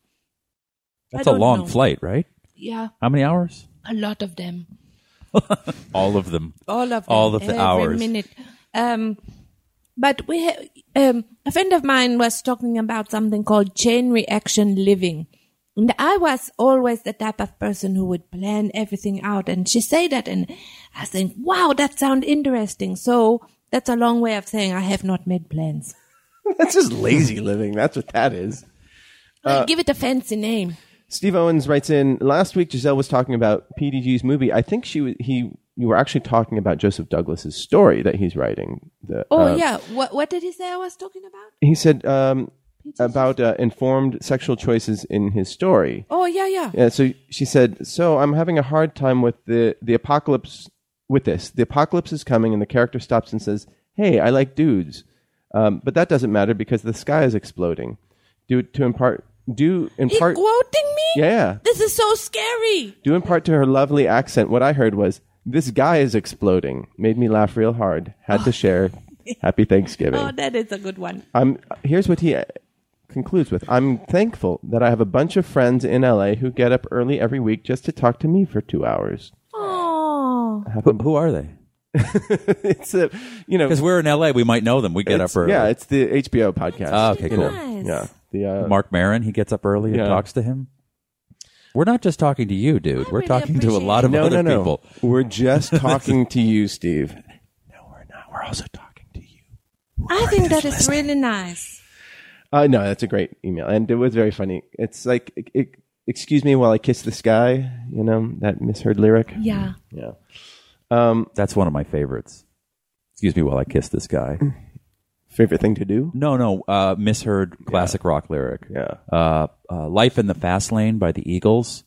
Speaker 4: I
Speaker 3: That's a
Speaker 4: don't
Speaker 3: long
Speaker 4: know.
Speaker 3: flight, right?
Speaker 4: Yeah,
Speaker 3: How many hours?
Speaker 4: a lot of them.
Speaker 3: All of them.
Speaker 4: all of them,
Speaker 3: All of the
Speaker 4: every
Speaker 3: hours.
Speaker 4: minute. Um, but we ha- um, a friend of mine was talking about something called chain reaction living. And I was always the type of person who would plan everything out. And she said that, and I think, wow, that sounds interesting. So that's a long way of saying I have not made plans.
Speaker 2: [laughs] That's just lazy living. That's what that is. Uh,
Speaker 4: Give it a fancy name.
Speaker 2: Steve Owens writes in last week. Giselle was talking about PDG's movie. I think she was he. You were actually talking about Joseph Douglas's story that he's writing. The,
Speaker 4: Oh
Speaker 2: uh,
Speaker 4: yeah, what what did he say I was talking about?
Speaker 2: He said um, about uh, informed sexual choices in his story.
Speaker 4: Oh yeah, yeah.
Speaker 2: Yeah, Uh, so she said, "So I'm having a hard time with the the apocalypse with this. The apocalypse is coming, and the character stops and says, "Hey, I like dudes." Um, but that doesn't matter because the sky is exploding. Due to in part due in
Speaker 4: He
Speaker 2: part
Speaker 4: quoting me?
Speaker 2: Yeah.
Speaker 4: This is so scary.
Speaker 2: due in part to her lovely accent, what I heard was, "This guy is exploding." Made me laugh real hard. Had to share. Happy Thanksgiving.
Speaker 4: Oh, that is a good one.
Speaker 2: I'm here's what he uh, concludes with. I'm thankful that I have a bunch of friends in LA who get up early every week just to talk to me for 2 hours.
Speaker 4: Oh.
Speaker 3: Who, who are they?
Speaker 2: [laughs] it's a, you know,
Speaker 3: Because we're in LA, we might know them. We get
Speaker 2: it's-
Speaker 3: up early.
Speaker 2: yeah, it's the HBO podcast.
Speaker 3: Ah, okay, cool.
Speaker 4: Nice.
Speaker 2: yeah, the uh,
Speaker 3: Mark Marin, he gets up early
Speaker 2: Yeah.
Speaker 3: and talks to him. We're not just talking to you, dude.
Speaker 4: I
Speaker 3: We're
Speaker 4: really
Speaker 3: talking to a
Speaker 4: appreciate
Speaker 3: lot of
Speaker 2: no,
Speaker 3: other
Speaker 2: no, no.
Speaker 3: people.
Speaker 2: We're
Speaker 3: [laughs]
Speaker 2: just talking to you, Steve.
Speaker 3: No, we're not. We're also talking to you.
Speaker 4: I think that is really nice.
Speaker 2: Uh, no, that's a great email, and it was very funny. It's like, it, it, excuse me while I kiss the sky. You know that misheard lyric.
Speaker 4: Yeah.
Speaker 2: Yeah.
Speaker 3: That's one of my favorites. Excuse me while I kiss this guy.
Speaker 2: Favorite thing to do.
Speaker 3: No, no, uh, misheard classic rock lyric.
Speaker 2: Yeah.
Speaker 3: Uh, uh, Life in the Fast Lane by the Eagles.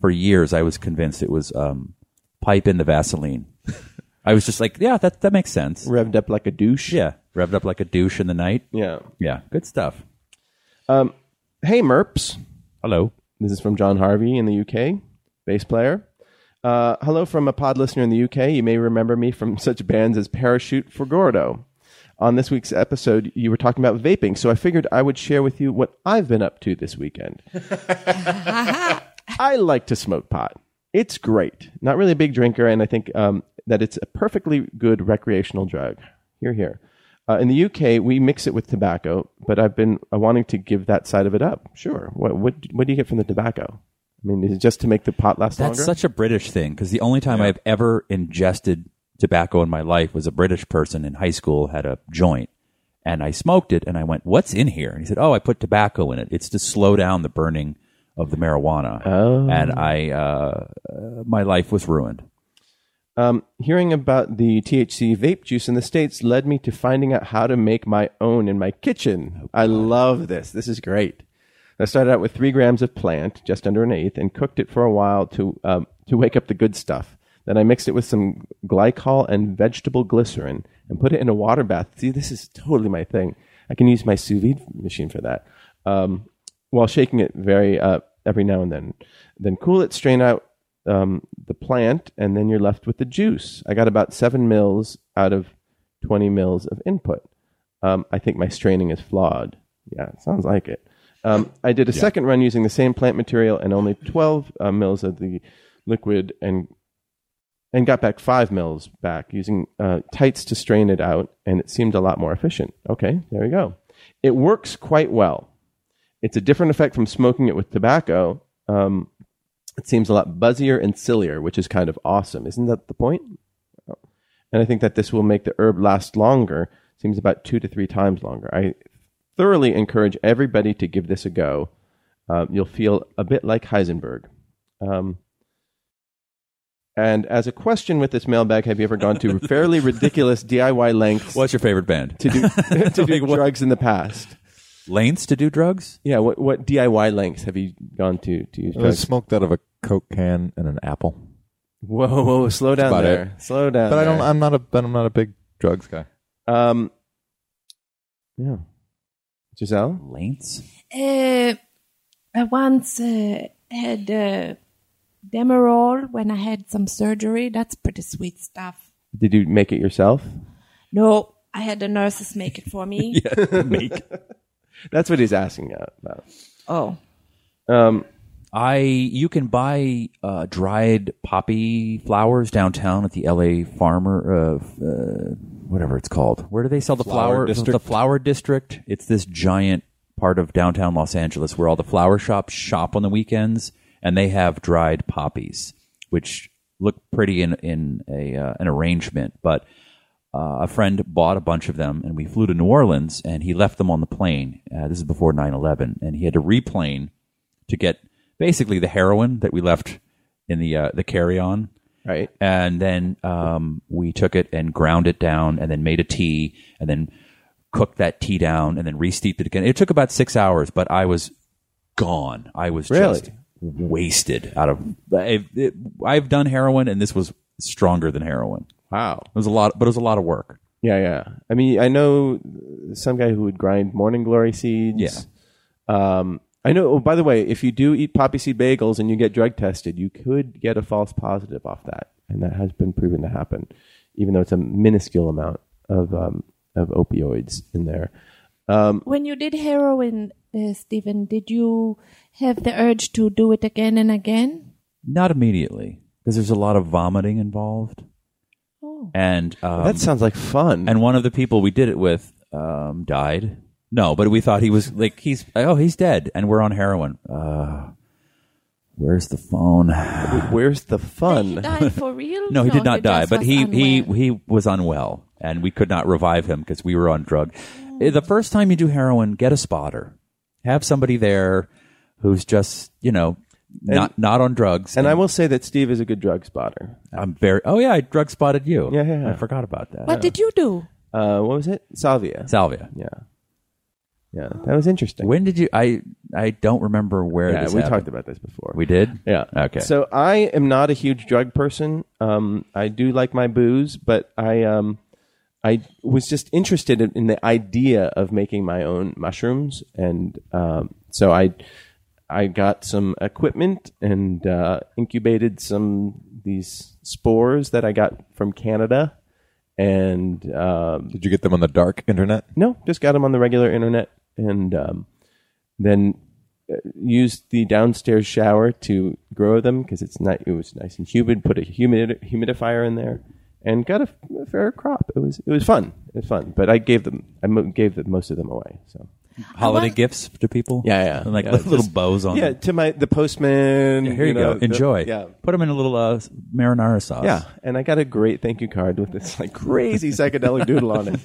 Speaker 3: For years, I was convinced it was um, Pipe in the Vaseline. I was just like, yeah, that, that makes sense.
Speaker 2: Revved up like a douche.
Speaker 3: Yeah. Revved up like a douche in the night.
Speaker 2: Yeah.
Speaker 3: Yeah. Good stuff.
Speaker 2: Hey, Merps.
Speaker 3: Hello.
Speaker 2: This is from John Harvey in the UK, bass player. Uh, hello from a pod listener in the UK. You may remember me from [laughs] such bands as Parachute for Gordo. On this week's episode, you were talking about vaping, so I figured I would share with you what I've been up to this weekend. I like to smoke pot. It's great. Not really a big drinker, and I think um, that it's a perfectly good recreational drug. Here, here. Uh, in the UK, we mix it with tobacco, but I've been uh, wanting to give that side of it up. Sure. What what what do you get from the tobacco? I mean, is it just to make the pot last
Speaker 3: That's
Speaker 2: longer?
Speaker 3: such a British thing because the only time I've ever ingested tobacco in my life was a British person in high school had a joint and I smoked it and I went, "What's in here?" And he said, "Oh, I put tobacco in it. It's to slow down the burning of the marijuana." Oh. And I, uh, uh, my life was ruined.
Speaker 2: Um, hearing about the THC vape juice in the States led me to finding out how to make my own in my kitchen. I love this. This is great. I started out with three grams of plant, just under an eighth, and cooked it for a while to, um, to wake up the good stuff. Then I mixed it with some glycol and vegetable glycerin and put it in a water bath. See, this is totally my thing. I can use my sous vide machine for that. Um, while shaking it very uh, every now and then. Then cool it, strain out um, the plant, and then you're left with the juice. I got about seven mils out of 20 mils of input. Um, I think my straining is flawed. Yeah, it sounds like it. Um, I did a second run using the same plant material and only 12 uh, mils of the liquid and and got back five mils back using uh, tights to strain it out, and it seemed a lot more efficient. Okay, there you go. It works quite well. It's a different effect from smoking it with tobacco. Um, it seems a lot buzzier and sillier, which is kind of awesome. Isn't that the point? And I think that this will make the herb last longer, seems about two to three times longer. I thoroughly encourage everybody to give this a go. Um, you'll feel a bit like Heisenberg. Um, and as a question with this mailbag, have you ever gone to fairly ridiculous DIY lengths
Speaker 3: What's your favorite band?
Speaker 2: to do, [laughs] to do drugs in the past?
Speaker 3: Lanes to do drugs?
Speaker 2: Yeah, what, what DIY lengths have you gone to to use
Speaker 1: It was
Speaker 2: drugs?
Speaker 1: smoked out of a Coke can and an apple.
Speaker 2: Whoa, whoa, whoa, slow down
Speaker 1: about
Speaker 2: there. Slow down.
Speaker 1: But I don't.
Speaker 2: there.
Speaker 1: I'm not a. But I'm not a big drugs guy.
Speaker 2: Um, yeah. Giselle?
Speaker 3: [laughs] Lanes?
Speaker 4: Uh, I once uh, had uh, Demerol when I had some surgery. That's pretty sweet stuff.
Speaker 2: Did you make it yourself?
Speaker 4: No, I had the nurses make it for
Speaker 3: [laughs]
Speaker 4: me.
Speaker 2: That's what he's asking about.
Speaker 4: Oh,
Speaker 2: Um,
Speaker 3: I you can buy uh, dried poppy flowers downtown at the L.A. Farmer, uh, f- uh, whatever it's called. Where do they sell the flower? district? The flower district. It's this giant part of downtown Los Angeles where all the flower shops shop on the weekends, and they have dried poppies, which look pretty in in a uh, an arrangement, but. Uh, a friend bought a bunch of them and we flew to New Orleans and he left them on the plane. Uh, this is before 9 11. And he had to replane to get basically the heroin that we left in the uh, the carry on,
Speaker 2: right.
Speaker 3: and then um, we took it and ground it down, and then made a tea, and then cooked that tea down, and then re-steeped it again. It took about six hours, but I was gone. I was just
Speaker 2: Really?
Speaker 3: wasted out of. I've, it, I've done heroin, and this was stronger than heroin.
Speaker 2: Wow.
Speaker 3: It was a lot, but it was a lot of work.
Speaker 2: Yeah, yeah. I mean, I know some guy who would grind morning glory seeds.
Speaker 3: Yeah.
Speaker 2: Um, I know. Oh, by the way, if you do eat poppy seed bagels and you get drug tested, you could get a false positive off that, and that has been proven to happen, even though it's a minuscule amount of um, of opioids in there.
Speaker 4: when you did heroin, uh, Stephen, did you have the urge to do it again and again?
Speaker 3: Not immediately, because there's a lot of vomiting involved, and um,
Speaker 2: that sounds like
Speaker 4: Mm-hmm.
Speaker 2: fun.
Speaker 3: and one of the people we did it with um, died. No, but we thought he was like he's oh he's dead, and we're on heroin. Uh, where's the phone?
Speaker 2: Where's the
Speaker 4: He
Speaker 2: fun?
Speaker 4: died for
Speaker 3: [laughs]
Speaker 4: real?
Speaker 3: No, he did not die,
Speaker 4: just
Speaker 3: but
Speaker 4: was
Speaker 3: he he
Speaker 4: unwell.
Speaker 3: he was unwell, and we could not revive him because we were on drug. Eh, The first time you do heroin, get a spotter, have somebody there who's just you know not not on drugs.
Speaker 2: And I will say that Steve is a good drug spotter.
Speaker 3: I'm very oh yeah, I drug spotted you.
Speaker 2: Yeah, yeah, yeah.
Speaker 3: I forgot about that.
Speaker 4: What did you do?
Speaker 2: Uh, what was it? Salvia.
Speaker 3: Salvia.
Speaker 2: yeah, yeah. That was interesting.
Speaker 3: When did you? I I don't remember where
Speaker 2: yeah,
Speaker 3: this
Speaker 2: we
Speaker 3: happened.
Speaker 2: talked about this before.
Speaker 3: We did?
Speaker 2: Yeah.
Speaker 3: Okay.
Speaker 2: So I am not a huge drug person. Um, I do like my booze, but I um, I was just interested in, in the idea of making my own mushrooms, and um, so I I got some equipment and uh, incubated some these spores that I got from Canada, and um,
Speaker 1: Did you get them on the dark internet?
Speaker 2: no, just got them on the regular internet, and um, then used the downstairs shower to grow them because it's not. It was nice and humid. Put a humid humidifier in there, and got a, a fair crop. It was it was fun. It was fun. But I gave them. I mo- gave them, most of them away. So
Speaker 3: Holiday
Speaker 4: want-
Speaker 3: gifts to people.
Speaker 2: Yeah, yeah.
Speaker 3: And like
Speaker 2: Yeah,
Speaker 3: little
Speaker 2: just-
Speaker 3: bows on.
Speaker 2: yeah,
Speaker 3: them.
Speaker 2: to my the postman.
Speaker 3: Here you,
Speaker 2: know,
Speaker 3: go.
Speaker 2: the-
Speaker 3: Enjoy.
Speaker 2: yeah.
Speaker 3: Put them in a little uh, marinara sauce.
Speaker 2: Yeah, and I got a great thank you card with this like crazy psychedelic doodle on it.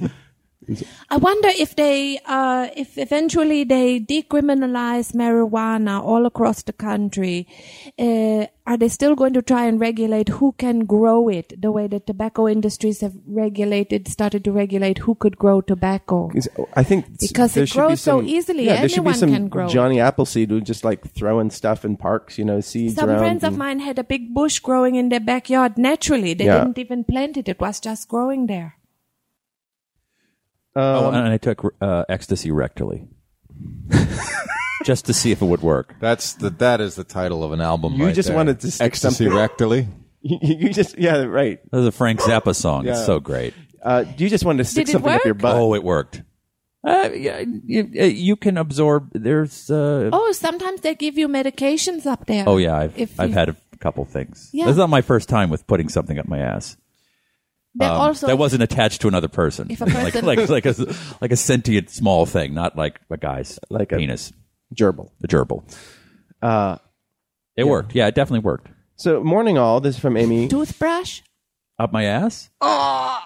Speaker 4: I wonder if they, uh, if eventually they decriminalize marijuana all across the country, uh, are they still going to try and regulate who can grow it the way the tobacco industries have regulated, started to regulate who could grow tobacco?
Speaker 2: Is- I think
Speaker 4: Because
Speaker 2: there
Speaker 4: it
Speaker 2: should be
Speaker 4: grows so
Speaker 2: some-
Speaker 4: easily,
Speaker 2: Yeah, there should be
Speaker 4: anyone
Speaker 2: some
Speaker 4: can grow it.
Speaker 2: Johnny Appleseed who just like throwing stuff in parks, you know, seeds
Speaker 4: Some
Speaker 2: around.
Speaker 4: friends of
Speaker 2: and-
Speaker 4: mine had a big bush growing in their backyard naturally. They
Speaker 2: Yeah.
Speaker 4: didn't even plant it. It was just growing there.
Speaker 2: um,
Speaker 3: Oh, and I took uh, ecstasy
Speaker 2: [laughs]
Speaker 3: rectally, just to see if it would work.
Speaker 1: That's the that is the title of an album.
Speaker 2: You
Speaker 1: right
Speaker 2: just
Speaker 1: there.
Speaker 2: wanted to stick
Speaker 1: ecstasy
Speaker 2: something-
Speaker 1: rectally.
Speaker 2: [laughs] You, you just yeah, right.
Speaker 3: That was a Frank Zappa song.
Speaker 2: Yeah.
Speaker 3: It's so great.
Speaker 2: Uh, you just wanted to stick
Speaker 4: Did it
Speaker 2: something up your
Speaker 4: work?
Speaker 2: butt.
Speaker 3: oh, it worked. Uh, yeah, you, uh, you can absorb. There's. Uh, oh.
Speaker 4: Oh, sometimes they give you medications up there.
Speaker 3: yeah, I've
Speaker 4: If
Speaker 3: I've
Speaker 4: you-
Speaker 3: had a couple things.
Speaker 4: Yeah.
Speaker 3: This is not my first time with putting something up my ass.
Speaker 4: They
Speaker 3: Um,
Speaker 4: also
Speaker 3: that wasn't attached to another person.
Speaker 4: If a person-
Speaker 3: [laughs] like like like a like a sentient small thing, not like a guy's
Speaker 2: Like a-
Speaker 3: penis,
Speaker 2: gerbil.
Speaker 3: a gerbil.
Speaker 2: Uh,
Speaker 3: It worked. Yeah, it definitely worked.
Speaker 2: so morning all. This is from
Speaker 4: [laughs]
Speaker 2: Amy.
Speaker 4: toothbrush.
Speaker 3: Up my ass. Oh.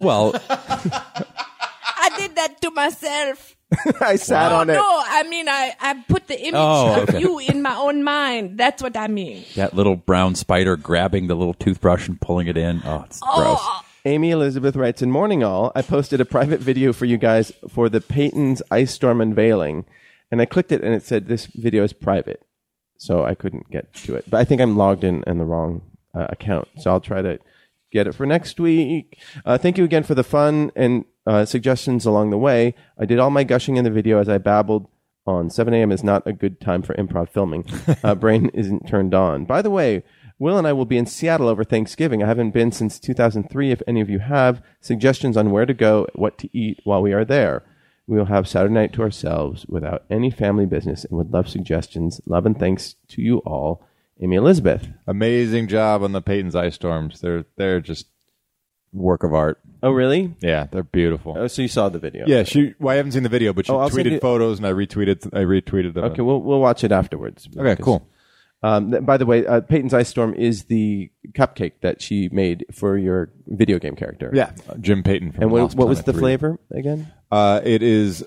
Speaker 3: Well,
Speaker 4: I did that to myself.
Speaker 2: I sat
Speaker 4: Oh
Speaker 2: on it.
Speaker 4: no, I mean I, I put the image
Speaker 3: Oh,
Speaker 4: of
Speaker 3: okay.
Speaker 4: you in my own mind. That's what I mean.
Speaker 3: that little brown spider grabbing the little toothbrush and pulling it in. Oh, it's gross.
Speaker 2: Amy Elizabeth writes in Morning All, I posted a private video for you guys for the Peyton's Ice Storm unveiling, and I clicked it and it said this video is private, so I couldn't get to it. But I think I'm logged in in the wrong uh, account, so I'll try to get it for next week. Uh, thank you again for the fun and uh, suggestions along the way. I did all my gushing in the video as I babbled. On 7 a.m. is not a good time for improv filming. Uh, brain isn't turned on. By the way, Will and I will be in Seattle over Thanksgiving. I haven't been since 2003. If any of you have suggestions on where to go, what to eat while we are there, we will have Saturday night to ourselves without any family business and would love suggestions. Love and thanks to you all, Amy Elizabeth.
Speaker 1: Amazing job on the Peyton's Ice Storms. They're they're just work of art.
Speaker 2: Oh, really?
Speaker 1: Yeah, they're beautiful.
Speaker 2: Oh, so you saw the video?
Speaker 1: yeah, she. Well, I haven't seen the video, but she
Speaker 2: Oh, I'll send
Speaker 1: tweeted
Speaker 2: you-
Speaker 1: photos, and I retweeted. I retweeted them.
Speaker 2: Okay, we'll, we'll watch it afterwards.
Speaker 1: Okay, cool.
Speaker 2: Um, th- by the way, uh, Peyton's Ice Storm is the cupcake that she made for your video game character.
Speaker 1: Yeah, Jim Peyton. From
Speaker 2: And what,
Speaker 1: Lost
Speaker 2: what was
Speaker 1: Planet
Speaker 2: the
Speaker 1: 3.
Speaker 2: flavor again?
Speaker 1: Uh, it is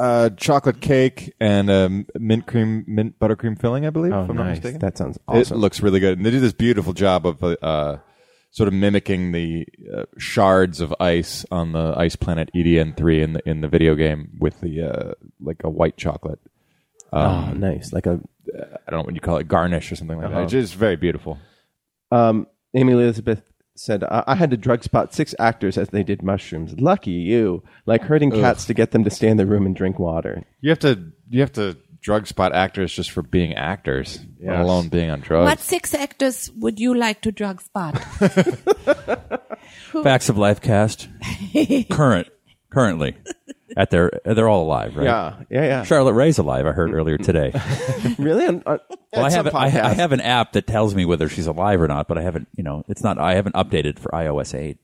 Speaker 1: uh, chocolate cake and um, mint cream, mint buttercream filling, I believe. if I'm not mistaken.
Speaker 2: That sounds
Speaker 1: It
Speaker 2: Oh, awesome.
Speaker 1: looks really good, and they do this beautiful job of uh, uh, sort of mimicking the uh, shards of ice on the ice planet EDN three in the in the video game with the uh, like a white chocolate. Ah,
Speaker 2: oh, nice. Like a
Speaker 1: I don't know what you call it, garnish or something like
Speaker 2: Uh-huh.
Speaker 1: that. It's just very beautiful.
Speaker 2: Um, Amy Elizabeth said, I-, I had to drug spot six actors as they did mushrooms. Lucky you. Like herding cats to get them to stay in the room and drink water.
Speaker 1: You have to you have to drug spot actors just for being actors, let
Speaker 2: Yes.
Speaker 1: alone being on drugs.
Speaker 4: What six actors would you like to drug
Speaker 1: [laughs]
Speaker 4: spot?
Speaker 3: Facts of Life cast. Current, currently, at their they're all alive, right?
Speaker 2: Yeah, yeah, yeah.
Speaker 3: Charlotte Ray's alive. I heard earlier [laughs] today.
Speaker 2: Really? On, on,
Speaker 3: Well, I
Speaker 2: it's a
Speaker 3: have, I, I
Speaker 2: podcast.
Speaker 3: have an app that tells me whether she's alive or not, but I haven't, you know, it's not, I haven't updated for iOS 8.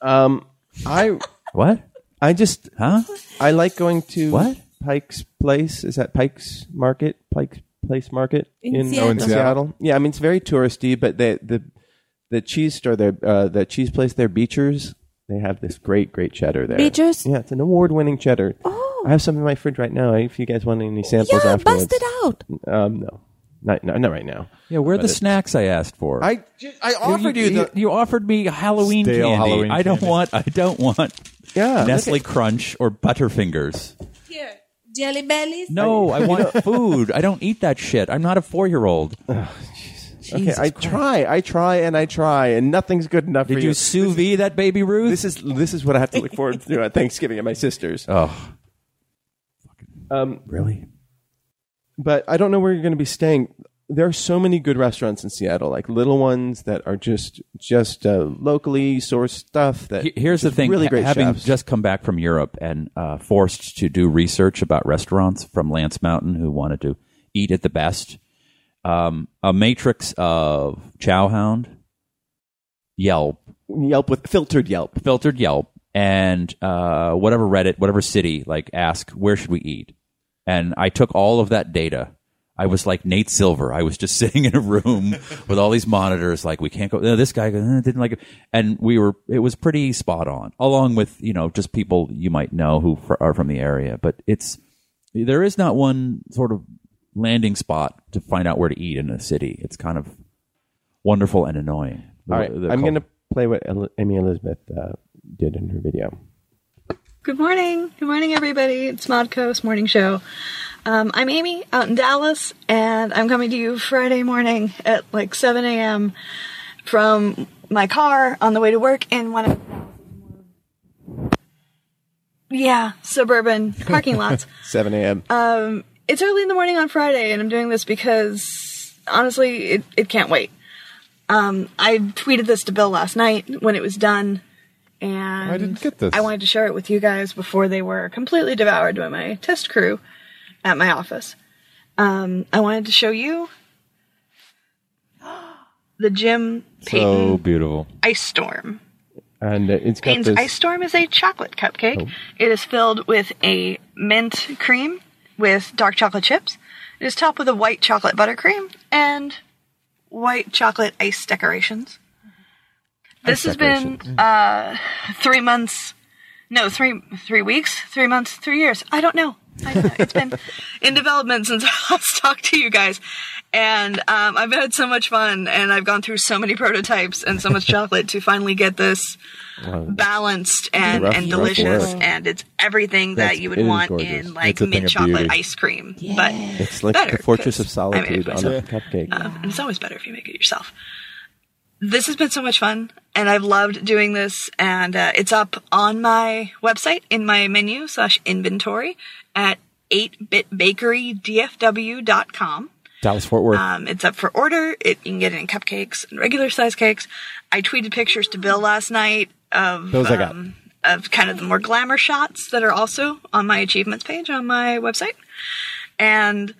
Speaker 2: Um, I,
Speaker 3: What?
Speaker 2: I just,
Speaker 3: Huh?
Speaker 2: I like going to
Speaker 3: What?
Speaker 2: Pike's Place. Is that Pike's Market? Pike's Place Market
Speaker 4: In
Speaker 1: Oh, in
Speaker 4: Seattle.
Speaker 1: Seattle.
Speaker 2: Yeah, I mean it's very touristy, but the the the cheese store, there, uh, the cheese place, there, Beechers. They have this great, great cheddar there.
Speaker 4: Beechers?
Speaker 2: Yeah, it's an award-winning cheddar. Oh. I have some in my fridge right now. If you guys want any samples
Speaker 4: yeah,
Speaker 2: afterwards,
Speaker 4: bust it out.
Speaker 2: Um, no, not, no, not right now.
Speaker 3: Yeah, where are the snacks I asked for?
Speaker 2: I just, I offered you, the
Speaker 3: you offered me Halloween
Speaker 1: Stale
Speaker 3: candy.
Speaker 1: Halloween
Speaker 3: I don't
Speaker 1: candy.
Speaker 3: want. I don't want.
Speaker 2: [laughs] Yeah, look
Speaker 3: Nestle
Speaker 2: at-
Speaker 3: Crunch or Butterfingers.
Speaker 4: Here, jelly bellies.
Speaker 3: No, I want
Speaker 2: [laughs]
Speaker 3: food. I don't eat that shit. I'm not a four year old.
Speaker 2: okay, I try, I try, and I try, and nothing's good enough for
Speaker 3: Did
Speaker 2: you.
Speaker 3: you sous vide that baby Ruth?
Speaker 2: this is this is what I have [laughs] to look forward to at Thanksgiving at my sister's.
Speaker 3: oh,
Speaker 2: Really? But I don't know where you're going to be staying. There are so many good restaurants in Seattle, like little ones that are just just uh, locally sourced stuff. That
Speaker 3: He- here's the
Speaker 2: just
Speaker 3: thing
Speaker 2: really
Speaker 3: ha-
Speaker 2: great
Speaker 3: having
Speaker 2: chefs.
Speaker 3: just come back from europe and uh, forced to do research about restaurants from lance mountain who wanted to eat at the best. Um, a matrix of Chowhound, Yelp,
Speaker 2: Yelp with filtered Yelp.
Speaker 3: filtered Yelp, and uh, whatever Reddit, whatever city, like ask where should we eat, and I took all of that data. I was like Nate Silver. I was just [laughs] sitting in a room with all these monitors. Like we can't go. No, this guy goes, "Eh, didn't like it, and we were. It was pretty spot on, along with you know just people you might know who fr- are from the area. But it's there is not one sort of landing spot to find out where to eat in a city. It's kind of wonderful and annoying.
Speaker 2: All right,
Speaker 3: The- the
Speaker 2: I'm
Speaker 3: cul-
Speaker 2: going to play what El- Amy Elizabeth uh, did in her video.
Speaker 6: Good morning. Good morning, everybody. It's Modco's morning show. Um, I'm Amy out in Dallas, and I'm coming to you Friday morning at like 7 a.m. from my car on the way to work in one of. Yeah, suburban parking lots.
Speaker 2: 7 a.m.
Speaker 6: it's early in the morning on Friday, and I'm doing this because honestly, it, it can't wait. Um, I tweeted this to Bill last night when it was done, and
Speaker 1: I didn't get this.
Speaker 6: I wanted to share it with you guys before they were completely devoured by my test crew at my office. Um, I wanted to show you [gasps] the Jim Payton
Speaker 1: so beautiful.
Speaker 6: Ice Storm.
Speaker 2: and uh, it's got
Speaker 6: Payne's
Speaker 2: this.
Speaker 6: Ice Storm is a chocolate cupcake. It is filled with a mint cream with dark chocolate chips. It is topped with a white chocolate buttercream and white chocolate ice decorations. This has been uh, three months. No, three three weeks, three months, three years. I don't know. I don't know. It's been [laughs] in development since [laughs] I last talked to you guys, and um, I've had so much fun, and I've gone through so many prototypes and so [laughs] much chocolate to finally get this balanced and,
Speaker 2: rough-
Speaker 6: and
Speaker 2: rough
Speaker 6: delicious,
Speaker 2: work.
Speaker 6: and it's everything that
Speaker 2: That's-
Speaker 6: you
Speaker 2: it
Speaker 6: would
Speaker 2: is
Speaker 6: want
Speaker 2: gorgeous.
Speaker 6: in like
Speaker 1: It's a thing
Speaker 6: mint
Speaker 1: of
Speaker 6: chocolate
Speaker 1: beauty.
Speaker 6: ice cream, but
Speaker 2: it's like
Speaker 6: better, [laughs]
Speaker 2: the Fortress
Speaker 6: 'cause
Speaker 2: of
Speaker 6: I made it
Speaker 2: Solitude on a
Speaker 6: myself.
Speaker 2: cupcake.
Speaker 6: [laughs] Um, and it's always better if you make it yourself. This has been so much fun, and I've loved doing this. And uh, it's up on my website in my menu slash inventory at 8bitbakerydfw.com.
Speaker 2: Dallas Fort Worth.
Speaker 6: Um, it's up for order. It, you can get it in cupcakes and regular size cakes. I tweeted pictures to Bill last night of
Speaker 2: Those I got.
Speaker 6: um, of kind of the more glamour shots that are also on my achievements page on my website, and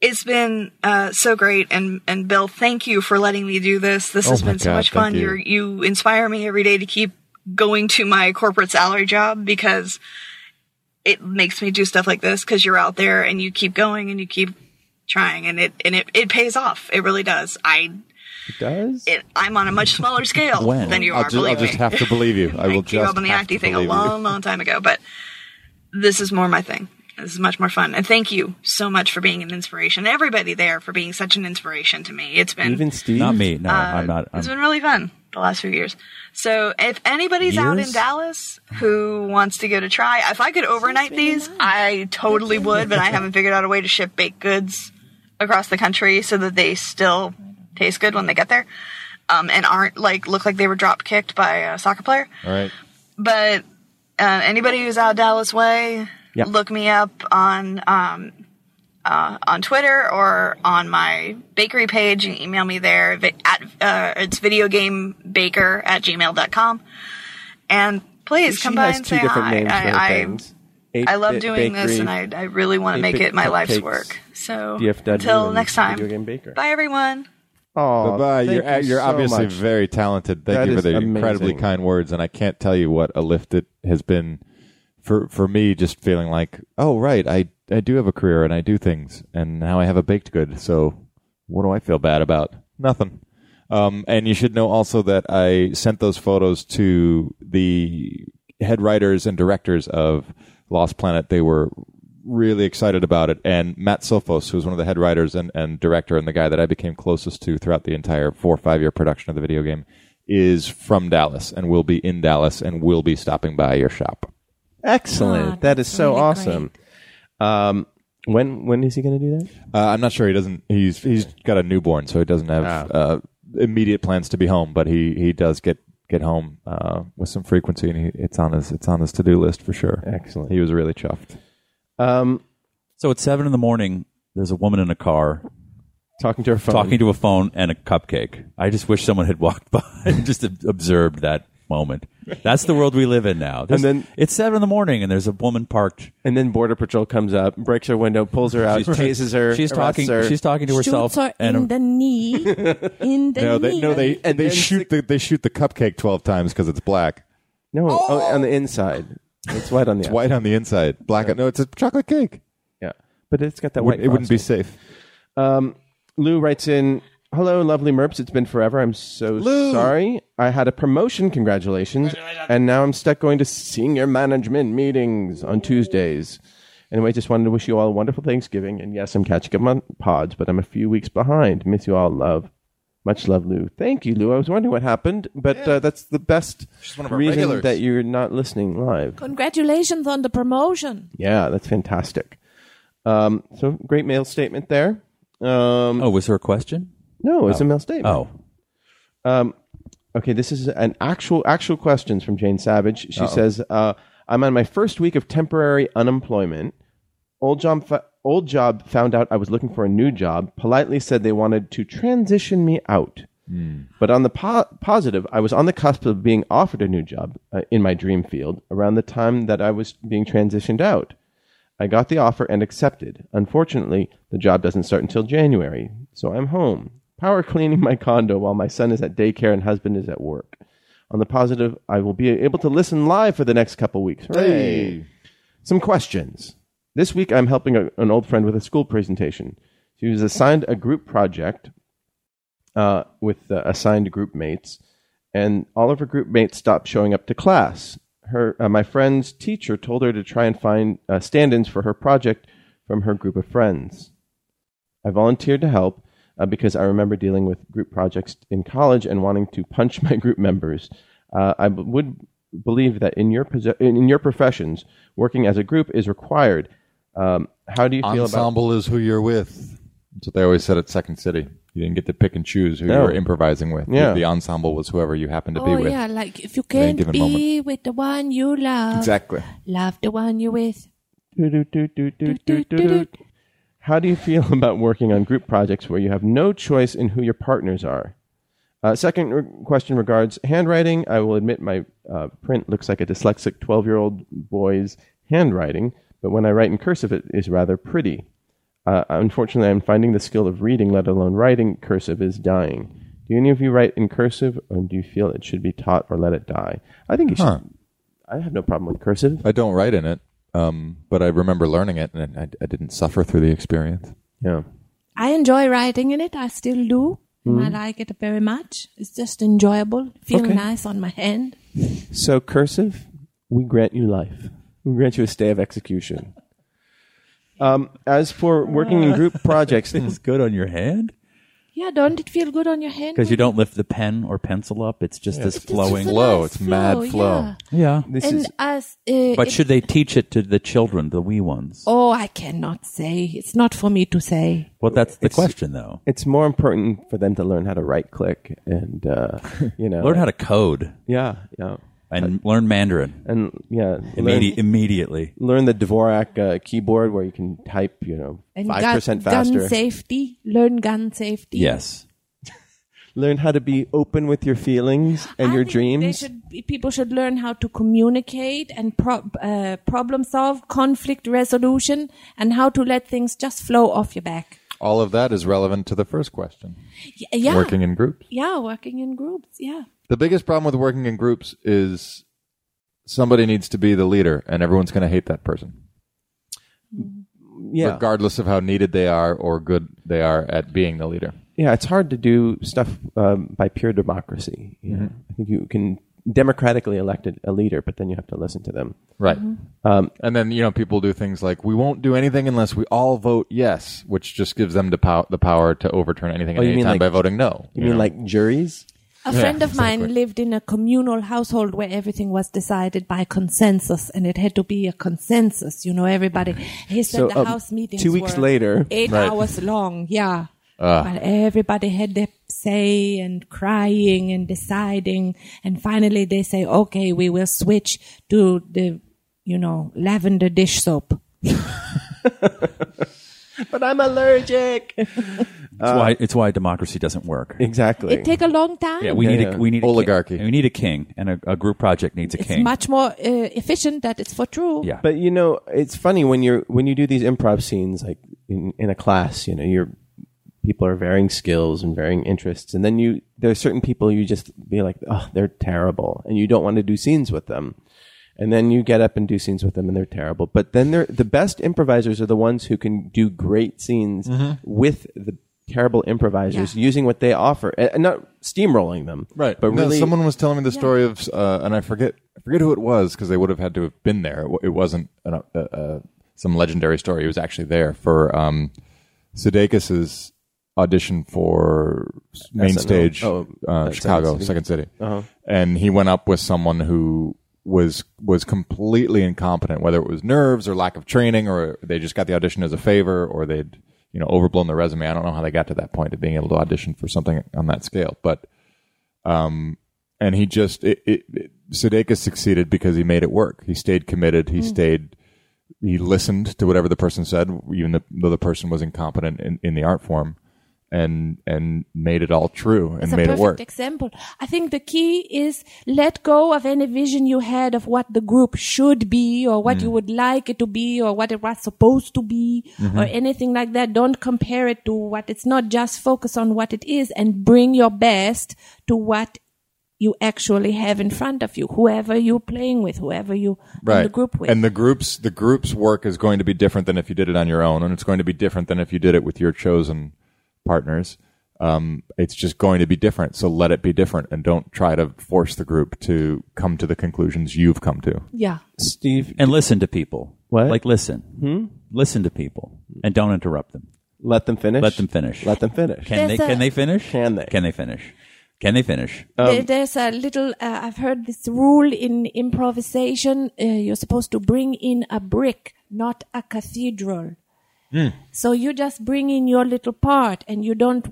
Speaker 6: it's been uh, so great. And and Bill, thank you for letting me do this. This has
Speaker 1: Oh my
Speaker 6: been so
Speaker 1: God,
Speaker 6: much
Speaker 1: thank
Speaker 6: fun.
Speaker 1: you.
Speaker 6: You're, you inspire me every day to keep going to my corporate salary job because it makes me do stuff like this because you're out there and you keep going and you keep trying and it and it, it pays off. It really does. I
Speaker 2: it does.
Speaker 6: it, I'm on a much smaller scale
Speaker 3: When?
Speaker 6: than you
Speaker 1: I'll,
Speaker 6: are.
Speaker 1: ju- I'll
Speaker 6: believe
Speaker 1: just
Speaker 6: me.
Speaker 1: have to believe
Speaker 6: [laughs]
Speaker 1: you. I will
Speaker 6: I gave
Speaker 1: just
Speaker 6: up on the
Speaker 1: have to
Speaker 6: acting thing a
Speaker 1: believe you.
Speaker 6: long, long time ago, but this is more my thing. This is much more fun. And thank you so much for being an inspiration. Everybody there for being such an inspiration to me. It's been
Speaker 2: Even Steve.
Speaker 3: Not me. No,
Speaker 6: uh,
Speaker 3: I'm not. I'm,
Speaker 1: um,
Speaker 6: it's been really fun the last few years. So if anybody's out
Speaker 3: Years?
Speaker 6: in Dallas who wants to go to try, if I could overnight these, I totally would, but I haven't figured out a way to ship baked goods across the country so that they still taste good when they get there. Um, and aren't like look like they were drop kicked by a soccer player.
Speaker 1: All right.
Speaker 6: But uh, anybody who's out Dallas way,
Speaker 2: Yep.
Speaker 6: look me up on um, uh, on Twitter or on my bakery page and email me there vi- at uh, it's videogamebaker at gmail.com. And please come
Speaker 2: she
Speaker 6: by
Speaker 2: has
Speaker 6: and
Speaker 2: two
Speaker 6: say
Speaker 2: different
Speaker 6: hi.
Speaker 2: names for her
Speaker 6: I,
Speaker 2: things. Eight
Speaker 6: I, I love
Speaker 2: Bit
Speaker 6: doing this and
Speaker 2: Bakery,
Speaker 6: I, I really want to make
Speaker 2: Bit
Speaker 6: it my life's
Speaker 2: Cupcakes,
Speaker 6: work. So
Speaker 2: DFW,
Speaker 6: until
Speaker 2: and
Speaker 6: next time,
Speaker 2: Video Game Baker.
Speaker 6: bye everyone.
Speaker 2: Aw,
Speaker 1: Bye-bye.
Speaker 2: thank
Speaker 1: You're,
Speaker 2: you
Speaker 1: you're
Speaker 2: so
Speaker 1: obviously
Speaker 2: much.
Speaker 1: very talented. Thank
Speaker 2: That
Speaker 1: you for
Speaker 2: is
Speaker 1: the incredibly
Speaker 2: amazing.
Speaker 1: kind words, and I can't tell you what a lift it has been for for me. Just feeling like, oh right, I I do have a career and I do things, and now I have a baked good. So what do I feel bad about? Nothing. Um, and you should know also that I sent those photos to the head writers and directors of Lost Planet. They were really excited about it. And Matt Sophos, who was one of the head writers and, and director and the guy that I became closest to throughout the entire four or five year production of the video game, is from Dallas and will be in Dallas and will be stopping by your shop.
Speaker 2: excellent.
Speaker 4: Aw,
Speaker 2: that is
Speaker 4: that's
Speaker 2: so
Speaker 4: really
Speaker 2: awesome. Um, when when is he going to do that?
Speaker 1: Uh, I'm not sure he doesn't. He's he's got a newborn, so he doesn't
Speaker 2: Ah.
Speaker 1: have uh, immediate plans to be home. But he, he does get get home uh, with some frequency, and he, it's on his it's on his to do list for sure.
Speaker 2: Excellent.
Speaker 1: He was really chuffed.
Speaker 2: Um,
Speaker 3: So at seven in the morning, there's a woman in a car
Speaker 2: talking to her phone.
Speaker 3: [laughs] talking to a phone and a cupcake. I just wish someone had walked by and just ob- observed that moment. That's the world we live in now. There's-
Speaker 2: then-
Speaker 3: it's seven in the morning, and there's a woman parked.
Speaker 2: And then border patrol comes up, breaks her window, pulls her out, chases her.
Speaker 3: She's
Speaker 2: arrests
Speaker 3: talking.
Speaker 2: her.
Speaker 3: She's talking to herself.
Speaker 4: Shoots her
Speaker 3: and
Speaker 4: in
Speaker 1: [laughs]
Speaker 4: the knee. In the
Speaker 1: No, they
Speaker 4: knee.
Speaker 1: no they
Speaker 2: And
Speaker 1: they
Speaker 2: then
Speaker 1: shoot the they shoot the cupcake twelve times because it's black.
Speaker 2: no oh, on the inside. It's white on the
Speaker 1: It's white on the inside, black. No, it's a chocolate cake.
Speaker 2: Yeah, but it's got that
Speaker 1: Wouldn't-
Speaker 2: white.
Speaker 1: it wouldn't be
Speaker 2: frosting.
Speaker 1: safe.
Speaker 2: Lou writes in. Hello, lovely Merps. It's been forever. I'm so sorry. I had a promotion. Congratulations. And now I'm stuck going to senior management meetings on Tuesdays. Anyway, just wanted to wish you all a wonderful Thanksgiving. And yes, I'm catching up on pods, but I'm a few weeks behind. Miss you all. Love. Much love, Lou. Thank you, Lou. I was wondering what happened, but uh, that's the best
Speaker 1: one of our
Speaker 2: reason
Speaker 1: regulars.
Speaker 2: that you're not listening live.
Speaker 4: Congratulations on the promotion.
Speaker 2: Yeah, that's fantastic. Um, so great mail statement there. Um,
Speaker 3: oh, was her a question?
Speaker 2: No, it's a mail statement.
Speaker 3: Oh,
Speaker 2: Okay, this is an actual actual questions from Jane Savage. She says, uh, "I'm on my first week of temporary unemployment. Old job, fo- old job found out I was looking for a new job. Politely said they wanted to transition me out. But on the po- positive, I was on the cusp of being offered a new job uh, in my dream field around the time that I was being transitioned out. I got the offer and accepted. Unfortunately, the job doesn't start until January, so I'm home, power cleaning my condo while my son is at daycare and husband is at work. On the positive, I will be able to listen live for the next couple weeks. Hooray. Some questions. This week, I'm helping a, an old friend with a school presentation. She was assigned a group project uh, with uh, assigned group mates, and all of her group mates stopped showing up to class. Her, uh, my friend's teacher told her to try and find uh, stand-ins for her project from her group of friends. I volunteered to help uh, because I remember dealing with group projects in college and wanting to punch [laughs] my group members. Uh, I b- would believe that in your posi- in in your professions, working as a group is required. Um, how do you feel about
Speaker 1: Ensemble is who you're with. That's what they always said at Second City. You didn't get to pick and choose who
Speaker 2: No.
Speaker 1: you were improvising with.
Speaker 2: Yeah.
Speaker 1: The ensemble was whoever you happened to be
Speaker 4: oh
Speaker 1: with.
Speaker 4: yeah, like if you
Speaker 1: any
Speaker 4: can't
Speaker 1: given
Speaker 4: be
Speaker 1: moment.
Speaker 4: with the one you love,
Speaker 1: Exactly.
Speaker 4: love the one you're with.
Speaker 2: How do you feel [laughs] about working on group projects where you have no choice in who your partners are? Uh, second re- question regards handwriting. I will admit my uh, print looks like a dyslexic 12 year old boy's handwriting, but when I write in cursive, it is rather pretty. Uh, unfortunately, I'm finding the skill of reading, let alone writing cursive, is dying. Do any of you write in cursive, or do you feel it should be taught or let it die? I think you
Speaker 1: Huh.
Speaker 2: should. I have no problem with cursive.
Speaker 1: I don't write in it, um, but I remember learning it, and I, I didn't suffer through the experience.
Speaker 2: Yeah.
Speaker 4: I enjoy writing in it. I still do.
Speaker 1: Hmm.
Speaker 4: And I like it very much. It's just enjoyable. Feel
Speaker 2: Okay.
Speaker 4: nice on my hand.
Speaker 2: So cursive, we grant you life. We grant you a stay of execution. Um, as for working in
Speaker 3: [laughs]
Speaker 2: group projects,
Speaker 3: it's good on your hand
Speaker 4: Yeah, don't it feel good on your hand?
Speaker 3: because you don't lift the pen or pencil up. It's just this
Speaker 4: It's just a
Speaker 3: flowing.
Speaker 1: fl- Flow, it's mad flow.
Speaker 4: yeah.
Speaker 3: yeah,
Speaker 2: this
Speaker 4: And
Speaker 2: is
Speaker 4: as uh,
Speaker 3: but
Speaker 4: it-
Speaker 3: should they teach it to the children, the wee ones?
Speaker 4: oh, I cannot say. It's not for me to say.
Speaker 3: Well, that's the question, though.
Speaker 2: it's more important for them to learn how to right click and uh, you know
Speaker 3: Learn how to code
Speaker 2: yeah yeah
Speaker 3: and learn Mandarin
Speaker 2: and yeah Uh, learn,
Speaker 3: immedi- immediately.
Speaker 2: learn the Dvorak uh, keyboard where you can type you know
Speaker 4: And
Speaker 2: five
Speaker 4: gun-
Speaker 2: percent
Speaker 4: Gun
Speaker 2: faster.
Speaker 4: safety. Learn gun safety.
Speaker 3: Yes.
Speaker 2: learn how to be open with your feelings and
Speaker 4: I
Speaker 2: your
Speaker 4: think They
Speaker 2: dreams.
Speaker 4: should, people should learn how to communicate and pro, uh, problem solve, conflict resolution, and how to let things just flow off your back.
Speaker 1: All of that is relevant to the first question.
Speaker 4: Y- yeah,
Speaker 1: Working in groups.
Speaker 4: yeah, working in groups. Yeah,
Speaker 1: The biggest problem with working in groups is somebody needs to be the leader, and everyone's going to hate that person,
Speaker 2: yeah,
Speaker 1: regardless of how needed they are or good they are at being the leader.
Speaker 2: yeah, it's hard to do stuff um, by pure democracy. You know? I think you can democratically elect a, a leader, but then you have to listen to them.
Speaker 1: Right.
Speaker 2: Mm-hmm.
Speaker 1: Um, and then, you know, people do things like, we won't do anything unless we all vote yes, which just gives them the, pow- the power to overturn anything at
Speaker 2: Oh, you
Speaker 1: any
Speaker 2: mean
Speaker 1: time
Speaker 2: like-
Speaker 1: by voting no.
Speaker 2: You mean
Speaker 1: know?
Speaker 2: like juries?
Speaker 4: a friend of mine
Speaker 1: exactly.
Speaker 4: lived in a communal household where everything was decided by consensus, and it had to be a consensus. You know, everybody. He said the
Speaker 2: um,
Speaker 4: house meetings
Speaker 2: two weeks
Speaker 4: were
Speaker 2: later- Ah.
Speaker 4: eight
Speaker 1: Right.
Speaker 4: hours long. Yeah. but everybody had their say and crying and deciding, and finally they say, "Okay, we will switch to the, you know, lavender dish soap."
Speaker 2: But I'm allergic.
Speaker 3: It's why it's why democracy doesn't work.
Speaker 2: [laughs] Exactly.
Speaker 4: It take a long time.
Speaker 3: Yeah, we need
Speaker 2: yeah.
Speaker 3: a we need a
Speaker 1: Oligarchy.
Speaker 3: King. We need a king, and a, a group project needs a
Speaker 4: it's
Speaker 3: king.
Speaker 4: much more uh, efficient that it's for true.
Speaker 3: yeah,
Speaker 2: But you know, it's funny when you're when you do these improv scenes, like in, in a class. You know, your people are varying skills and varying interests, and then you there are certain people you just be like, oh, they're terrible, and you don't want to do scenes with them. And then you get up and do scenes with them, and they're terrible. But then they're the best improvisers are the ones who can do great scenes with the terrible improvisers
Speaker 4: Yeah.
Speaker 2: using what they offer and and not steamrolling them,
Speaker 1: Right,
Speaker 2: But
Speaker 1: No,
Speaker 2: really,
Speaker 1: someone was telling me the story of, uh, and I forget, I forget who it was because they would have had to have been there. It wa- It wasn't an, uh, uh, uh, some legendary story. It was actually there for um, Sudeikis's audition for s- main
Speaker 2: SNL.
Speaker 1: stage,
Speaker 2: Oh,
Speaker 1: uh,
Speaker 2: that
Speaker 1: Chicago,
Speaker 2: Second City.
Speaker 1: Second
Speaker 2: Uh-huh.
Speaker 1: City, and he went up with someone who was was completely incompetent, whether it was nerves or lack of training, or they just got the audition as a favor, or they'd you know overblown their resume. I don't know how they got to that point of being able to audition for something on that scale, but and he just it, it, it Sudeikis succeeded because he made it work. He stayed committed.
Speaker 4: Hmm.
Speaker 1: He stayed. He listened to whatever the person said, even the, though the person was incompetent in, in the art form, and and made it all true and
Speaker 4: It's a
Speaker 1: made it
Speaker 4: perfect
Speaker 1: work.
Speaker 4: example. I think the key is let go of any vision you had of what the group should be or
Speaker 1: Mm.
Speaker 4: what you would like it to be or what it was supposed to be
Speaker 1: Mm-hmm.
Speaker 4: or anything like that. Don't compare it to what it's not. Just focus on what it is and bring your best to what you actually have in front of you, whoever you're playing with, whoever you in the group with.
Speaker 1: And the groups the group's work is going to be different than if you did it on your own, and it's going to be different than if you did it with your chosen partners. Um, it's just going to be different. So let it be different, and don't try to force the group to come to the conclusions you've come to.
Speaker 4: yeah.
Speaker 2: Steve
Speaker 3: and listen to people.
Speaker 2: What? Hmm?
Speaker 3: Like listen, listen to people, and don't interrupt them.
Speaker 2: let them finish.
Speaker 3: Let them finish.
Speaker 2: Let them finish.
Speaker 3: Can
Speaker 4: There's
Speaker 3: they?
Speaker 4: a-
Speaker 3: can they finish?
Speaker 2: Can they?
Speaker 3: Can they finish? Can they finish?
Speaker 4: there, there's a little. Uh, I've heard this rule in improvisation. Uh, you're supposed to bring in a brick, not a cathedral. So you just bring in your little part, and you don't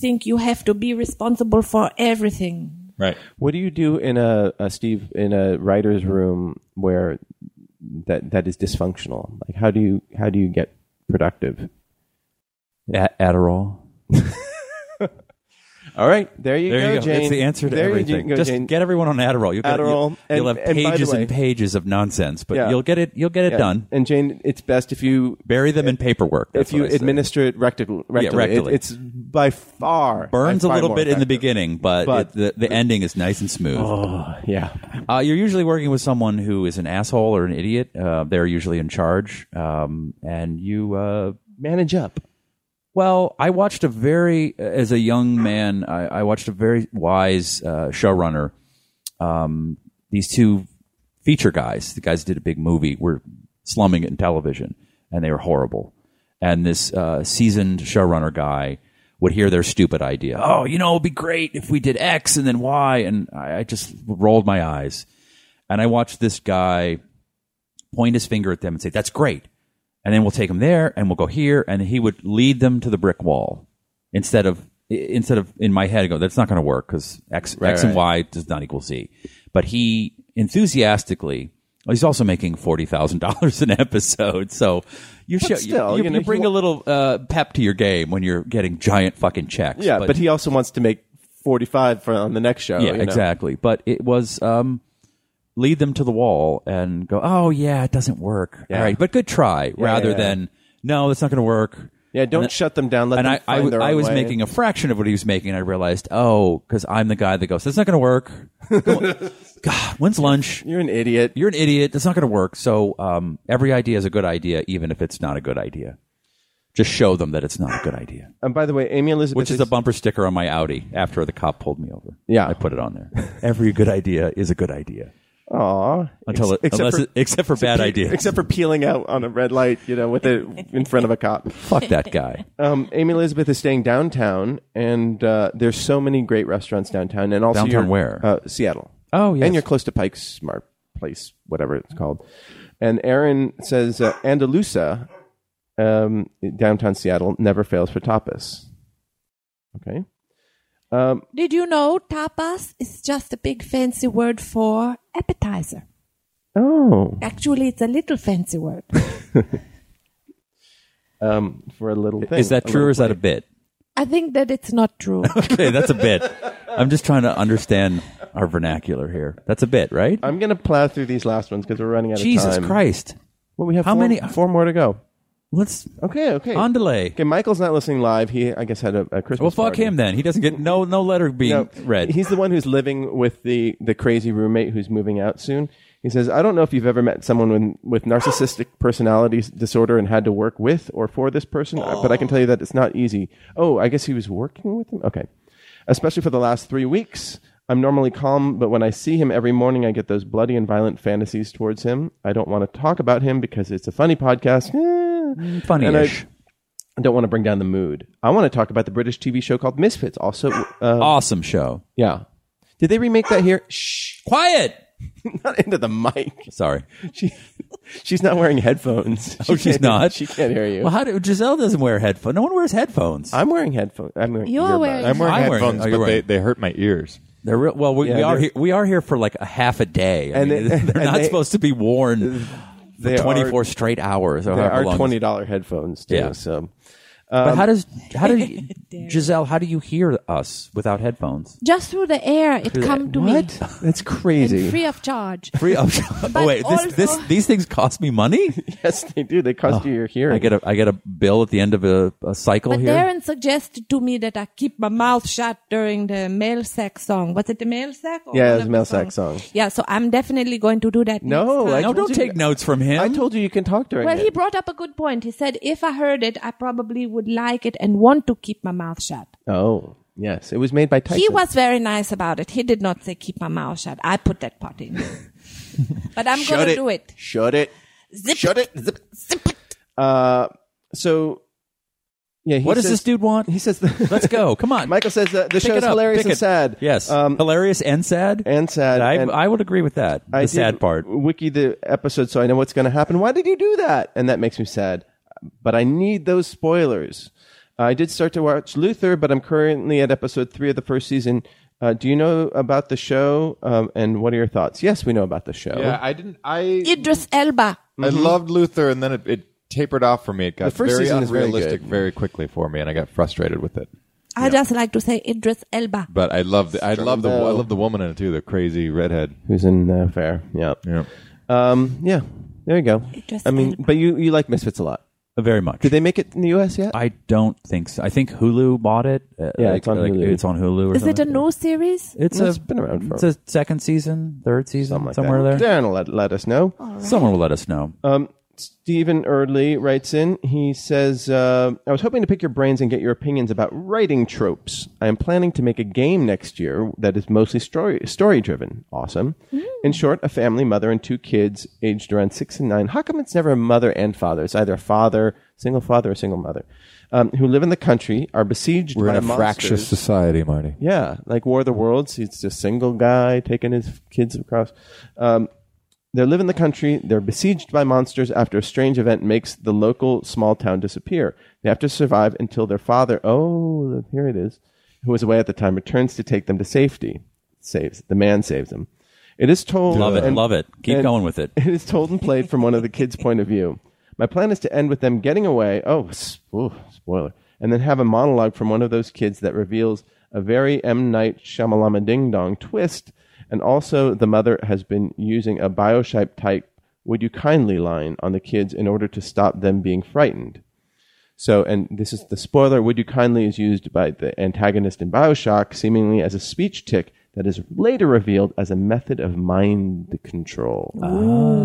Speaker 4: think you have to be responsible for everything.
Speaker 1: Right.
Speaker 2: What do you do in a, a Steve in a writer's room where that that is dysfunctional? Like how do you how do you get productive?
Speaker 3: A- Adderall.
Speaker 2: All right, there you
Speaker 3: There
Speaker 2: go,
Speaker 3: you go.
Speaker 2: Jane.
Speaker 3: It's the answer to
Speaker 2: there
Speaker 3: everything.
Speaker 2: You go,
Speaker 3: Just
Speaker 2: Jane.
Speaker 3: get everyone on Adderall. You'll get,
Speaker 2: Adderall.
Speaker 3: You'll, you'll
Speaker 2: And-
Speaker 3: have
Speaker 2: and by the
Speaker 3: pages and,
Speaker 2: way-
Speaker 3: pages of nonsense, but
Speaker 2: Yeah.
Speaker 3: you'll get it. You'll get it
Speaker 2: Yeah.
Speaker 3: done.
Speaker 2: And Jane, it's best if you
Speaker 3: Bury them in paperwork. That's
Speaker 2: if you
Speaker 3: what I say.
Speaker 2: administer it rectally. rectally.
Speaker 3: Yeah,
Speaker 2: It-
Speaker 3: rectally.
Speaker 2: it's by far
Speaker 3: burns
Speaker 2: by
Speaker 3: a
Speaker 2: far
Speaker 3: little
Speaker 2: more
Speaker 3: bit in the
Speaker 2: effective.
Speaker 3: beginning, but,
Speaker 2: But-
Speaker 3: it, the, the ending is nice and smooth.
Speaker 2: Yeah,
Speaker 3: Uh, you're usually working with someone who is an asshole or an idiot. Uh, they're usually in charge, um, and you. Uh,
Speaker 2: manage up.
Speaker 3: well, I watched a very as a young man. I, I watched a very wise uh, showrunner. Um, these two feature guys, the guys who did a big movie, were slumming it in television, and they were horrible. And this uh, seasoned showrunner guy would hear their stupid idea. Oh, you know, it'd be great if we did X and then Y. And I, I just rolled my eyes, and I watched this guy point his finger at them and say, "That's great." and then we'll take them there and we'll go here and he would lead them to the brick wall instead of i- instead of in my head I go that's not going to work because x x and y does not equal z but he enthusiastically well, he's also making forty thousand dollars an episode so you show
Speaker 2: still,
Speaker 3: you,
Speaker 2: you
Speaker 3: you,
Speaker 2: know,
Speaker 3: you bring
Speaker 2: he-
Speaker 3: a little uh, pep to your game when you're getting giant fucking checks
Speaker 2: Yeah, but, he also wants to make forty five for on the next show.
Speaker 3: yeah,
Speaker 2: Oh, you know?
Speaker 3: exactly. But it was um, lead them to the wall and go, oh yeah, it doesn't work. All right, but good try.
Speaker 2: yeah,
Speaker 3: rather
Speaker 2: yeah.
Speaker 3: than no, it's not going to work.
Speaker 2: Yeah, don't
Speaker 3: And-
Speaker 2: shut them down. Let
Speaker 3: and
Speaker 2: them
Speaker 3: I, I,
Speaker 2: find
Speaker 3: w-
Speaker 2: their
Speaker 3: I
Speaker 2: own
Speaker 3: was
Speaker 2: way.
Speaker 3: making a fraction of what he was making. I realized, oh, because I'm the guy that goes, that's not going to work. Come
Speaker 2: [laughs]
Speaker 3: on. God, when's lunch?
Speaker 2: You're an idiot.
Speaker 3: You're an idiot. That's not going to work. So um, every idea is a good idea, even if it's not a good idea. Just show them that it's not a good idea,
Speaker 2: And by the way, Amy Elizabeth,
Speaker 3: which is a bumper sticker on my Audi after the cop pulled me over.
Speaker 2: Yeah.
Speaker 3: I put it on
Speaker 2: [laughs]
Speaker 3: there. Every good idea is a good idea.
Speaker 2: Aw.
Speaker 3: until it, unless it, except for bad idea. [laughs]
Speaker 2: Except for peeling out on a red light, you know, with it in front of a cop.
Speaker 3: Fuck that guy.
Speaker 2: Um, Amy Elizabeth is staying downtown, and uh, there's so many great restaurants downtown, and also
Speaker 3: Downtown
Speaker 2: you're-
Speaker 3: where?
Speaker 2: Uh, Seattle.
Speaker 3: Oh, yes.
Speaker 2: and you're close to Pike's Smart Place, whatever it's called. And Aaron says uh, Andalusa, um, downtown Seattle, never fails for tapas. Okay. Um,
Speaker 4: Did you know tapas is just a big fancy word for appetizer?
Speaker 2: oh,
Speaker 4: Actually, it's a little fancy word. [laughs]
Speaker 2: um, for a little thing.
Speaker 3: Is that
Speaker 2: a
Speaker 3: true or
Speaker 2: little
Speaker 3: is that a bit?
Speaker 4: I think that it's not true.
Speaker 2: [laughs]
Speaker 3: Okay, that's a bit. I'm just trying to understand our vernacular here. That's a bit, right?
Speaker 2: I'm gonna plow through these last ones because we're running out of
Speaker 3: Jesus
Speaker 2: time.
Speaker 3: Christ.
Speaker 2: Well, we have
Speaker 3: How
Speaker 2: four,
Speaker 3: many-
Speaker 2: Four more to go.
Speaker 3: Let's
Speaker 2: Okay, okay.
Speaker 3: on delay.
Speaker 2: Okay, Michael's not listening live. He, I guess, had a, a Christmas.
Speaker 3: Well, fuck
Speaker 2: party.
Speaker 3: him then. He doesn't get no no letter being
Speaker 2: No,
Speaker 3: read.
Speaker 2: He's the one who's living with the the crazy roommate who's moving out soon. He says, "I don't know if you've ever met someone with, with narcissistic personality s- disorder and had to work with or for this person, uh, but I can tell you that it's not easy." Oh, I guess he was working with him. Okay, especially for the last three weeks. I'm normally calm, but when I see him every morning, I get those bloody and violent fantasies towards him. I don't want to talk about him because it's a funny podcast. Eh. And I-
Speaker 3: Funny-ish.
Speaker 2: I don't want to bring down the mood. I want to talk about the British TV show called Misfits. Also, uh,
Speaker 3: Awesome show.
Speaker 2: yeah. Did they remake that here?
Speaker 3: [laughs]
Speaker 2: Shh,
Speaker 3: Quiet.
Speaker 2: not into the mic.
Speaker 3: Sorry.
Speaker 2: She, she's not wearing headphones.
Speaker 3: Oh,
Speaker 2: She
Speaker 3: she's
Speaker 2: can't-
Speaker 3: not.
Speaker 2: She can't hear you.
Speaker 3: Well, how do Giselle doesn't wear headphones? No one wears headphones.
Speaker 2: I'm wearing headphones. I'm wearing
Speaker 4: You're
Speaker 2: earbuds.
Speaker 4: wearing-
Speaker 1: I'm wearing
Speaker 3: I'm wearing-
Speaker 1: headphones,
Speaker 3: oh, you're
Speaker 1: but they,
Speaker 3: wearing-
Speaker 1: they hurt my ears.
Speaker 3: They're real, well. We,
Speaker 2: Yeah,
Speaker 3: we are
Speaker 2: they're-
Speaker 3: here, we are here for like a half a day. I
Speaker 2: And they-
Speaker 3: mean, [laughs] they're
Speaker 2: and
Speaker 3: not
Speaker 2: they-
Speaker 3: supposed to be worn
Speaker 2: They are-
Speaker 3: twenty four straight hours. Or
Speaker 2: They
Speaker 3: however
Speaker 2: are
Speaker 3: long
Speaker 2: twenty dollar headphones too.
Speaker 3: Yeah.
Speaker 2: So Um,
Speaker 3: But how does how do
Speaker 4: [laughs]
Speaker 3: you- Giselle? How do you hear us without headphones?
Speaker 4: Just through the air, it come to
Speaker 2: what? [laughs] That's
Speaker 4: me
Speaker 2: crazy.
Speaker 4: free of charge.
Speaker 3: Free
Speaker 4: [laughs]
Speaker 3: of oh
Speaker 4: But
Speaker 3: wait, this, this
Speaker 4: also-
Speaker 3: these things cost me
Speaker 2: [laughs]
Speaker 3: money. Oh,
Speaker 2: yes, they do. They cost you your hearing.
Speaker 3: I get a I get a bill at the end of a, a cycle
Speaker 4: But
Speaker 3: here.
Speaker 4: Darren suggested to me that I keep my mouth shut during the male sack song. Was it the male sack? or
Speaker 2: Yeah, it
Speaker 4: one
Speaker 2: was
Speaker 4: of
Speaker 2: male
Speaker 4: the
Speaker 2: sack
Speaker 4: songs?
Speaker 2: song.
Speaker 4: Yeah, so I'm definitely going to do that.
Speaker 2: No,
Speaker 4: next time.
Speaker 2: I
Speaker 3: no,
Speaker 2: told
Speaker 3: don't
Speaker 2: you
Speaker 3: take
Speaker 2: that-
Speaker 3: notes from him.
Speaker 2: I told you you can talk during
Speaker 4: Well,
Speaker 2: it.
Speaker 4: he brought up a good point. He said, if I heard it, I probably would like it and want to keep my mouth shut.
Speaker 2: oh, yes, it was made by Tyson.
Speaker 4: He was very nice about it. He did not say keep my mouth shut. I put that part
Speaker 2: [laughs]
Speaker 4: in. but I'm going to do it.
Speaker 2: Shut it.
Speaker 4: Zip Shut it. Zip, zip it.
Speaker 2: Uh, so yeah, he
Speaker 3: what does
Speaker 2: says-
Speaker 3: this dude want?
Speaker 2: He says, the,
Speaker 3: [laughs] Let's go. Come on,
Speaker 2: Michael says that the
Speaker 3: Pick
Speaker 2: show's
Speaker 3: it up.
Speaker 2: hilarious
Speaker 3: Pick
Speaker 2: and
Speaker 3: it.
Speaker 2: sad.
Speaker 3: Yes,
Speaker 2: Um,
Speaker 3: hilarious and sad.
Speaker 2: and sad.
Speaker 3: I
Speaker 2: and
Speaker 3: I would agree with that.
Speaker 2: I
Speaker 3: the
Speaker 2: did
Speaker 3: sad part.
Speaker 2: Wiki the episode, so I know what's going to happen. Why did you do that? And that makes me sad. But I need those spoilers. Uh, I did start to watch Luther, but I'm currently at episode three of the first season. Uh, do you know about the show? Um, and what are your thoughts? Yes, we know about the show.
Speaker 1: Yeah, I didn't. I
Speaker 4: Idris Elba.
Speaker 1: I loved Luther, and then it, it tapered off for me. It got
Speaker 2: The first
Speaker 1: very
Speaker 2: season is very
Speaker 1: unrealistic
Speaker 2: good.
Speaker 1: very quickly for me, and I got frustrated with it.
Speaker 4: I just like to say Idris Elba.
Speaker 1: But I love the I love the I
Speaker 2: Bell.
Speaker 1: love the woman in it too, the crazy redhead.
Speaker 2: Who's in the affair? Yeah.
Speaker 1: Yeah.
Speaker 2: Um, yeah. There you go.
Speaker 4: Just
Speaker 2: I mean,
Speaker 4: Elba.
Speaker 2: but you, you like Misfits a lot.
Speaker 3: Uh, Very much.
Speaker 2: Did they make it in the U.S. yet?
Speaker 3: I don't think so. I think Hulu bought it. Uh,
Speaker 2: Yeah, it's on Hulu.
Speaker 3: It's on Hulu. Or
Speaker 4: Is it a
Speaker 2: Uh-huh.
Speaker 3: something.
Speaker 4: new series?
Speaker 3: It's,
Speaker 2: It's
Speaker 3: a,
Speaker 2: been around for
Speaker 3: It's a second season, third season,
Speaker 2: Something like
Speaker 3: somewhere
Speaker 2: that.
Speaker 3: there.
Speaker 2: Darren will let, let us know.
Speaker 3: Someone will let us know.
Speaker 2: Um, Stephen Erdley writes in. He says, uh, I was hoping to pick your brains and get your opinions about writing tropes. I am planning to make a game next year that is mostly story, story driven. Awesome. In short, a family, mother, and two kids aged around six and nine. How come it's never a mother and father? It's either a father, single father, or single mother, um, who live in the country, are besieged
Speaker 1: We're in
Speaker 2: by
Speaker 1: a
Speaker 2: monsters.
Speaker 1: fractious society, Marty.
Speaker 2: Yeah, like War of the Worlds. It's a single guy taking his kids across. Um, they live in the country. They're besieged by monsters after a strange event makes the local small town disappear. They have to survive until their father, oh, here it is, who was away at the time, returns to take them to safety. Saves the man saves them. It is told.
Speaker 3: Love it.
Speaker 2: and-
Speaker 3: love it. Keep
Speaker 2: and-
Speaker 3: going with it.
Speaker 2: it is told and played from one of the kids' point of view. My plan is to end with them getting away. Oh, s- ooh, spoiler. And then have a monologue from one of those kids that reveals a very M. Night Shyamalama Ding Dong twist. And also, the mother has been using a Bioshype type would you kindly line on the kids in order to stop them being frightened. So, and this is the spoiler Would You Kindly is used by the antagonist in Bioshock, seemingly as a speech tick that is later revealed as a method of mind control.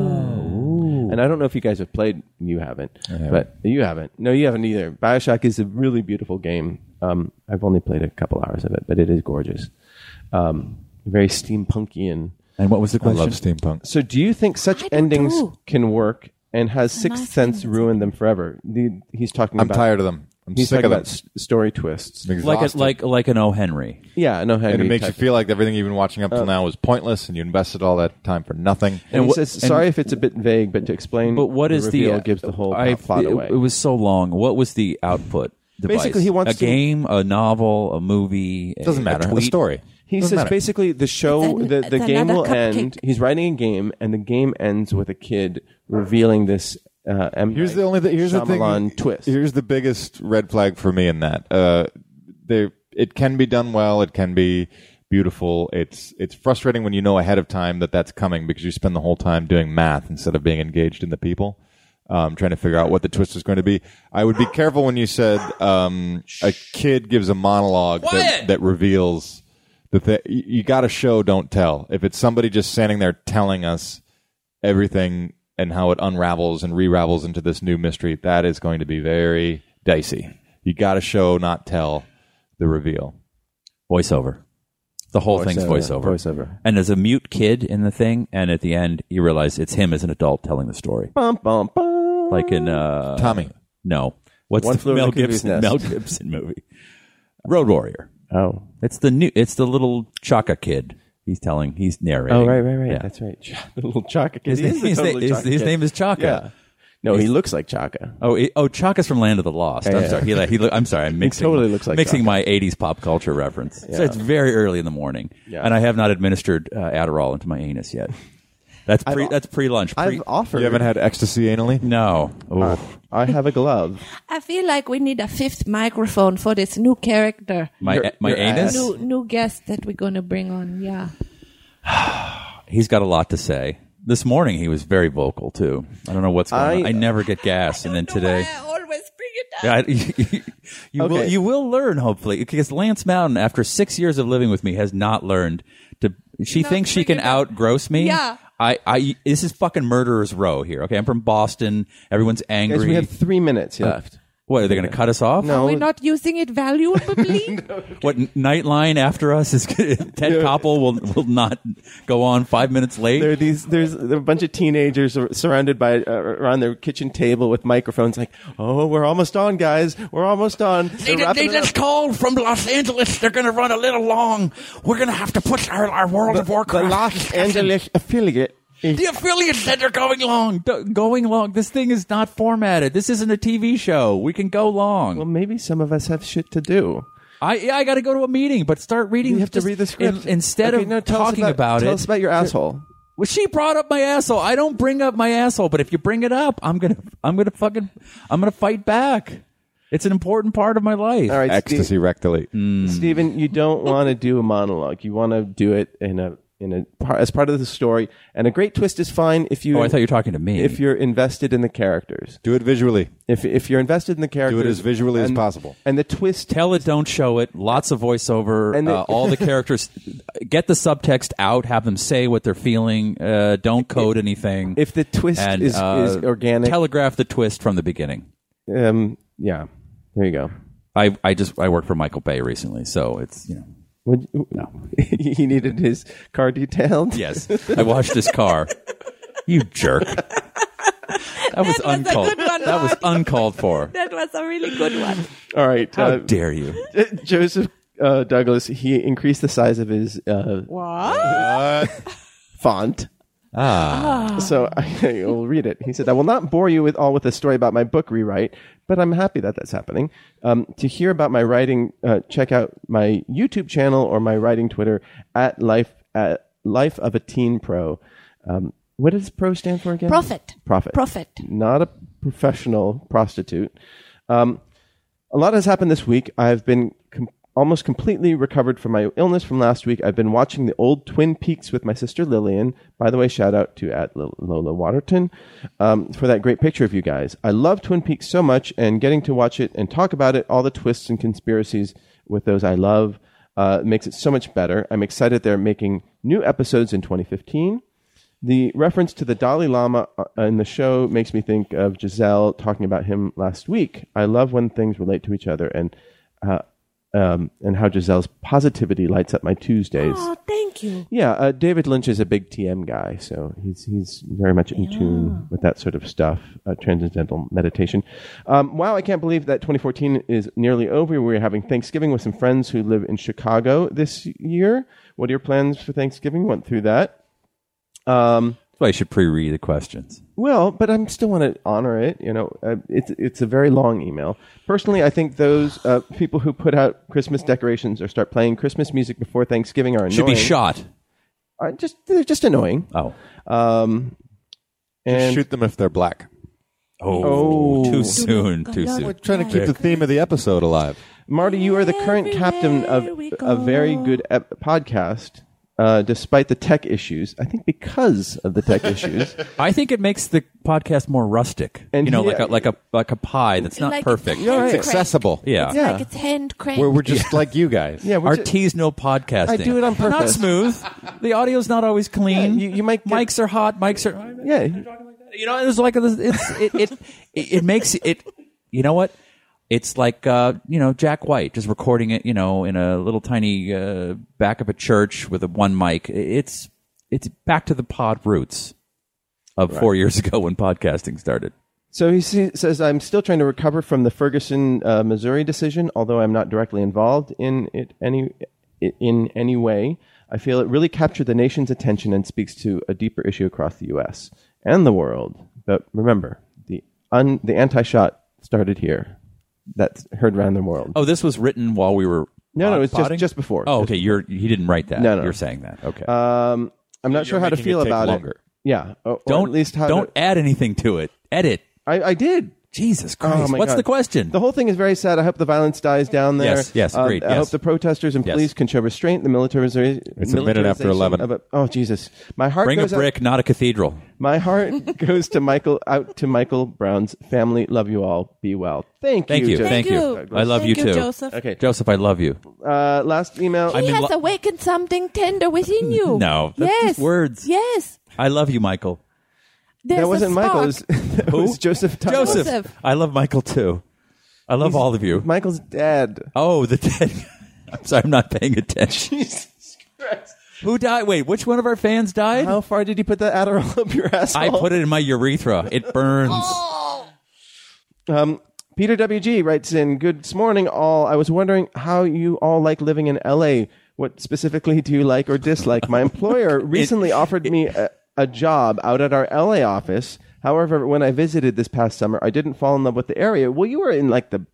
Speaker 2: And I don't know if you guys have played, you haven't, but you haven't. No, you haven't either. Bioshock is a really beautiful game. Um, I've only played a couple hours of it, but it is gorgeous. Um, very steampunky and.
Speaker 3: And what was the
Speaker 1: I
Speaker 3: question?
Speaker 1: love steampunk.
Speaker 2: So, do you think such
Speaker 4: I do
Speaker 2: endings
Speaker 4: too.
Speaker 2: can work? And has Sixth
Speaker 4: nice
Speaker 2: Sense ruined them forever? The, he's talking.
Speaker 1: I'm
Speaker 2: about,
Speaker 1: tired of them. I'm
Speaker 2: He's
Speaker 1: sick
Speaker 2: talking
Speaker 1: of them.
Speaker 2: about s- story twists.
Speaker 1: I'm
Speaker 3: like a,
Speaker 1: exhausted.
Speaker 3: like like an O. Henry.
Speaker 2: Yeah, no, Henry.
Speaker 1: and it makes you
Speaker 2: type. Uh.
Speaker 1: feel like everything you've been watching up till now was pointless, and you invested all that time for nothing.
Speaker 2: And,
Speaker 3: And
Speaker 2: he
Speaker 3: what-
Speaker 2: says,
Speaker 3: and-
Speaker 2: "Sorry if it's a bit vague, but to explain,
Speaker 3: But what
Speaker 2: the
Speaker 3: is the
Speaker 2: reveal gives the whole
Speaker 3: I-
Speaker 2: plot
Speaker 3: it,
Speaker 2: away."
Speaker 3: It was so long. What was the output? Device?
Speaker 2: Basically, he wants
Speaker 3: a
Speaker 2: to-
Speaker 3: game, a novel, a movie.
Speaker 1: It doesn't matter. The story.
Speaker 2: He
Speaker 1: Doesn't
Speaker 2: says
Speaker 1: matter.
Speaker 2: basically the show,
Speaker 4: It's an-
Speaker 2: the, the
Speaker 4: it's
Speaker 2: game
Speaker 4: another
Speaker 2: will end.
Speaker 4: cupcake.
Speaker 2: He's writing a game, and the game ends with a kid revealing this. Uh, M.
Speaker 1: Here's
Speaker 2: Night
Speaker 1: the only. Th- here's the
Speaker 2: Shyamalan
Speaker 1: thing.
Speaker 2: twist.
Speaker 1: Here's the biggest red flag for me in that. Uh, they it can be done well. It can be beautiful. It's it's frustrating when you know ahead of time that that's coming because you spend the whole time doing math instead of being engaged in the people. Um, trying to figure out what the twist is going to be. I would be careful when you said um, a kid gives a monologue that, that reveals the thing. You got to show, don't tell. If it's somebody just standing there telling us everything and how it unravels and re-ravels into this new mystery, that is going to be very dicey. You got to show, not tell, the reveal.
Speaker 3: voiceover. The whole thing's voiceover.
Speaker 2: Voiceover.
Speaker 3: And there's a mute kid in the thing, and at the end, you realize it's him as an adult telling the story.
Speaker 2: Bum, bum, bum.
Speaker 3: Like in uh,
Speaker 1: Tommy,
Speaker 3: no, what's
Speaker 2: One
Speaker 3: the
Speaker 2: Flew Over
Speaker 3: Mel
Speaker 2: the Cuckoo's
Speaker 3: Gibson
Speaker 2: Nest.
Speaker 3: Mel Gibson movie? Road Warrior.
Speaker 2: oh,
Speaker 3: It's the new. It's the little Chaka kid. He's telling. He's narrating.
Speaker 2: oh, right, right, right.
Speaker 3: Yeah.
Speaker 2: That's right. [laughs] The little Chaka kid.
Speaker 3: His,
Speaker 2: He is
Speaker 3: his-
Speaker 2: the total
Speaker 3: his-
Speaker 2: Chaka
Speaker 3: his
Speaker 2: kid.
Speaker 3: name is Chaka.
Speaker 2: Yeah. No, he looks like Chaka.
Speaker 3: Oh, he, oh, Chaka's from Land of the Lost. I'm
Speaker 2: yeah.
Speaker 3: sorry. He, he, I'm sorry. I'm mixing.
Speaker 2: totally looks like
Speaker 3: mixing
Speaker 2: Chaka.
Speaker 3: my '80s pop culture reference. So it's very early in the morning,
Speaker 2: Yeah.
Speaker 3: and I have not administered uh, Adderall into my anus yet. That's pre. that's pre-lunch. Pre-
Speaker 2: I've Uh, offered.
Speaker 1: you haven't had ecstasy anally.
Speaker 3: no. Ooh.
Speaker 2: I have a glove.
Speaker 4: I feel like we need a fifth microphone for this new character,
Speaker 3: my
Speaker 2: Your-
Speaker 3: my
Speaker 2: your
Speaker 3: anus.
Speaker 2: ass.
Speaker 4: new new guest that we're gonna bring on. Yeah,
Speaker 3: He's got a lot to say. This morning he was very vocal too. I don't know what's going
Speaker 2: I-
Speaker 3: on. I never get gas, and then today.
Speaker 4: I always bring it up.
Speaker 3: Yeah, I- [laughs] you, will
Speaker 2: Okay.
Speaker 3: you will learn hopefully because Lance Mountain, after six years of living with me, has not learned to. She
Speaker 4: Not
Speaker 3: thinks she can
Speaker 4: figured out-
Speaker 3: outgross me.
Speaker 4: Yeah.
Speaker 3: I, I this is fucking murderers row here. Okay, I'm from Boston. Everyone's angry.
Speaker 2: Guys, we have three minutes left.
Speaker 3: what are they going to cut us off?
Speaker 2: No.
Speaker 4: We're not using it [laughs] valuably.
Speaker 3: What Nightline after us is [laughs] Ted Koppel will will not go on five minutes late.
Speaker 2: There are these. There's a bunch of teenagers are surrounded by uh, around their kitchen table with microphones. Like, oh, we're almost on, guys. We're almost on. They're wrapping it up.
Speaker 3: called from Los Angeles. They're going to run a little long. We're going to have to put our, our World of
Speaker 2: the Los
Speaker 3: [laughs]
Speaker 2: Angeles affiliate. is-
Speaker 3: The affiliate said they're going long. D- going long. This thing is not formatted. This isn't a TV show. We can go long.
Speaker 2: Well, maybe some of us have shit to do.
Speaker 3: I yeah, I got to go to a meeting, but start reading.
Speaker 2: You have to
Speaker 3: just
Speaker 2: read the script
Speaker 3: in- instead
Speaker 2: Okay,
Speaker 3: of
Speaker 2: no, tell us
Speaker 3: talking about, it.
Speaker 2: Tell us about your asshole.
Speaker 3: well, she brought up my asshole. I don't bring up my asshole, but if you bring it up, I'm gonna I'm gonna fucking I'm gonna fight back. It's an important part of my life.
Speaker 2: All right,
Speaker 1: Ecstasy rectally.
Speaker 3: Hmm.
Speaker 2: Ste- Stephen, you don't want to do a monologue. You want to do it in a in a par- as part of the story. And a great twist is fine if you
Speaker 3: Oh, I thought you were talking to me.
Speaker 2: if you're invested in the characters.
Speaker 1: Do it visually.
Speaker 2: If if you're invested in the characters,
Speaker 1: as visually as
Speaker 2: and-
Speaker 1: possible.
Speaker 2: And the twist
Speaker 3: Tell it, don't show it. Lots of voiceover.
Speaker 2: And
Speaker 3: uh,
Speaker 2: it- [laughs]
Speaker 3: all the characters get the subtext out. Have them say what they're feeling. Uh, don't code anything.
Speaker 2: if the twist
Speaker 3: and,
Speaker 2: is,
Speaker 3: uh,
Speaker 2: is organic,
Speaker 3: telegraph the twist from the beginning.
Speaker 2: um, yeah, there you go.
Speaker 3: I, I just I worked for Michael Bay recently, so it's you know
Speaker 2: Would, no, [laughs] he needed his car detailed.
Speaker 3: yes. I washed his car. You
Speaker 2: [laughs]
Speaker 3: jerk. That was
Speaker 4: was a
Speaker 3: uncalled.
Speaker 4: good one,
Speaker 3: that was
Speaker 4: Mark.
Speaker 3: uncalled for.
Speaker 4: that was a really good one.
Speaker 2: All right,
Speaker 3: How
Speaker 2: uh,
Speaker 3: dare you?
Speaker 2: [laughs] Joseph uh, Douglas. He increased the size of his uh,
Speaker 4: What?
Speaker 1: Uh,
Speaker 2: font. Ah. So [laughs] I will read it. He said, I will not bore you with all with a story about my book rewrite, but I'm happy that that's happening. Um, to hear about my writing, uh, check out my YouTube channel or my writing Twitter at life at life of a teen pro. Um, what does pro stand for again?
Speaker 4: Prophet.
Speaker 2: Profit.
Speaker 4: Prophet.
Speaker 2: Not a professional prostitute. Um, a lot has happened this week. I've been com- almost completely recovered from my illness from last week. I've been watching the old Twin Peaks with my sister Lillian. By the way, shout out to at Lil- Lola Waterton um, for that great picture of you guys. I love Twin Peaks so much, and getting to watch it and talk about it, all the twists and conspiracies with those I love, uh, makes it so much better. I'm excited they're making new episodes in 2015. The reference to the Dalai Lama uh, in the show makes me think of Giselle talking about him last week. I love when things relate to each other and uh, um, and how Giselle's positivity lights up my Tuesdays.
Speaker 4: Oh, thank you.
Speaker 2: Yeah, uh, David Lynch is a big TM guy, so he's he's very much in tune with that sort of stuff, uh, transcendental meditation. Um, wow, I can't believe that 2014 is nearly over. We're having Thanksgiving with some friends who live in Chicago this year. What are your plans for Thanksgiving? Went through that.
Speaker 3: That's why you should pre-read the questions.
Speaker 2: Well, but I'm still want to honor it. You know, uh, it's it's a very long email. Personally, I think those uh, people who put out Christmas decorations or start playing Christmas music before Thanksgiving are annoying.
Speaker 3: Should be shot.
Speaker 2: Are just they're just annoying.
Speaker 3: Oh,
Speaker 2: Um,
Speaker 1: Just
Speaker 2: and
Speaker 1: shoot them if they're black.
Speaker 3: Oh,
Speaker 2: Oh.
Speaker 3: too soon, too
Speaker 4: God,
Speaker 3: soon.
Speaker 4: what-
Speaker 1: Trying to keep the theme of the episode alive.
Speaker 2: Marty, you are the current captain of
Speaker 4: Everywhere we
Speaker 2: a very
Speaker 4: go.
Speaker 2: good ep- podcast, uh, despite the tech issues. I think because of the tech
Speaker 3: [laughs]
Speaker 2: issues.
Speaker 3: I think it makes the podcast more rustic.
Speaker 2: And
Speaker 3: you know,
Speaker 2: he-
Speaker 3: like a like a like a pie that's not
Speaker 4: Like
Speaker 3: perfect.
Speaker 4: it's hand-cranked.
Speaker 1: It's accessible.
Speaker 3: Yeah.
Speaker 4: It's
Speaker 2: Yeah.
Speaker 4: like it's hand cranked.
Speaker 1: Where we're just [laughs] like you guys.
Speaker 2: Yeah,
Speaker 3: Our
Speaker 2: we're ju-
Speaker 3: tea's no podcasting.
Speaker 2: I do it on
Speaker 3: Not
Speaker 2: purpose.
Speaker 3: smooth. the audio's not always clean.
Speaker 2: Yeah, you- you might get-
Speaker 3: mics are hot. Mics are
Speaker 2: yeah.
Speaker 3: You know, it's like this- it's it it it, it makes it. You know what? It's like uh, you know Jack White just recording it. You know, in a little tiny uh, back of a church with a one mic. It's it's back to the pod roots of four years ago when podcasting started.
Speaker 2: So he se- says, I'm still trying to recover from the Ferguson, uh, Missouri decision, although I'm not directly involved in it any i- in any way. I feel it really captured the nation's attention and speaks to a deeper issue across the U.S. and the world. But remember, the un- the anti-shot started here. That's heard around the world.
Speaker 3: Oh, this was written while we were
Speaker 2: No, no,
Speaker 3: pod-
Speaker 2: it's just-
Speaker 3: podding?
Speaker 2: just before.
Speaker 3: Oh, okay. You're he didn't write that.
Speaker 2: No, no.
Speaker 3: You're saying that. Okay.
Speaker 2: Um, I'm not sure how to
Speaker 1: making it
Speaker 2: feel
Speaker 1: take
Speaker 2: about
Speaker 1: longer.
Speaker 2: it. Yeah, or, or
Speaker 3: don't
Speaker 2: at least how
Speaker 3: don't
Speaker 2: To,
Speaker 3: add anything to it. Edit.
Speaker 2: I, I did.
Speaker 3: Jesus
Speaker 2: Oh,
Speaker 3: Christ.
Speaker 2: my
Speaker 3: What's
Speaker 2: God.
Speaker 3: the question?
Speaker 2: The whole thing is very sad. I hope the violence dies down there.
Speaker 3: Yes, yes,
Speaker 2: Um,
Speaker 3: agreed,
Speaker 2: I
Speaker 3: yes.
Speaker 2: hope the protesters and
Speaker 3: Yes.
Speaker 2: police can show restraint. The militarization.
Speaker 1: It's a minute after 11.
Speaker 2: oh Jesus, my heart
Speaker 3: Bring a
Speaker 2: goes out-
Speaker 3: brick, not a cathedral.
Speaker 2: my
Speaker 3: [laughs]
Speaker 2: heart goes to Michael out to Michael Brown's family. Love you all. Be well. Thank,
Speaker 3: Thank you.
Speaker 2: Joseph.
Speaker 3: Thank you. I love
Speaker 4: Thank
Speaker 3: you too.
Speaker 4: Joseph.
Speaker 2: Okay.
Speaker 3: Joseph, I love you.
Speaker 2: Uh, last email.
Speaker 4: He
Speaker 3: mean,
Speaker 4: has
Speaker 3: lo-
Speaker 4: awakened something
Speaker 3: [laughs]
Speaker 4: tender within you.
Speaker 3: No, that's
Speaker 4: yes.
Speaker 3: just words.
Speaker 4: Yes.
Speaker 3: I love you, Michael.
Speaker 4: There's
Speaker 2: that wasn't
Speaker 4: a
Speaker 2: Michael. It
Speaker 4: spark.
Speaker 2: was, [laughs] that was Joseph. Thomas.
Speaker 3: Joseph.
Speaker 4: Joseph.
Speaker 3: I love Michael too. I love all of you.
Speaker 2: Michael's dad.
Speaker 3: Oh, the dead. [laughs] I'm sorry, I'm not paying
Speaker 2: [laughs]
Speaker 3: attention.
Speaker 2: Jesus Christ.
Speaker 3: Who died? Wait, which one of our fans died?
Speaker 2: How far did you put that Adderall up your asshole?
Speaker 3: I put it in my urethra. It burns.
Speaker 2: Um, Peter WG writes in, Good morning, all. I was wondering how you all like living in LA. What specifically do you like or dislike? My employer recently offered me a, a job out at our LA office. However, when I visited this past summer, I didn't fall in love with the area. Well, you were in like the.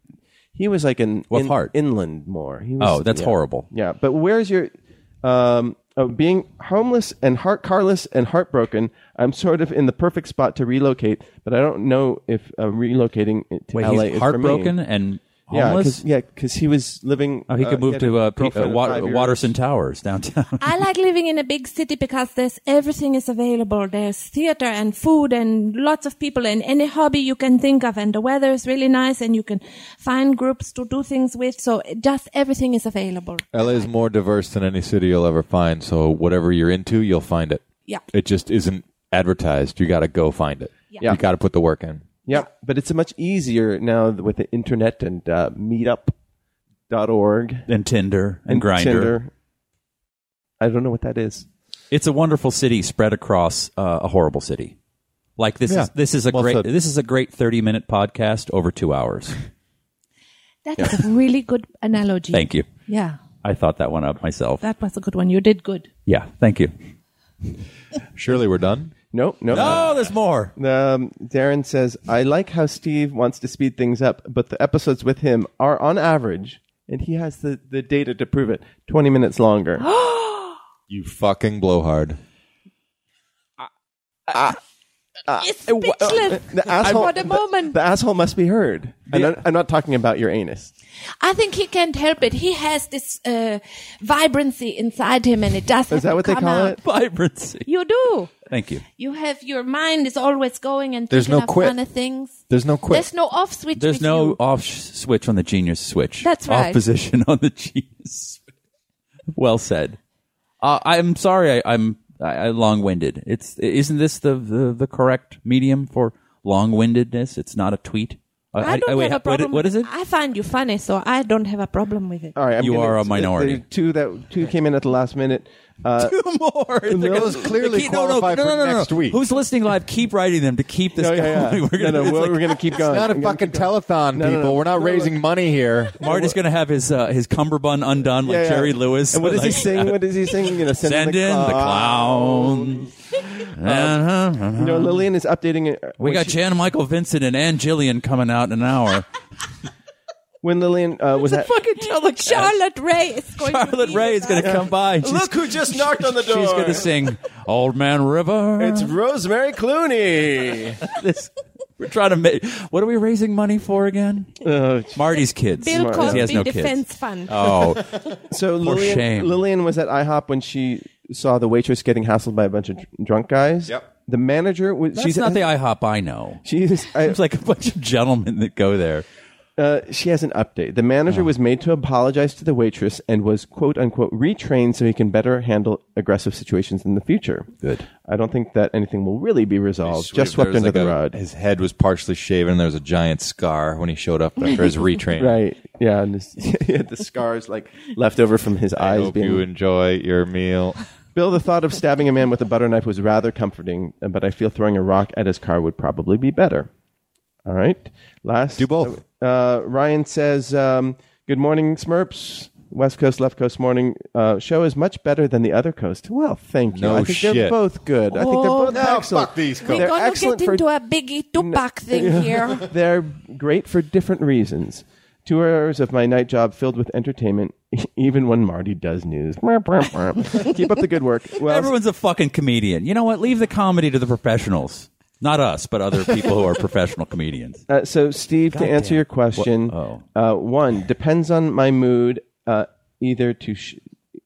Speaker 2: He was like in,
Speaker 3: What
Speaker 2: in-
Speaker 3: part?
Speaker 2: inland more. He was,
Speaker 3: Oh, that's
Speaker 2: yeah.
Speaker 3: horrible.
Speaker 2: Yeah, but where's your um, oh, being homeless and heart carless and heartbroken? I'm sort of in the perfect spot to relocate, but I don't know if uh, relocating it to
Speaker 3: Wait,
Speaker 2: LA
Speaker 3: he's
Speaker 2: is
Speaker 3: heartbroken
Speaker 2: For me.
Speaker 3: and
Speaker 2: Yeah,
Speaker 3: homeless.
Speaker 2: yeah, because he was living.
Speaker 3: oh, he could
Speaker 2: uh,
Speaker 3: move
Speaker 2: had
Speaker 3: to
Speaker 2: a
Speaker 3: uh, P- uh,
Speaker 2: girlfriend of
Speaker 3: Wat-
Speaker 2: five years.
Speaker 3: Watterson Towers downtown.
Speaker 4: I like living in a big city because there's everything is available. There's theater and food and lots of people and any hobby you can think of. And the weather is really nice and you can find groups to do things with. So it- just everything is available.
Speaker 1: LA is more diverse than any city you'll ever find. So whatever you're into, you'll find it.
Speaker 4: Yeah.
Speaker 1: It just isn't advertised. You got to go find it.
Speaker 4: Yeah.
Speaker 1: You got to put the work in.
Speaker 2: Yeah, but it's much easier now with the internet and uh, Meetup.org and,
Speaker 3: [laughs] and Tinder and, Grinder.
Speaker 2: Tinder. I don't know what that is.
Speaker 3: It's a wonderful city spread across uh, a horrible city. Like this
Speaker 1: Yeah.
Speaker 3: is this is a
Speaker 1: Well
Speaker 3: great
Speaker 1: said.
Speaker 3: this is a great thirty minute podcast over two hours.
Speaker 4: That's a really good analogy.
Speaker 3: Thank you.
Speaker 4: Yeah.
Speaker 3: I thought that one up myself.
Speaker 4: That was a good one. You did good.
Speaker 3: yeah, thank you.
Speaker 1: Surely we're done.
Speaker 2: No, no,
Speaker 3: Oh, there's more.
Speaker 2: Um, Darren says, I like how Steve wants to speed things up, but the episodes with him are on average, and he has the, the data to prove it, 20 minutes [gasps] longer.
Speaker 1: You fucking blowhard.
Speaker 4: It's
Speaker 2: Uh,
Speaker 4: speechless
Speaker 2: the asshole,
Speaker 4: for the moment.
Speaker 2: The, asshole must be heard. And I'm, I'm not talking about your anus.
Speaker 4: I think he can't help it. He has this uh, vibrancy inside him and it doesn't
Speaker 2: Is that what they
Speaker 4: come
Speaker 2: call
Speaker 4: out.
Speaker 2: it?
Speaker 3: Vibrancy.
Speaker 4: You do.
Speaker 3: Thank you.
Speaker 4: You have your mind is always going and
Speaker 1: There's
Speaker 4: thinking
Speaker 1: no
Speaker 4: of
Speaker 1: quit.
Speaker 4: funny things.
Speaker 1: There's no quit.
Speaker 4: There's no off switch.
Speaker 3: There's
Speaker 4: with
Speaker 3: no
Speaker 4: you.
Speaker 3: off sh- switch on the genius switch.
Speaker 4: That's
Speaker 3: Off
Speaker 4: right.
Speaker 3: position on the [laughs] genius. switch. well said. Uh, I'm sorry. I, I'm I, I long-winded. It's isn't this the, the the correct medium for long-windedness? It's not a tweet. Uh,
Speaker 4: I don't
Speaker 3: wait,
Speaker 4: have a
Speaker 3: what i-
Speaker 4: problem.
Speaker 3: what is it?
Speaker 4: I find you funny, so I don't have a problem with it.
Speaker 2: All right, I'm
Speaker 3: You
Speaker 2: gonna-
Speaker 3: are a
Speaker 2: the-
Speaker 3: minority.
Speaker 2: the two that two came in at the last minute.
Speaker 3: [laughs]
Speaker 2: Uh,
Speaker 3: two more. They're gonna-
Speaker 1: those clearly
Speaker 3: keep- no, no,
Speaker 1: qualify
Speaker 3: no, no,
Speaker 1: for
Speaker 3: no, no.
Speaker 1: next week.
Speaker 3: Who's listening live? Keep writing them to keep this
Speaker 2: oh, [laughs] yeah,
Speaker 3: going. [laughs]
Speaker 2: yeah.
Speaker 3: We're
Speaker 2: no,
Speaker 3: gonna,
Speaker 2: no,
Speaker 3: it's
Speaker 2: we're,
Speaker 3: like-
Speaker 2: we're gonna keep going.
Speaker 1: Not a
Speaker 2: We're gonna
Speaker 1: fucking
Speaker 2: keep going.
Speaker 1: telethon,
Speaker 2: No, no,
Speaker 1: people.
Speaker 2: no.
Speaker 1: We're not
Speaker 2: No,
Speaker 1: raising
Speaker 2: look.
Speaker 1: money
Speaker 2: [laughs]
Speaker 1: here.
Speaker 3: Marty's gonna have his uh, his cummerbund undone like
Speaker 2: Yeah, yeah.
Speaker 3: Jerry Lewis.
Speaker 2: And what is he
Speaker 3: Like, uh,
Speaker 2: singing? What is he singing? You know, send,
Speaker 3: Send in the clown. Uh-huh.
Speaker 2: You know, Lillian is updating it.
Speaker 3: We
Speaker 2: when
Speaker 3: got
Speaker 2: she-
Speaker 3: Jan Michael Vincent and Ann Gillian coming out in
Speaker 2: [laughs]
Speaker 3: an hour.
Speaker 2: when Lillian uh, was at,
Speaker 4: Fucking telecast. Charlotte Ray is going. to
Speaker 3: Charlotte
Speaker 4: be
Speaker 3: Ray
Speaker 4: with
Speaker 3: is going to
Speaker 4: us.
Speaker 3: come by. and She's,
Speaker 2: who just knocked on the
Speaker 3: she's going to sing "Old Man River."
Speaker 2: Rosemary Clooney.
Speaker 3: [laughs] this. We're trying to make. What are we raising money for again?
Speaker 2: Uh,
Speaker 3: Marty's kids.
Speaker 4: Bill
Speaker 3: Because he has
Speaker 4: Cosby
Speaker 3: no
Speaker 4: Defense
Speaker 3: kids.
Speaker 4: Fund.
Speaker 3: Oh,
Speaker 2: So Lillian,
Speaker 3: shame.
Speaker 2: Lillian was at IHOP when she saw the waitress getting hassled by a bunch of dr- drunk guys.
Speaker 1: Yep.
Speaker 2: The manager was.
Speaker 3: that's
Speaker 2: she's
Speaker 3: not the IHOP I know.
Speaker 2: She's. I,
Speaker 3: It's like a bunch of gentlemen that go there.
Speaker 2: uh, she has an update. The
Speaker 3: Uh-huh.
Speaker 2: manager was made to apologize to the waitress and was quote unquote retrained so he can better handle aggressive situations in the future.
Speaker 3: Good.
Speaker 2: I don't think that anything will really be resolved. Just
Speaker 1: There
Speaker 2: swept
Speaker 1: was
Speaker 2: under
Speaker 1: like
Speaker 2: the
Speaker 1: a-
Speaker 2: rug.
Speaker 1: His head was partially shaven. and There was a giant scar when he showed up after [laughs] his retraining.
Speaker 2: Right. Yeah. And this, [laughs] he had the scars like left over from his
Speaker 1: I
Speaker 2: eyes
Speaker 1: hope
Speaker 2: being
Speaker 1: you enjoy your meal.
Speaker 2: Bill, the thought of stabbing a man with a butter knife was rather comforting, but I feel throwing a rock at his car would probably be better. All right. Last.
Speaker 1: Do both.
Speaker 2: Uh, Ryan says, um, Good morning, Smurps. West Coast, Left Coast morning uh, show is much better than the other coast. Well, thank you.
Speaker 1: No
Speaker 2: I think they're
Speaker 1: shit.
Speaker 2: both good. I think they're
Speaker 4: Oh,
Speaker 2: both
Speaker 1: no,
Speaker 2: excellent.
Speaker 1: fuck these
Speaker 4: We're
Speaker 2: they're
Speaker 4: going to
Speaker 2: excellent
Speaker 4: get
Speaker 2: for
Speaker 4: into a biggie Tupac thing here.
Speaker 2: [laughs] they're great for different reasons. Two hours of my night job filled with entertainment, [laughs] even when Marty does news. [laughs] Keep up the good work. Well,
Speaker 3: Everyone's a fucking comedian. You know what? Leave the comedy to the professionals. Not us, but other people who are [laughs] professional comedians.
Speaker 2: uh, so Steve, to answer your question,
Speaker 3: oh.
Speaker 2: uh, one depends on my mood, uh, either to sh-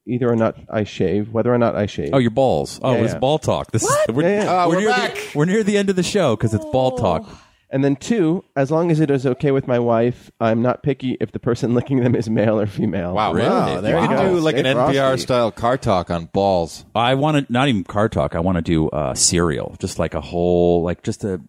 Speaker 2: either or not I shave, whether or not I shave.
Speaker 3: Oh, your balls. Oh, it's
Speaker 2: yeah.
Speaker 3: ball talk. This is, we're,
Speaker 2: Yeah, Uh, yeah.
Speaker 1: Ah, we're
Speaker 3: near
Speaker 1: back.
Speaker 3: The, we're near the end of the show because it's
Speaker 2: Oh.
Speaker 3: ball talk.
Speaker 2: and then two, as long as it is okay with my wife, I'm not picky if the person [laughs] licking them is male or female.
Speaker 3: Really?
Speaker 1: Wow,
Speaker 2: there
Speaker 1: you
Speaker 2: you
Speaker 1: could
Speaker 2: go.
Speaker 1: do like an
Speaker 2: Stay frosty.
Speaker 1: NPR style car talk on balls.
Speaker 3: I want to not even car talk. I want to do uh, cereal, just like a whole, like just a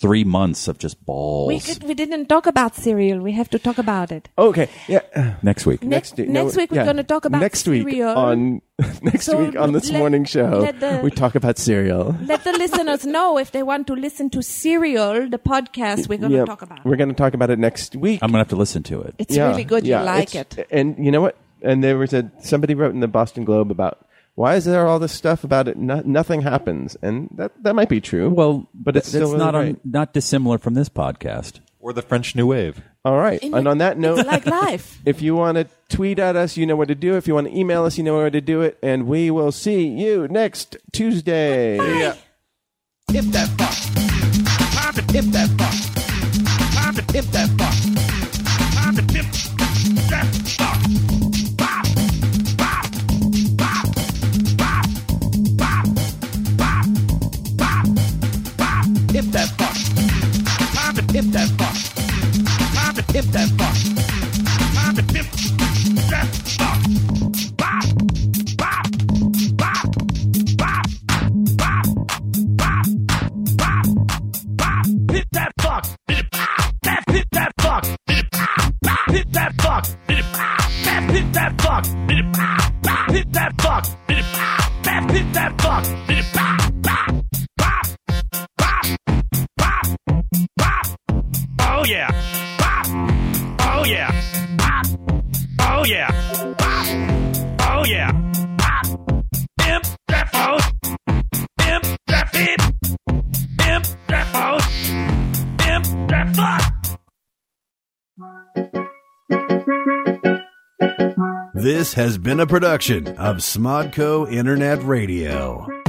Speaker 3: three months of just balls
Speaker 4: We, could, we didn't talk about cereal. We have to talk about it.
Speaker 2: Okay, yeah.
Speaker 3: next week.
Speaker 4: Next,
Speaker 2: week-
Speaker 4: next,
Speaker 2: no,
Speaker 4: week we're
Speaker 2: yeah.
Speaker 4: going to talk about
Speaker 2: next week
Speaker 4: cereal.
Speaker 2: on [laughs] next
Speaker 4: So
Speaker 2: week on this
Speaker 4: let-
Speaker 2: morning show.
Speaker 4: let the-
Speaker 2: we talk about cereal.
Speaker 4: Let the listeners [laughs] know if they want to listen to Serial, the podcast we're going to
Speaker 2: Yep.
Speaker 4: talk about.
Speaker 2: We're going to talk about it next week.
Speaker 3: I'm gonna have to listen to it.
Speaker 4: It's really good. you like
Speaker 2: it's-
Speaker 4: it.
Speaker 2: And you know what? And there was a somebody wrote in the Boston Globe about why is there all this stuff about it? No, nothing happens, and that that might be true.
Speaker 3: Well,
Speaker 2: but it's
Speaker 3: that's
Speaker 2: still
Speaker 3: not
Speaker 2: really
Speaker 3: un- not dissimilar from this podcast.
Speaker 1: Or the French New Wave.
Speaker 2: great. all right. And on that note,
Speaker 4: It's like life.
Speaker 2: if you want to tweet at us, you know where to do it. If you want to email us, you know where to do it. And we will see you next Tuesday.
Speaker 7: If that fuck. If that fuck. If that fuck. If that fuck. If that fuck. If that fuck.
Speaker 5: Hit that fuck. That hit that fuck. Hit that fuck. That hit that fuck. Hit that fuck. That hit that fuck. Oh yeah. Oh yeah. Oh yeah. Oh yeah. Imp that phone. Imp that fit. Imp that phone. Imp that fuck.
Speaker 8: This has been a production of Smodco Internet Radio.